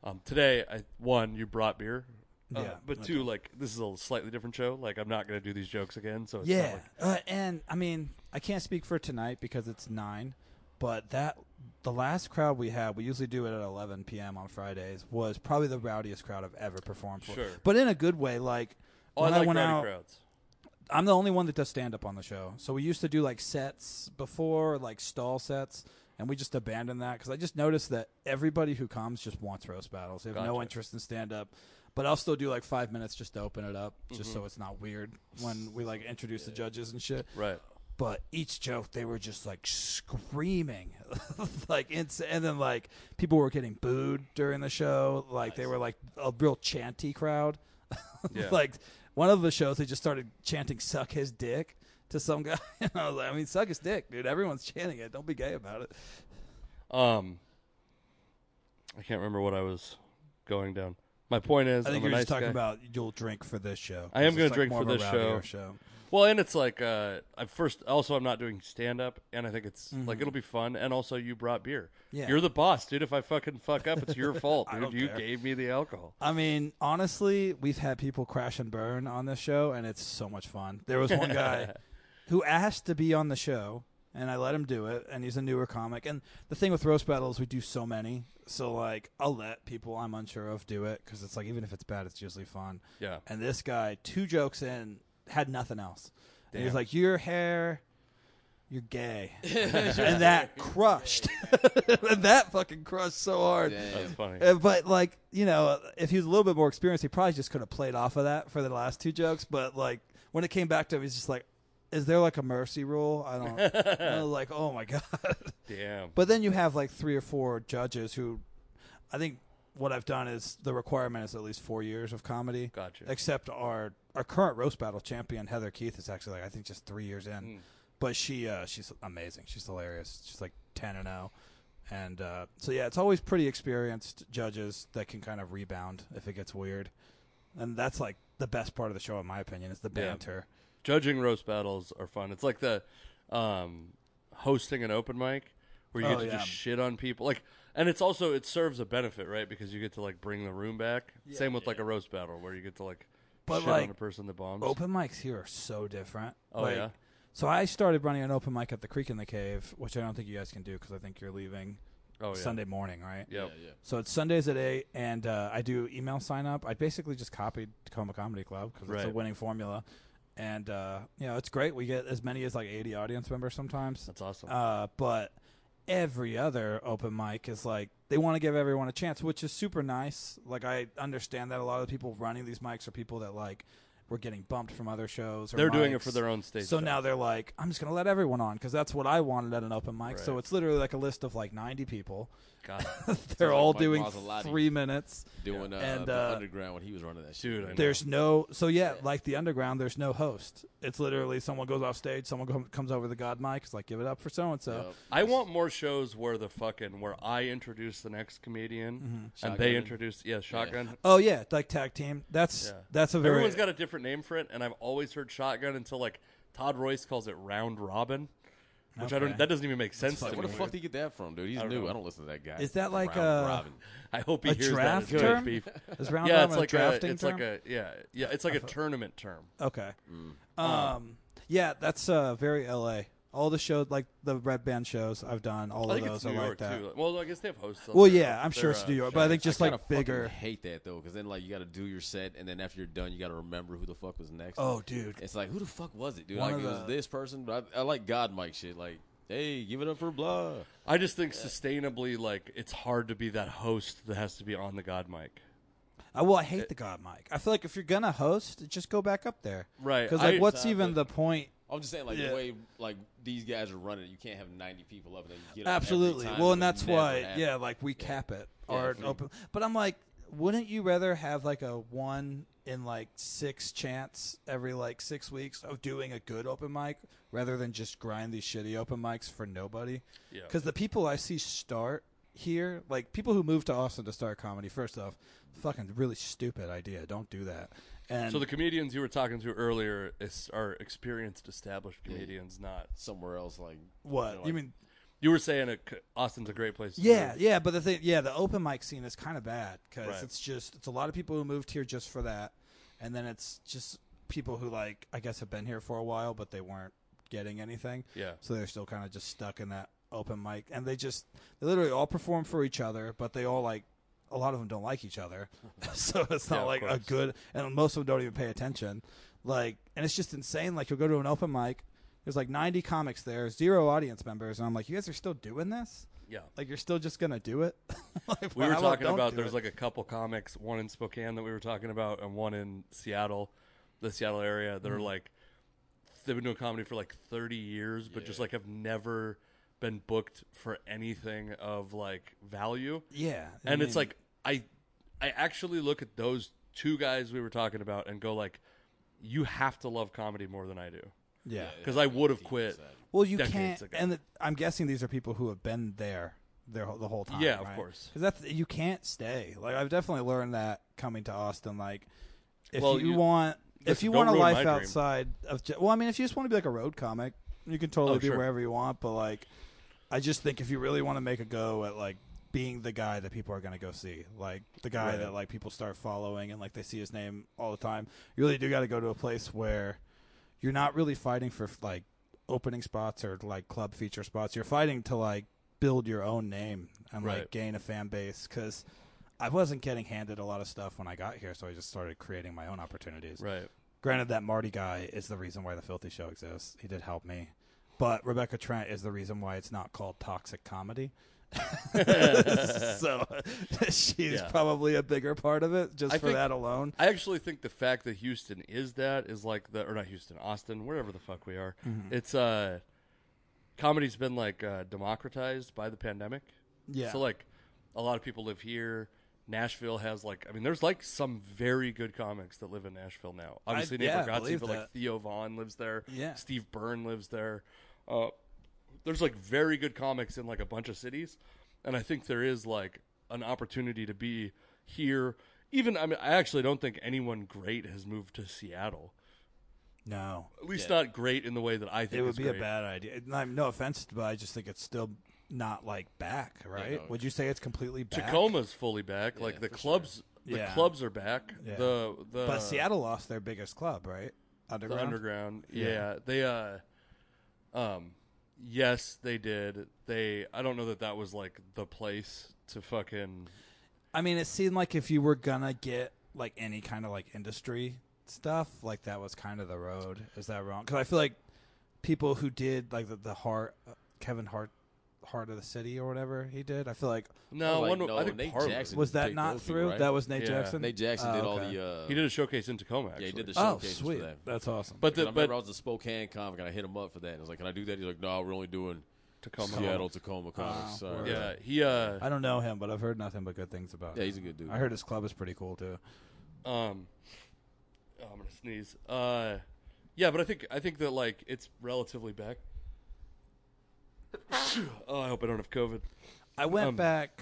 [SPEAKER 1] Um, today, I one you brought beer. Uh,
[SPEAKER 2] Mm-hmm. Yeah,
[SPEAKER 1] but two, like this is a slightly different show. Like I'm not gonna do these jokes again. So it's not
[SPEAKER 2] Yeah,
[SPEAKER 1] like-
[SPEAKER 2] uh, and I mean, I can't speak for tonight because it's nine, but that the last crowd we had, we usually do it at eleven p.m. on Fridays, was probably the rowdiest crowd I've ever performed for.
[SPEAKER 1] Sure.
[SPEAKER 2] but in a good way. Like
[SPEAKER 1] oh,
[SPEAKER 2] when
[SPEAKER 1] I
[SPEAKER 2] I,
[SPEAKER 1] like
[SPEAKER 2] went
[SPEAKER 1] rowdy
[SPEAKER 2] out,
[SPEAKER 1] crowds.
[SPEAKER 2] I'm the only one that does stand up on the show. So we used to do like sets before, like stall sets, and we just abandoned that because I just noticed that everybody who comes just wants roast battles. They have no
[SPEAKER 1] Gotcha.
[SPEAKER 2] interest in stand up. But I'll still do like five minutes just to open it up, just so it's not weird when we like introduce the judges and shit.
[SPEAKER 1] Right.
[SPEAKER 2] But each joke, they were just like screaming, like ins- and then like people were getting booed during the show. Like they were like a real chanty crowd.
[SPEAKER 1] Yeah.
[SPEAKER 2] like one of the shows, they just started chanting "suck his dick" to some guy. and I was like, I mean, suck his dick, dude. Everyone's chanting it. Don't be gay about it.
[SPEAKER 1] Um, I can't remember what I was going down. My point is,
[SPEAKER 2] I think
[SPEAKER 1] am
[SPEAKER 2] you're
[SPEAKER 1] a
[SPEAKER 2] just
[SPEAKER 1] nice
[SPEAKER 2] talking
[SPEAKER 1] guy.
[SPEAKER 2] about you'll drink for this show.
[SPEAKER 1] I am
[SPEAKER 2] 'Cause
[SPEAKER 1] gonna
[SPEAKER 2] it's, like,
[SPEAKER 1] drink
[SPEAKER 2] more
[SPEAKER 1] for
[SPEAKER 2] of a
[SPEAKER 1] this show.
[SPEAKER 2] rowdier show.
[SPEAKER 1] Well, and it's like uh, I first also I'm not doing stand up, and I think it's like it'll be fun. And also, you brought beer.
[SPEAKER 2] Mm-hmm. Yeah.
[SPEAKER 1] You're the boss, dude. If I fucking fuck up, it's your fault,
[SPEAKER 2] I
[SPEAKER 1] dude.
[SPEAKER 2] don't
[SPEAKER 1] You
[SPEAKER 2] care.
[SPEAKER 1] gave me the alcohol.
[SPEAKER 2] I mean, honestly, we've had people crash and burn on this show, and it's so much fun. There was one guy who asked to be on the show, and I let him do it, and he's a newer comic. And the thing with roast battles, we do so many. So, like, I'll let people I'm unsure of do it because it's like, even if it's bad, it's usually fun.
[SPEAKER 1] Yeah.
[SPEAKER 2] And this guy, two jokes in, had nothing else. And he was
[SPEAKER 1] Damn.
[SPEAKER 2] like, Your hair, you're gay. and that crushed. and that fucking crushed so hard.
[SPEAKER 1] That's funny.
[SPEAKER 2] Uh, but like you know, if he was a little bit more experienced, he probably just could have played off of that for the last two jokes. But like when it came back to him, he's just like, "Is there like a mercy rule?" I don't. I was like, "Oh my god!"
[SPEAKER 1] Damn.
[SPEAKER 2] But then you have like three or four judges who, I think what I've done is the requirement is at least four years of comedy.
[SPEAKER 1] Gotcha.
[SPEAKER 2] Except our our current roast battle champion Heather Keith is actually like I think just three years in,
[SPEAKER 1] Hmm.
[SPEAKER 2] but she uh, she's amazing. She's hilarious. She's like ten and zero. And uh, so yeah, it's always pretty experienced judges that can kind of rebound if it gets weird, and that's like the best part of the show, in my opinion, is the
[SPEAKER 1] Yeah.
[SPEAKER 2] banter.
[SPEAKER 1] judging roast battles are fun. It's like the um, hosting an open mic where you
[SPEAKER 2] Oh,
[SPEAKER 1] get to
[SPEAKER 2] yeah.
[SPEAKER 1] just shit on people. Like, and it's also it serves a benefit, right? Because you get to like bring the room back. Same with like a roast battle where you get to like
[SPEAKER 2] But,
[SPEAKER 1] shit
[SPEAKER 2] like,
[SPEAKER 1] on a person that bombs.
[SPEAKER 2] open mics here are so different.
[SPEAKER 1] Oh,
[SPEAKER 2] Like,
[SPEAKER 1] yeah?
[SPEAKER 2] So I started running an open mic at the Creek in the Cave, which I don't think you guys can do because I think you're leaving
[SPEAKER 1] oh yeah.
[SPEAKER 2] Sunday morning, right?
[SPEAKER 1] Yep.
[SPEAKER 3] Yeah, yeah.
[SPEAKER 2] So it's Sundays at eight, and uh, I do email sign up. I basically just copied Tacoma Comedy Club because it's a
[SPEAKER 1] Right.
[SPEAKER 2] winning formula, and uh, you know it's great. We get as many as like eighty audience members sometimes.
[SPEAKER 1] That's awesome.
[SPEAKER 2] Uh, but every other open mic is like they want to give everyone a chance, which is super nice. Like I understand that a lot of the people running these mics are people that like were getting bumped from other shows. Or
[SPEAKER 1] They're doing
[SPEAKER 2] mics.
[SPEAKER 1] it for their own stage.
[SPEAKER 2] So
[SPEAKER 1] show.
[SPEAKER 2] now they're like, I'm just gonna let everyone on because that's what I wanted at an open mic. So
[SPEAKER 1] Right.
[SPEAKER 2] it's literally like a list of like 90 people.
[SPEAKER 1] God,
[SPEAKER 2] They're
[SPEAKER 3] like
[SPEAKER 2] all
[SPEAKER 3] Mike
[SPEAKER 2] doing
[SPEAKER 3] Mazzalotti.
[SPEAKER 2] three minutes.
[SPEAKER 3] Doing uh,
[SPEAKER 2] And,
[SPEAKER 3] the
[SPEAKER 2] uh,
[SPEAKER 3] underground when he was running that shit.
[SPEAKER 1] dude, I know.
[SPEAKER 2] There's no so yeah, like the underground. There's no host. It's literally someone goes off stage, someone go, comes over the god mic, is like, give it up for so and so.
[SPEAKER 3] Yup.
[SPEAKER 1] I want more shows where the fucking where I introduce the next comedian
[SPEAKER 2] Mm-hmm.
[SPEAKER 1] and
[SPEAKER 3] Shotgun.
[SPEAKER 1] they introduce yeah shotgun.
[SPEAKER 2] Oh yeah, like tag team. That's
[SPEAKER 1] Yeah.
[SPEAKER 2] that's a very
[SPEAKER 1] Everyone's got a different name for it, and I've always heard shotgun until like Todd Royce calls it round robin, which I
[SPEAKER 2] Okay.
[SPEAKER 1] don't. That doesn't even make sense to
[SPEAKER 3] Like,
[SPEAKER 1] me.
[SPEAKER 3] where the fuck did you get that from, dude? He's new. I don't listen to that guy.
[SPEAKER 2] Is that like,
[SPEAKER 3] Round
[SPEAKER 2] uh,
[SPEAKER 3] Robin.
[SPEAKER 1] I hope he
[SPEAKER 2] a
[SPEAKER 1] hears
[SPEAKER 2] draft
[SPEAKER 1] that. as
[SPEAKER 2] term?
[SPEAKER 1] beef.
[SPEAKER 2] is round
[SPEAKER 1] yeah,
[SPEAKER 2] robin
[SPEAKER 1] it's
[SPEAKER 2] a
[SPEAKER 1] like
[SPEAKER 2] drafting
[SPEAKER 1] a, it's
[SPEAKER 2] term?
[SPEAKER 1] like a yeah yeah it's like a tournament term.
[SPEAKER 2] Okay.
[SPEAKER 1] Mm.
[SPEAKER 2] Um. Yeah, that's uh very L.A. All the shows, like the red band shows I've done, all
[SPEAKER 1] I
[SPEAKER 2] of
[SPEAKER 1] think
[SPEAKER 2] those
[SPEAKER 1] it's New
[SPEAKER 2] are
[SPEAKER 1] York
[SPEAKER 2] like that.
[SPEAKER 1] too. Well, I guess they have hosts. up
[SPEAKER 2] Well,
[SPEAKER 1] there.
[SPEAKER 2] yeah, I'm sure
[SPEAKER 1] They're,
[SPEAKER 2] it's
[SPEAKER 1] uh,
[SPEAKER 2] New York, but I think
[SPEAKER 3] I
[SPEAKER 2] just
[SPEAKER 3] kinda
[SPEAKER 2] like
[SPEAKER 3] fucking
[SPEAKER 2] bigger.
[SPEAKER 3] hate that though, because then like you got to do your set, and then after you're done, you got to remember who the fuck was next.
[SPEAKER 2] Oh, dude.
[SPEAKER 3] it's like who the fuck was it, dude?
[SPEAKER 2] One
[SPEAKER 3] Like
[SPEAKER 2] of
[SPEAKER 3] it was
[SPEAKER 2] the-
[SPEAKER 3] this person, but I, I like God Mike shit. Like, hey, give it up for blah.
[SPEAKER 1] I just think sustainably, like it's hard to be that host that has to be on the god mic.
[SPEAKER 2] I, well, I hate the God mic. I feel like if you're gonna host, just go back up there,
[SPEAKER 1] Right,
[SPEAKER 2] Because like,
[SPEAKER 1] I-
[SPEAKER 2] what's even the point?
[SPEAKER 3] I'm just saying, like
[SPEAKER 2] Yeah.
[SPEAKER 3] the way like these guys are running, it, you can't have 90 people up and then you get up every
[SPEAKER 2] Absolutely.
[SPEAKER 3] time.
[SPEAKER 2] Well,
[SPEAKER 3] It
[SPEAKER 2] and
[SPEAKER 3] would
[SPEAKER 2] that's
[SPEAKER 3] never
[SPEAKER 2] why,
[SPEAKER 3] happen.
[SPEAKER 2] yeah, like we cap it
[SPEAKER 3] Yeah,
[SPEAKER 2] or
[SPEAKER 3] if you-
[SPEAKER 2] open. But I'm like, wouldn't you rather have like a one in like six chance every like six weeks of doing a good open mic rather than just grind these shitty open mics for nobody?
[SPEAKER 1] Yeah.
[SPEAKER 2] Because the people I see start here, like people who moved to Austin to start comedy, first off, fucking really stupid idea. Don't do that. And
[SPEAKER 1] So the comedians you were talking to earlier is, are experienced, established comedians, not.
[SPEAKER 3] somewhere else, like
[SPEAKER 2] what?
[SPEAKER 3] know,
[SPEAKER 2] you
[SPEAKER 3] like-
[SPEAKER 2] mean
[SPEAKER 1] You were saying a, Austin's a great place. To
[SPEAKER 2] Yeah,
[SPEAKER 1] move.
[SPEAKER 2] yeah, but the thing, yeah, the open mic scene is kind of bad because
[SPEAKER 1] Right.
[SPEAKER 2] it's just it's a lot of people who moved here just for that, and then it's just people who like I guess have been here for a while but they weren't getting anything.
[SPEAKER 1] Yeah.
[SPEAKER 2] so they're still kind of just stuck in that open mic, and they just they literally all perform for each other, but they all like a lot of them don't like each other, so it's not
[SPEAKER 1] Yeah, of
[SPEAKER 2] like a
[SPEAKER 1] course.
[SPEAKER 2] good, and most of them don't even pay attention. Like, and it's just insane. Like, you'll go to an open mic. There's like 90 comics there, zero audience members, and I'm like, you guys are still doing this?
[SPEAKER 1] Yeah.
[SPEAKER 2] Like you're still just gonna do it. Like,
[SPEAKER 1] We
[SPEAKER 2] how
[SPEAKER 1] were talking
[SPEAKER 2] don't
[SPEAKER 1] about
[SPEAKER 2] do
[SPEAKER 1] there's
[SPEAKER 2] it?
[SPEAKER 1] like a couple comics, one in Spokane that we were talking about, and one in Seattle, the Seattle area. That are
[SPEAKER 2] Mm-hmm.
[SPEAKER 1] like they've been doing comedy for like 30 years, but just
[SPEAKER 3] Yeah.
[SPEAKER 1] like have never been booked for anything of like value.
[SPEAKER 2] yeah,
[SPEAKER 1] and it's
[SPEAKER 2] I
[SPEAKER 1] like I, I actually look at those two guys we were talking about and go like, you have to love comedy more than I do
[SPEAKER 2] mean, yeah.
[SPEAKER 1] because I would have quit.
[SPEAKER 2] Well, you
[SPEAKER 1] decades
[SPEAKER 2] can't,
[SPEAKER 1] ago.
[SPEAKER 2] and the, I'm guessing these are people who have been there their whole- the whole time.
[SPEAKER 1] Yeah, of course.
[SPEAKER 2] Because that's you can't stay. Like I've definitely learned that coming to Austin. Like if
[SPEAKER 1] Well,
[SPEAKER 2] you,
[SPEAKER 1] you-
[SPEAKER 2] want, if
[SPEAKER 1] listen,
[SPEAKER 2] you
[SPEAKER 1] don't
[SPEAKER 2] want a
[SPEAKER 1] ruin my
[SPEAKER 2] life
[SPEAKER 1] dream.
[SPEAKER 2] outside of, ju- well, I mean, if you just want to be like a road comic, you can totally
[SPEAKER 1] Oh,
[SPEAKER 2] be
[SPEAKER 1] sure.
[SPEAKER 2] wherever you want. But like, I just think if you really want to make a go at like being the guy that people are going to go see, like the guy
[SPEAKER 1] Right.
[SPEAKER 2] that like people start following and like they see his name all the time, you really do got to go to a place where you're not really fighting for like opening spots or like club feature spots. You're fighting to like build your own name and like
[SPEAKER 1] Right.
[SPEAKER 2] gain a fan base because I wasn't getting handed a lot of stuff when I got here, so I just started creating my own opportunities.
[SPEAKER 1] Right.
[SPEAKER 2] Granted, that Marty guy is the reason why the Filthy Show exists. He did help me. But Rebecca Trent is the reason why it's not called toxic comedy. so she's
[SPEAKER 1] Yeah.
[SPEAKER 2] probably a bigger part of it just
[SPEAKER 1] I
[SPEAKER 2] for
[SPEAKER 1] think-
[SPEAKER 2] that alone.
[SPEAKER 1] I actually think the fact that Houston is that is like the or not Houston, Austin, wherever the fuck we are.
[SPEAKER 2] Mm-hmm.
[SPEAKER 1] It's uh comedy's been like uh democratized by the pandemic.
[SPEAKER 2] Yeah.
[SPEAKER 1] So like a lot of people live here. Nashville has like I mean there's like some very good comics that live in Nashville now. Obviously Nate
[SPEAKER 2] yeah, I
[SPEAKER 1] Bargatze,
[SPEAKER 2] believe
[SPEAKER 1] but
[SPEAKER 2] that.
[SPEAKER 1] like Theo Vaughn lives there.
[SPEAKER 2] Yeah.
[SPEAKER 1] Steve Byrne lives there. Uh there's like very good comics in like a bunch of cities and i think there is like an opportunity to be here even i mean i actually don't think anyone great has moved to seattle
[SPEAKER 2] no.
[SPEAKER 1] at least
[SPEAKER 3] Yeah.
[SPEAKER 1] not great in the way that i think
[SPEAKER 2] It would
[SPEAKER 1] is
[SPEAKER 2] be a
[SPEAKER 1] great.
[SPEAKER 2] bad idea. And I'm- no offense, but I just think it's still not like back, right?
[SPEAKER 3] no.
[SPEAKER 2] Would you say it's completely back?
[SPEAKER 1] tacoma's fully back like the clubs the
[SPEAKER 2] Yeah.
[SPEAKER 1] clubs are back
[SPEAKER 2] Yeah.
[SPEAKER 1] the the
[SPEAKER 3] uh,
[SPEAKER 2] But Seattle lost their biggest club, right?
[SPEAKER 1] the
[SPEAKER 2] Underground.
[SPEAKER 1] underground yeah. they uh um yes they did they i don't know that that was like the place to fucking
[SPEAKER 2] I mean, it seemed like if you were gonna get like any kind of like industry stuff, like that was kind of the road. Is that wrong? Because I feel like people who did like the, the heart, Kevin Hart, Heart of the City or whatever he did. I feel like
[SPEAKER 1] no,
[SPEAKER 3] Like,
[SPEAKER 1] one,
[SPEAKER 3] no,
[SPEAKER 1] I think
[SPEAKER 3] Nate
[SPEAKER 1] Parliament-
[SPEAKER 3] Jackson
[SPEAKER 2] was that
[SPEAKER 3] Take
[SPEAKER 2] not
[SPEAKER 3] those people,
[SPEAKER 2] through?
[SPEAKER 3] right?
[SPEAKER 2] That was Nate
[SPEAKER 1] Yeah.
[SPEAKER 2] Jackson.
[SPEAKER 3] Nate Jackson
[SPEAKER 2] Oh,
[SPEAKER 3] did all
[SPEAKER 2] okay.
[SPEAKER 3] the. Uh,
[SPEAKER 1] He did a showcase in Tacoma. Actually.
[SPEAKER 3] Yeah, he did the
[SPEAKER 2] Oh,
[SPEAKER 3] showcase
[SPEAKER 2] sweet!
[SPEAKER 3] for that.
[SPEAKER 2] That's awesome.
[SPEAKER 1] But
[SPEAKER 3] And I
[SPEAKER 1] the,
[SPEAKER 3] remember
[SPEAKER 1] but
[SPEAKER 3] I was a Spokane comic and I hit him up for that. And I was like, "Can I do that?" He's like, "No, we're only doing
[SPEAKER 1] Tacoma.
[SPEAKER 3] Seattle, Tacoma comics."
[SPEAKER 2] Wow.
[SPEAKER 3] So,
[SPEAKER 1] Yeah, he uh
[SPEAKER 2] I don't know him, but I've heard nothing but good things about.
[SPEAKER 3] yeah,
[SPEAKER 2] him.
[SPEAKER 3] he's a good dude.
[SPEAKER 2] I heard his club is pretty cool too.
[SPEAKER 1] um oh, I'm gonna sneeze. Uh yeah, but I think I think that like it's relatively back. oh, I hope I don't have COVID.
[SPEAKER 2] I went
[SPEAKER 1] Um,
[SPEAKER 2] back.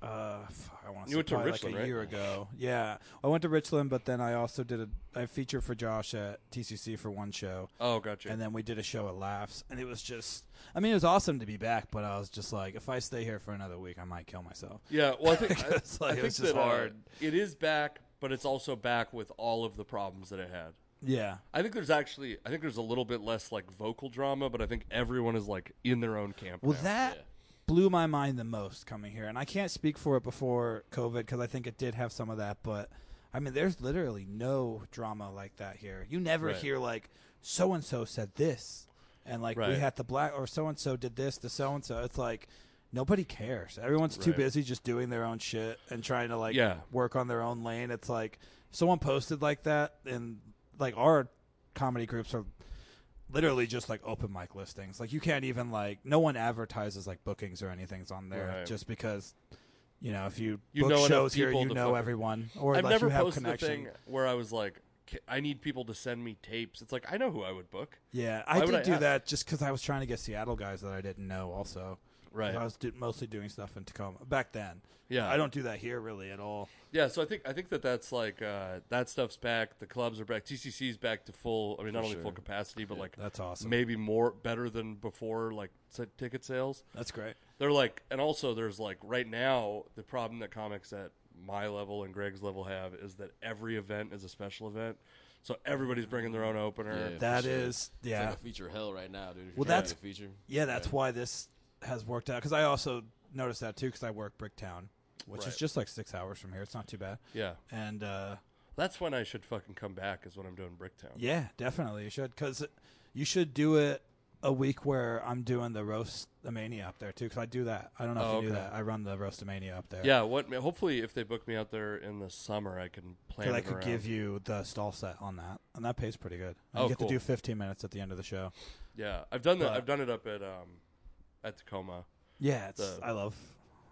[SPEAKER 2] Uh, fuck, I want to.
[SPEAKER 1] You went to Richland,
[SPEAKER 2] like a
[SPEAKER 1] right?
[SPEAKER 2] year ago. Yeah, I went to Richland, but then I also did a I featured for Josh at TCC for one show,
[SPEAKER 1] Oh, gotcha.
[SPEAKER 2] and then we did a show at Laughs, and it was just. I mean, it was awesome to be back, but I was just like, if I stay here for another week, I might kill myself.
[SPEAKER 1] yeah, well, I think I,
[SPEAKER 2] It's like,
[SPEAKER 1] I
[SPEAKER 2] it
[SPEAKER 1] think
[SPEAKER 2] was just
[SPEAKER 1] that, uh,
[SPEAKER 2] hard.
[SPEAKER 1] it is back, but it's also back with all of the problems that it had.
[SPEAKER 2] Yeah,
[SPEAKER 1] I think there's actually I think there's a little bit less like vocal drama, but I think everyone is like in their own camp.
[SPEAKER 2] Well,
[SPEAKER 1] now.
[SPEAKER 2] that
[SPEAKER 3] Yeah.
[SPEAKER 2] blew my mind the most coming here, and I can't speak for it before COVID because I think it did have some of that. But I mean, there's literally no drama like that here. You never
[SPEAKER 1] Right.
[SPEAKER 2] hear like so and so said this, and like we
[SPEAKER 1] Right.
[SPEAKER 2] had the black or so and so did this to so and so. It's like nobody cares. Everyone's too
[SPEAKER 1] Right.
[SPEAKER 2] busy just doing their own shit and trying to like
[SPEAKER 1] Yeah.
[SPEAKER 2] work on their own lane. It's like if someone posted like that, and like our comedy groups are literally just like open mic listings. Like you can't even like no one advertises like bookings or anything's on there
[SPEAKER 1] Right.
[SPEAKER 2] just because you know if you,
[SPEAKER 1] You
[SPEAKER 2] book
[SPEAKER 1] know enough
[SPEAKER 2] shows here
[SPEAKER 1] people
[SPEAKER 2] you
[SPEAKER 1] to
[SPEAKER 2] know
[SPEAKER 1] fucking-
[SPEAKER 2] everyone or
[SPEAKER 1] I've
[SPEAKER 2] like
[SPEAKER 1] never
[SPEAKER 2] you have
[SPEAKER 1] posted
[SPEAKER 2] connection.
[SPEAKER 1] a thing where I was like, "K- I need people to send me tapes. It's like I know who I would book.
[SPEAKER 2] Yeah, I
[SPEAKER 1] Why would
[SPEAKER 2] did
[SPEAKER 1] I
[SPEAKER 2] do
[SPEAKER 1] ask?
[SPEAKER 2] that just because I was trying to get Seattle guys that I didn't know. Also, 'Cause
[SPEAKER 1] Right.
[SPEAKER 2] I was do- mostly doing stuff in Tacoma back then.
[SPEAKER 1] Yeah.
[SPEAKER 2] I don't do that here really at all.
[SPEAKER 1] Yeah, so I think I think that that's like uh, that stuff's back. The clubs are back. TCC's back to full. I mean, not only full capacity, but like
[SPEAKER 2] That's awesome.
[SPEAKER 1] maybe more better than before. Like t- ticket sales,
[SPEAKER 2] That's great.
[SPEAKER 1] they're like, and also there's like right now the problem that comics at my level and Greg's level have is that every event is a special event, so everybody's bringing their own opener.
[SPEAKER 3] Yeah, for
[SPEAKER 2] That
[SPEAKER 3] sure.
[SPEAKER 2] is
[SPEAKER 3] It's
[SPEAKER 2] yeah.
[SPEAKER 3] like a feature hell right now, dude. If you're
[SPEAKER 2] Well,
[SPEAKER 3] trying
[SPEAKER 2] that's-
[SPEAKER 3] to feature.
[SPEAKER 2] Yeah, that's why this has worked out. Because I also noticed that too. Because I work Bricktown, which is
[SPEAKER 1] Right.
[SPEAKER 2] just like six hours from here. It's not too bad.
[SPEAKER 1] Yeah.
[SPEAKER 2] And uh,
[SPEAKER 1] that's when I should fucking come back. Is when I'm doing Bricktown.
[SPEAKER 2] yeah, definitely you should. Because you should do it a week where I'm doing the roast mania up there too, because I do that. I don't know if
[SPEAKER 1] Oh,
[SPEAKER 2] you do
[SPEAKER 1] okay.
[SPEAKER 2] that. I run the roast mania up there.
[SPEAKER 1] Yeah, what? Hopefully, if they book me out there in the summer, I can plan.
[SPEAKER 2] Because I
[SPEAKER 1] it
[SPEAKER 2] could
[SPEAKER 1] around.
[SPEAKER 2] give you the stall set on that, and that pays pretty good.
[SPEAKER 1] Oh,
[SPEAKER 2] And you get
[SPEAKER 1] cool.
[SPEAKER 2] to do 15 minutes at the end of the show.
[SPEAKER 1] Yeah, I've done that.
[SPEAKER 2] But-
[SPEAKER 1] I've done it up at um, at Tacoma.
[SPEAKER 2] Yeah, it's
[SPEAKER 1] The-
[SPEAKER 2] I love,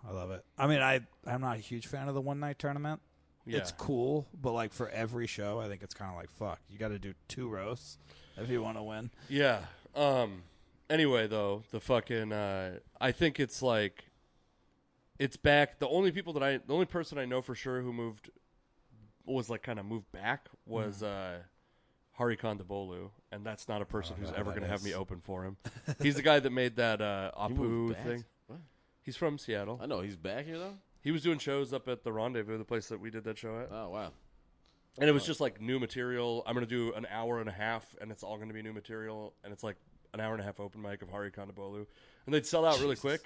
[SPEAKER 2] I love it. I mean, I I'm not a huge fan of the one night tournament.
[SPEAKER 1] Yeah,
[SPEAKER 2] It's cool, but like for every show, I think it's kind of like fuck. You got to do two roasts if you want to win.
[SPEAKER 1] yeah. Um. Anyway, though, the fucking uh, I think it's like, it's back. The only people that I, the only person I know for sure who moved, was like kind of moved back was
[SPEAKER 3] Mm-hmm.
[SPEAKER 1] uh, Hari Kondabolu, and that's not a person
[SPEAKER 3] Oh,
[SPEAKER 1] who's
[SPEAKER 2] know who
[SPEAKER 1] ever
[SPEAKER 2] that
[SPEAKER 1] gonna have
[SPEAKER 2] is.
[SPEAKER 1] me open for him. He's the guy that made that uh,
[SPEAKER 3] He
[SPEAKER 1] Apu
[SPEAKER 3] moved back?
[SPEAKER 1] thing.
[SPEAKER 3] What? Uh,
[SPEAKER 1] He's from Seattle.
[SPEAKER 3] I know he's back here though.
[SPEAKER 1] He was doing shows up at the Rendezvous, the place that we did that show at.
[SPEAKER 3] Oh wow.
[SPEAKER 1] And it was just like new material. I'm going to do an hour and a half, and it's all going to be new material. And it's like an hour and a half open mic of Hari Kondabolu. And they'd sell out really quick.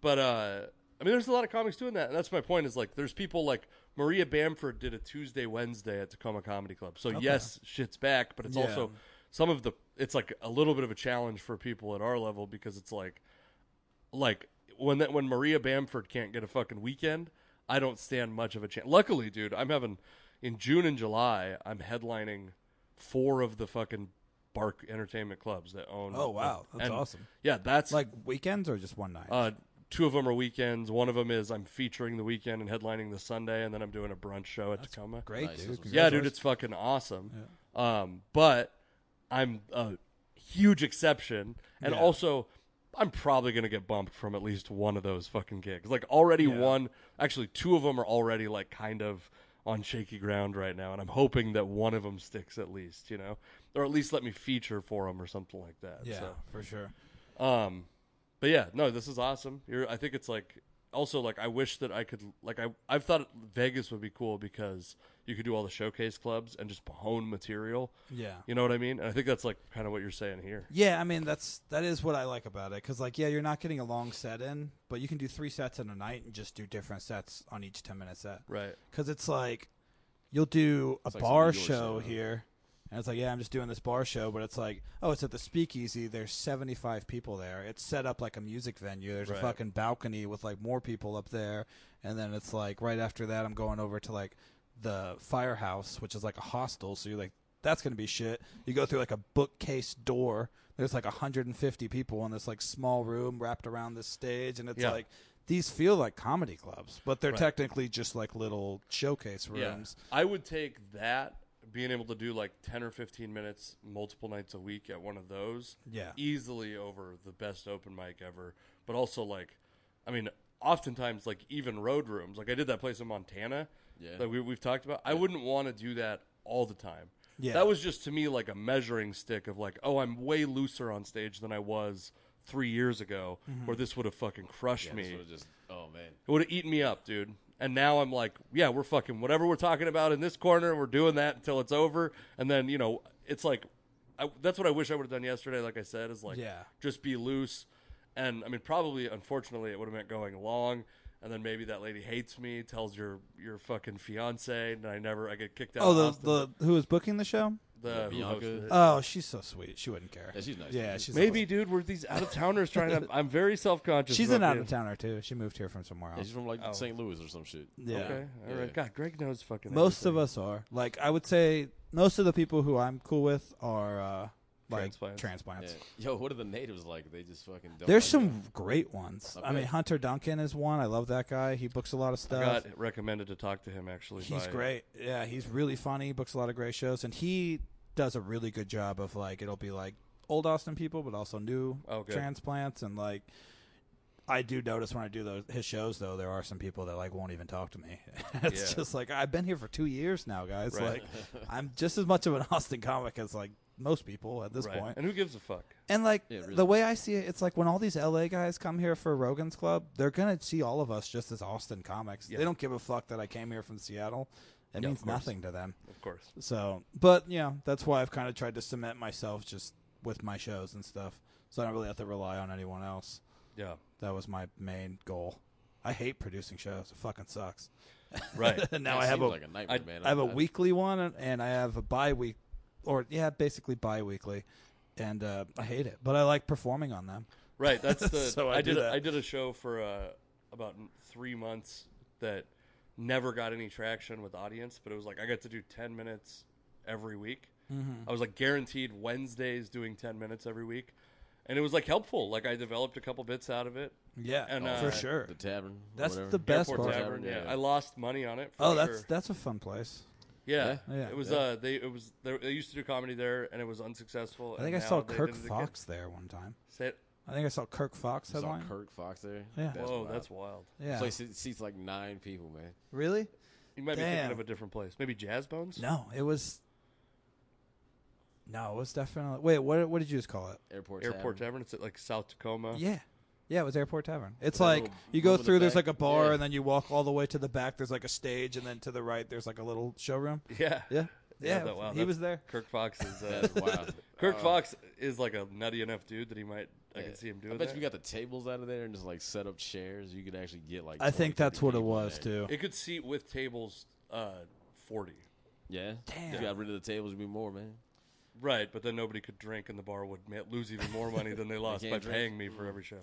[SPEAKER 1] But, uh, I mean, there's a lot of comics doing that. And that's my point is like, there's people like Maria Bamford did a Tuesday, Wednesday at Tacoma Comedy Club. So, yes, shit's back, but it's
[SPEAKER 2] Yeah.
[SPEAKER 1] also some of the, it's like a little bit of a challenge for people at our level because it's like, like when that when Maria Bamford can't get a fucking weekend, I don't stand much of a chance. Luckily, dude, I'm having in June and July, I'm headlining four of the fucking Bark Entertainment clubs that own.
[SPEAKER 2] Oh, wow. That's awesome.
[SPEAKER 1] Yeah, that's
[SPEAKER 2] Like weekends or just one night.
[SPEAKER 1] uh, two of them are weekends. One of them is I'm featuring the weekend and headlining the Sunday, and then I'm doing a brunch show at Tacoma.
[SPEAKER 2] Great,
[SPEAKER 3] nice.
[SPEAKER 2] dude.
[SPEAKER 1] Yeah, dude,
[SPEAKER 2] Congratulations.
[SPEAKER 1] it's fucking awesome. Um, but I'm a huge exception, and
[SPEAKER 2] Yeah.
[SPEAKER 1] also I'm probably gonna get bumped from at least one of those fucking gigs. Like already
[SPEAKER 2] Yeah.
[SPEAKER 1] one, actually two of them are already like kind of on shaky ground right now, and I'm hoping that one of them sticks at least, you know, or at least let me feature for them or something like that.
[SPEAKER 2] yeah,
[SPEAKER 1] So.
[SPEAKER 2] for sure.
[SPEAKER 1] Um, but yeah, no, this is awesome. You're, I think it's like also like I wish that I could like I I've thought Vegas would be cool because you could do all the showcase clubs and just hone material.
[SPEAKER 2] Yeah.
[SPEAKER 1] You know what I mean? And I think that's like kind of what you're saying here.
[SPEAKER 2] Yeah, I mean that's that is what I like about it because like yeah, you're not getting a long set in, but you can do three sets in a night and just do different sets on each ten minute set.
[SPEAKER 1] Right.
[SPEAKER 2] Because it's like you'll do a
[SPEAKER 3] like
[SPEAKER 2] bar
[SPEAKER 3] some New York
[SPEAKER 2] show
[SPEAKER 3] shit, huh?
[SPEAKER 2] here, and it's like yeah, I'm just doing this bar show, but it's like oh, it's at the Speakeasy. There's 75 people there. It's set up like a music venue. There's a
[SPEAKER 1] Right.
[SPEAKER 2] fucking balcony with like more people up there, and then it's like right after that, I'm going over to like the firehouse, which is like a hostel. So you're like. That's gonna be shit. You go through like a bookcase door. There's like 150 people in this like small room wrapped around this stage, and it's
[SPEAKER 1] Yeah.
[SPEAKER 2] like these feel like comedy clubs, but they're technically just like little showcase rooms.
[SPEAKER 1] I would take that being able to do like 10 or 15 minutes multiple nights a week at one of those
[SPEAKER 2] Yeah.
[SPEAKER 1] easily over the best open mic ever but also like i mean oftentimes like even road rooms like i did that place in montana
[SPEAKER 3] Yeah.
[SPEAKER 1] that we, we've talked about i wouldn't want to do that all the time
[SPEAKER 2] Yeah.
[SPEAKER 1] that was just to me like a measuring stick of like oh i'm way looser on stage than i was three years ago
[SPEAKER 2] Mm-hmm.
[SPEAKER 1] or this would have fucking crushed
[SPEAKER 3] Yeah,
[SPEAKER 1] me
[SPEAKER 3] this would've just oh man.
[SPEAKER 1] it would have eaten me up, dude. And now I'm like, yeah, we're fucking whatever we're talking about in this corner. We're doing that until it's over, and then you know, it's like, I, that's what I wish I would have done yesterday. Like I said, is like,
[SPEAKER 2] Yeah.
[SPEAKER 1] just be loose. And I mean, probably, unfortunately, it would have meant going long, and then maybe that lady hates me, tells your your fucking fiance, and I never, I get kicked out.
[SPEAKER 2] Oh,
[SPEAKER 1] of
[SPEAKER 2] the,
[SPEAKER 1] Austin.
[SPEAKER 2] the who was booking the show?
[SPEAKER 1] the who
[SPEAKER 3] Bianca.
[SPEAKER 1] hosted it.
[SPEAKER 2] Oh, she's so sweet. She wouldn't care.
[SPEAKER 3] Yeah, she's nice.
[SPEAKER 2] Yeah, she's
[SPEAKER 1] Maybe, dude, we're these out of towners trying to. I'm very self conscious.
[SPEAKER 2] she's an out of towner too. She moved here from somewhere
[SPEAKER 3] Yeah,
[SPEAKER 2] else.
[SPEAKER 3] she's from like St. Louis or some shit.
[SPEAKER 2] Yeah.
[SPEAKER 1] Okay, all right.
[SPEAKER 3] Yeah.
[SPEAKER 1] God, Greg knows fucking.
[SPEAKER 2] Most of us are. Like I would say most of the people who I'm cool with are uh like
[SPEAKER 1] Transplants.
[SPEAKER 2] transplants.
[SPEAKER 3] Yeah. Yo, what are the natives like? They just fucking. Don't
[SPEAKER 2] There's
[SPEAKER 3] like
[SPEAKER 2] some great ones. I
[SPEAKER 3] Okay.
[SPEAKER 2] mean, Hunter Duncan is one. I love that guy. He books a lot of stuff.
[SPEAKER 1] got recommended to talk to him actually.
[SPEAKER 2] He's
[SPEAKER 1] by-
[SPEAKER 2] great. Yeah, he's really funny. Books a lot of great shows, and he does a really good job of like it'll be like old Austin people, but also new
[SPEAKER 1] Oh, good.
[SPEAKER 2] transplants. And like, I do notice when I do those his shows though, there are some people that like won't even talk to me. it's
[SPEAKER 1] Yeah.
[SPEAKER 2] just like I've been here for two years now, guys.
[SPEAKER 1] Right.
[SPEAKER 2] Like, I'm just as much of an Austin comic as like most people at this
[SPEAKER 1] Right.
[SPEAKER 2] point.
[SPEAKER 1] And who gives a fuck?
[SPEAKER 2] And like
[SPEAKER 3] Yeah, really.
[SPEAKER 2] the way I see it, it's like when all these LA guys come here for Rogan's Club, they're gonna see all of us just as Austin comics. They don't give a fuck that I came here from Seattle. It means nothing to them.
[SPEAKER 1] Of course.
[SPEAKER 2] So, but yeah, that's why I've kind of tried to cement myself just with my shows and stuff, so I don't really have to rely on anyone else.
[SPEAKER 1] Yeah.
[SPEAKER 2] That was my main goal. I hate producing shows; it fucking sucks.
[SPEAKER 1] Right.
[SPEAKER 2] And
[SPEAKER 3] That
[SPEAKER 2] now I have
[SPEAKER 3] seems
[SPEAKER 2] a
[SPEAKER 3] like a nightmare,
[SPEAKER 1] I-
[SPEAKER 3] man.
[SPEAKER 2] I have a
[SPEAKER 3] I-
[SPEAKER 2] weekly one and- and I have a bi week or yeah, basically bi weekly. and uh, I hate it, but I like performing on them.
[SPEAKER 1] Right. That's the.
[SPEAKER 2] So I
[SPEAKER 1] I,
[SPEAKER 2] do
[SPEAKER 1] did. A,
[SPEAKER 2] that.
[SPEAKER 1] I did a show for uh, about n- three months that never got any traction with audience, but it was like I got to do ten minutes every week.
[SPEAKER 2] Mm-hmm.
[SPEAKER 1] I was like guaranteed Wednesdays doing ten minutes every week, and it was like helpful. Like I developed a couple bits out of it.
[SPEAKER 2] Yeah,
[SPEAKER 1] And, uh,
[SPEAKER 2] for sure.
[SPEAKER 3] The tavern. or
[SPEAKER 2] That's
[SPEAKER 3] whatever.
[SPEAKER 2] the best
[SPEAKER 1] Airport
[SPEAKER 2] part.
[SPEAKER 1] Tavern. Yeah.
[SPEAKER 3] yeah.
[SPEAKER 1] I lost money on it. For
[SPEAKER 2] Oh,
[SPEAKER 1] sure.
[SPEAKER 2] that's that's a fun place.
[SPEAKER 1] Yeah.
[SPEAKER 2] Yeah. Yeah.
[SPEAKER 1] It was uh they it was they, they used to do comedy there and it was unsuccessful.
[SPEAKER 2] I think I
[SPEAKER 1] and
[SPEAKER 2] saw
[SPEAKER 1] now they
[SPEAKER 2] Kirk
[SPEAKER 1] did it again.
[SPEAKER 2] Fox there one time.
[SPEAKER 1] Say it-
[SPEAKER 2] I think I saw Kirk Fox
[SPEAKER 3] Saw
[SPEAKER 2] headline.
[SPEAKER 3] Kirk Fox there.
[SPEAKER 2] Yeah.
[SPEAKER 1] Whoa, that's wild.
[SPEAKER 2] Yeah.
[SPEAKER 3] Place that seats like nine people, man.
[SPEAKER 2] really?
[SPEAKER 1] You might be
[SPEAKER 2] Damn.
[SPEAKER 1] thinking of a different place. Maybe Jazz Bones?
[SPEAKER 2] No, it was. No, it was definitely. Wait, what? What did you just call it?
[SPEAKER 3] Airport.
[SPEAKER 1] Airport
[SPEAKER 3] tavern.
[SPEAKER 1] Tavern. It's at like South Tacoma.
[SPEAKER 2] Yeah. Yeah, it was Airport Tavern. It's
[SPEAKER 3] Oh. that
[SPEAKER 2] like
[SPEAKER 3] little
[SPEAKER 2] you go
[SPEAKER 3] room in the
[SPEAKER 2] through. there's like
[SPEAKER 3] back?
[SPEAKER 2] a bar,
[SPEAKER 3] Yeah.
[SPEAKER 2] and then you walk all the way to the back. There's like a stage, and then to the right, there's like a little showroom.
[SPEAKER 1] Yeah.
[SPEAKER 2] Yeah, yeah.
[SPEAKER 1] that- wow,
[SPEAKER 2] he
[SPEAKER 1] that's-
[SPEAKER 2] was there.
[SPEAKER 1] Kirk Fox is uh,
[SPEAKER 3] That's wild.
[SPEAKER 1] Kirk
[SPEAKER 3] Uh,
[SPEAKER 1] Fox is like a nutty enough dude that he might I
[SPEAKER 3] yeah.
[SPEAKER 1] can see him doing
[SPEAKER 3] I bet
[SPEAKER 1] that.
[SPEAKER 3] you got the tables out of there and just like set up chairs. You could actually get like.
[SPEAKER 2] I think
[SPEAKER 3] 20,
[SPEAKER 2] that's what
[SPEAKER 3] 30
[SPEAKER 2] it
[SPEAKER 3] people in
[SPEAKER 2] was
[SPEAKER 3] there.
[SPEAKER 2] too.
[SPEAKER 1] it could seat with tables uh 40.
[SPEAKER 3] Yeah.
[SPEAKER 2] Damn.
[SPEAKER 3] You got rid of the tables, it'd be more, man.
[SPEAKER 1] Right, but then nobody could drink and the bar would ma- lose even more money than they lost by
[SPEAKER 3] can't drink. Mm.
[SPEAKER 1] paying me for every show.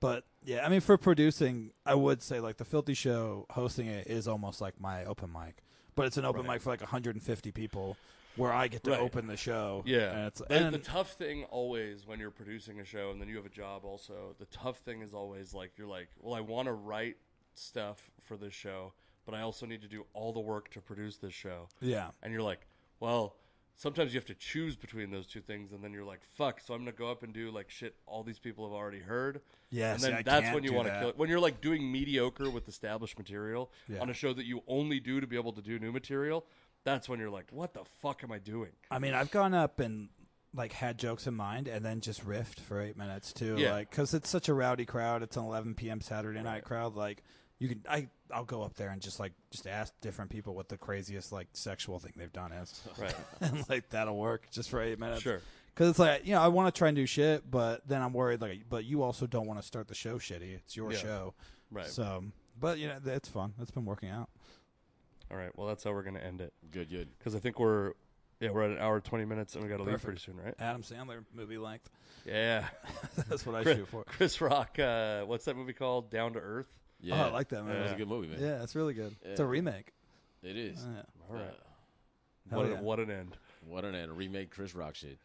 [SPEAKER 2] But yeah, I mean, for producing, I would say like the Filthy Show hosting it is almost like my open mic, but it's an open mic for like 150 people, where I get to
[SPEAKER 1] Right.
[SPEAKER 2] open the show.
[SPEAKER 1] Yeah.
[SPEAKER 2] and it's
[SPEAKER 1] the,
[SPEAKER 2] and
[SPEAKER 1] the tough thing always when you're producing a show and then you have a job also, the tough thing is always like you're like, well, I want to write stuff for this show, but I also need to do all the work to produce this show.
[SPEAKER 2] yeah,
[SPEAKER 1] And you're like, well, sometimes you have to choose between those two things and then you're like, fuck, so I'm going to go up and do like shit all these people have already heard.
[SPEAKER 2] Yeah,
[SPEAKER 1] and
[SPEAKER 2] see,
[SPEAKER 1] then
[SPEAKER 2] I
[SPEAKER 1] that's
[SPEAKER 2] can't
[SPEAKER 1] when you
[SPEAKER 2] do
[SPEAKER 1] want to
[SPEAKER 2] that.
[SPEAKER 1] kill it. When you're like doing mediocre with established material
[SPEAKER 2] Yeah.
[SPEAKER 1] on a show that you only do to be able to do new material, that's when you're like, what the fuck am I doing?
[SPEAKER 2] I mean, I've gone up and like had jokes in mind and then just riffed for eight minutes too.
[SPEAKER 1] Yeah.
[SPEAKER 2] Like, cause it's such a rowdy crowd. It's an 11 p.m. Saturday night crowd. Like, you can I I'll go up there and just like just ask different people what the craziest like sexual thing they've done is,
[SPEAKER 1] Right.
[SPEAKER 2] and like that'll work just for eight minutes.
[SPEAKER 1] Sure.
[SPEAKER 2] Cause it's like you know I want to try new shit, but then I'm worried like but you also don't want to start the show shitty. It's your
[SPEAKER 1] Yeah.
[SPEAKER 2] show,
[SPEAKER 1] Right.
[SPEAKER 2] So, but you know it's fun. It's been working out.
[SPEAKER 1] All right. Well, that's how we're gonna end it
[SPEAKER 3] Good, good.
[SPEAKER 1] because I think we're yeah we're at an hour twenty minutes and we got to leave pretty soon, right?
[SPEAKER 2] Adam Sandler movie length.
[SPEAKER 1] Yeah.
[SPEAKER 2] That's what I
[SPEAKER 1] Chris,
[SPEAKER 2] shoot for.
[SPEAKER 1] Chris Rock. Uh, what's that movie called? Down to Earth.
[SPEAKER 3] Yeah.
[SPEAKER 2] Oh, I like that
[SPEAKER 3] That
[SPEAKER 2] movie.
[SPEAKER 3] was
[SPEAKER 1] Yeah.
[SPEAKER 3] a good movie, man.
[SPEAKER 2] Yeah, it's really good. It's a
[SPEAKER 3] Yeah.
[SPEAKER 2] remake. Oh,
[SPEAKER 3] It is.
[SPEAKER 2] Yeah.
[SPEAKER 1] All right.
[SPEAKER 3] Uh,
[SPEAKER 2] Hell
[SPEAKER 1] what,
[SPEAKER 2] yeah.
[SPEAKER 1] an, what an end.
[SPEAKER 3] what an a remake Chris Rock shit.